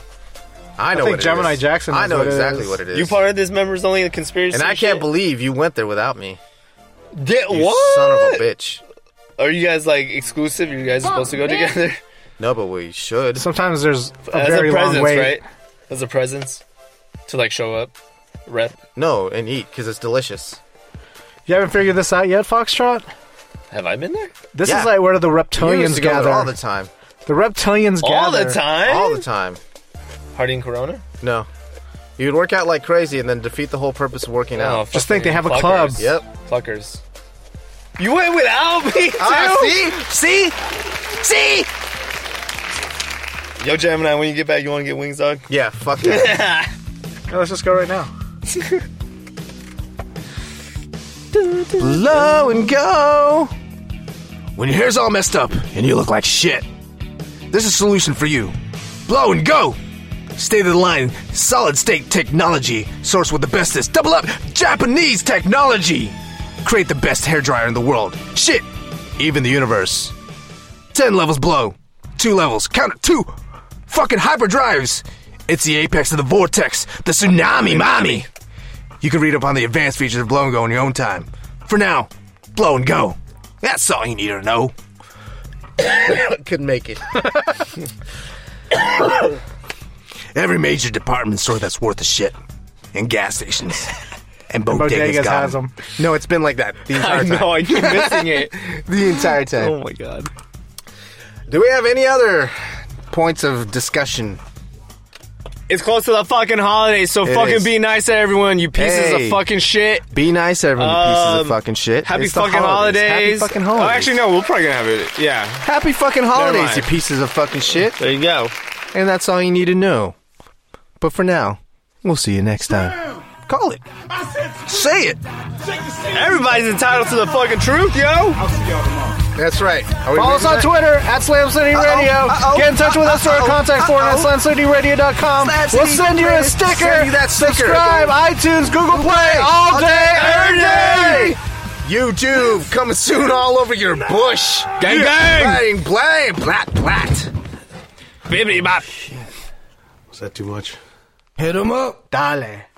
Speaker 3: I know
Speaker 1: think
Speaker 3: what it
Speaker 1: Gemini
Speaker 3: is.
Speaker 1: Jackson
Speaker 3: I
Speaker 1: knows
Speaker 3: know
Speaker 1: what it
Speaker 3: exactly
Speaker 1: is.
Speaker 3: what it is.
Speaker 2: You part of this members only conspiracy?
Speaker 3: and I can't
Speaker 2: shit?
Speaker 3: believe you went there without me.
Speaker 2: Did-
Speaker 3: You
Speaker 2: what?
Speaker 3: son of a bitch.
Speaker 2: Are you guys like exclusive? Are you guys supposed to go together
Speaker 3: No, but we should.
Speaker 1: Sometimes there's a
Speaker 2: as
Speaker 1: very
Speaker 2: a
Speaker 1: long
Speaker 2: presence,
Speaker 1: wait.
Speaker 2: right? As a presence to like show up, rep.
Speaker 3: No, and eat because it's delicious.
Speaker 1: You haven't figured this out yet, Foxtrot?
Speaker 2: Have I been there
Speaker 1: This
Speaker 3: Yeah.
Speaker 1: is like where the
Speaker 3: We used
Speaker 1: reptilians
Speaker 3: to go
Speaker 1: gather.
Speaker 3: there all the time.
Speaker 1: the reptilians
Speaker 2: all
Speaker 1: gather.
Speaker 2: the time?
Speaker 3: All the time.
Speaker 2: Harding Corona.
Speaker 3: No. You'd work out like crazy and then defeat the whole purpose of working
Speaker 2: Oh,
Speaker 3: out.
Speaker 1: Just think they have a
Speaker 2: fucking
Speaker 1: club.
Speaker 2: fuckers.
Speaker 3: Yep.
Speaker 2: Fuckers. You went without me too.
Speaker 3: Ah, see? See? See?
Speaker 2: Yo, Gemini, when you get back, you want to get wings, dog?
Speaker 3: Yeah, fuck that.
Speaker 1: Yeah, let's just go right now.
Speaker 3: Blow and go. When your hair's all messed up and you look like shit, there's a solution for you. Blow and go. State of the line, solid state technology, sourced with the bestest, double up Japanese technology. Create the best hairdryer in the world. Shit, even the universe. 10 levels blow. 2 levels. Count it. 2 fucking hyperdrives. It's the apex of the vortex, the tsunami mommy. You can read up on the advanced features of Blow and Go in your own time. For now, Blow and Go. That's all you need to know. Couldn't make it. Every major department store that's worth a shit, and gas stations, and bodegas,
Speaker 1: Bodegas
Speaker 3: got
Speaker 1: has 'em.
Speaker 3: No, it's been like that the entire time.
Speaker 2: I Oh. keep missing it.
Speaker 3: The entire time.
Speaker 1: Oh
Speaker 2: my god.
Speaker 3: Do we have any other points of discussion?
Speaker 2: It's close to the fucking holidays, so
Speaker 3: It
Speaker 2: fucking
Speaker 3: is.
Speaker 2: be nice to everyone, you pieces
Speaker 3: Hey.
Speaker 2: of fucking shit.
Speaker 3: Be nice, everyone. pieces of
Speaker 2: Um,
Speaker 3: fucking shit.
Speaker 2: Happy
Speaker 3: It's the
Speaker 2: fucking holidays.
Speaker 3: Happy fucking holidays.
Speaker 2: Oh, actually, no, we're probably gonna have it. Yeah.
Speaker 3: Happy fucking holidays,
Speaker 2: mind.
Speaker 3: you pieces of fucking shit.
Speaker 2: There you go.
Speaker 3: And that's all you need to know. But for now, we'll see you next time. Call it. Say it.
Speaker 2: Everybody's entitled to the fucking truth, yo.
Speaker 3: That's right.
Speaker 1: Follow us on Twitter at Slam City Radio.
Speaker 3: uh-oh,
Speaker 1: Get in touch with us through our
Speaker 3: uh-oh,
Speaker 1: contact form at
Speaker 3: uh-oh.
Speaker 1: slamcityradio.com.
Speaker 3: Slam
Speaker 1: We'll
Speaker 3: City
Speaker 1: send you
Speaker 3: Radio,
Speaker 1: a sticker.
Speaker 3: send you that sticker.
Speaker 1: Subscribe, iTunes, Google Play, all day, every day.
Speaker 3: YouTube coming soon all over your bush.
Speaker 2: Gang bang.
Speaker 3: Bang, bang, blat, blat.
Speaker 2: Bibbidi bop.
Speaker 3: Hit 'em up.
Speaker 1: Dale.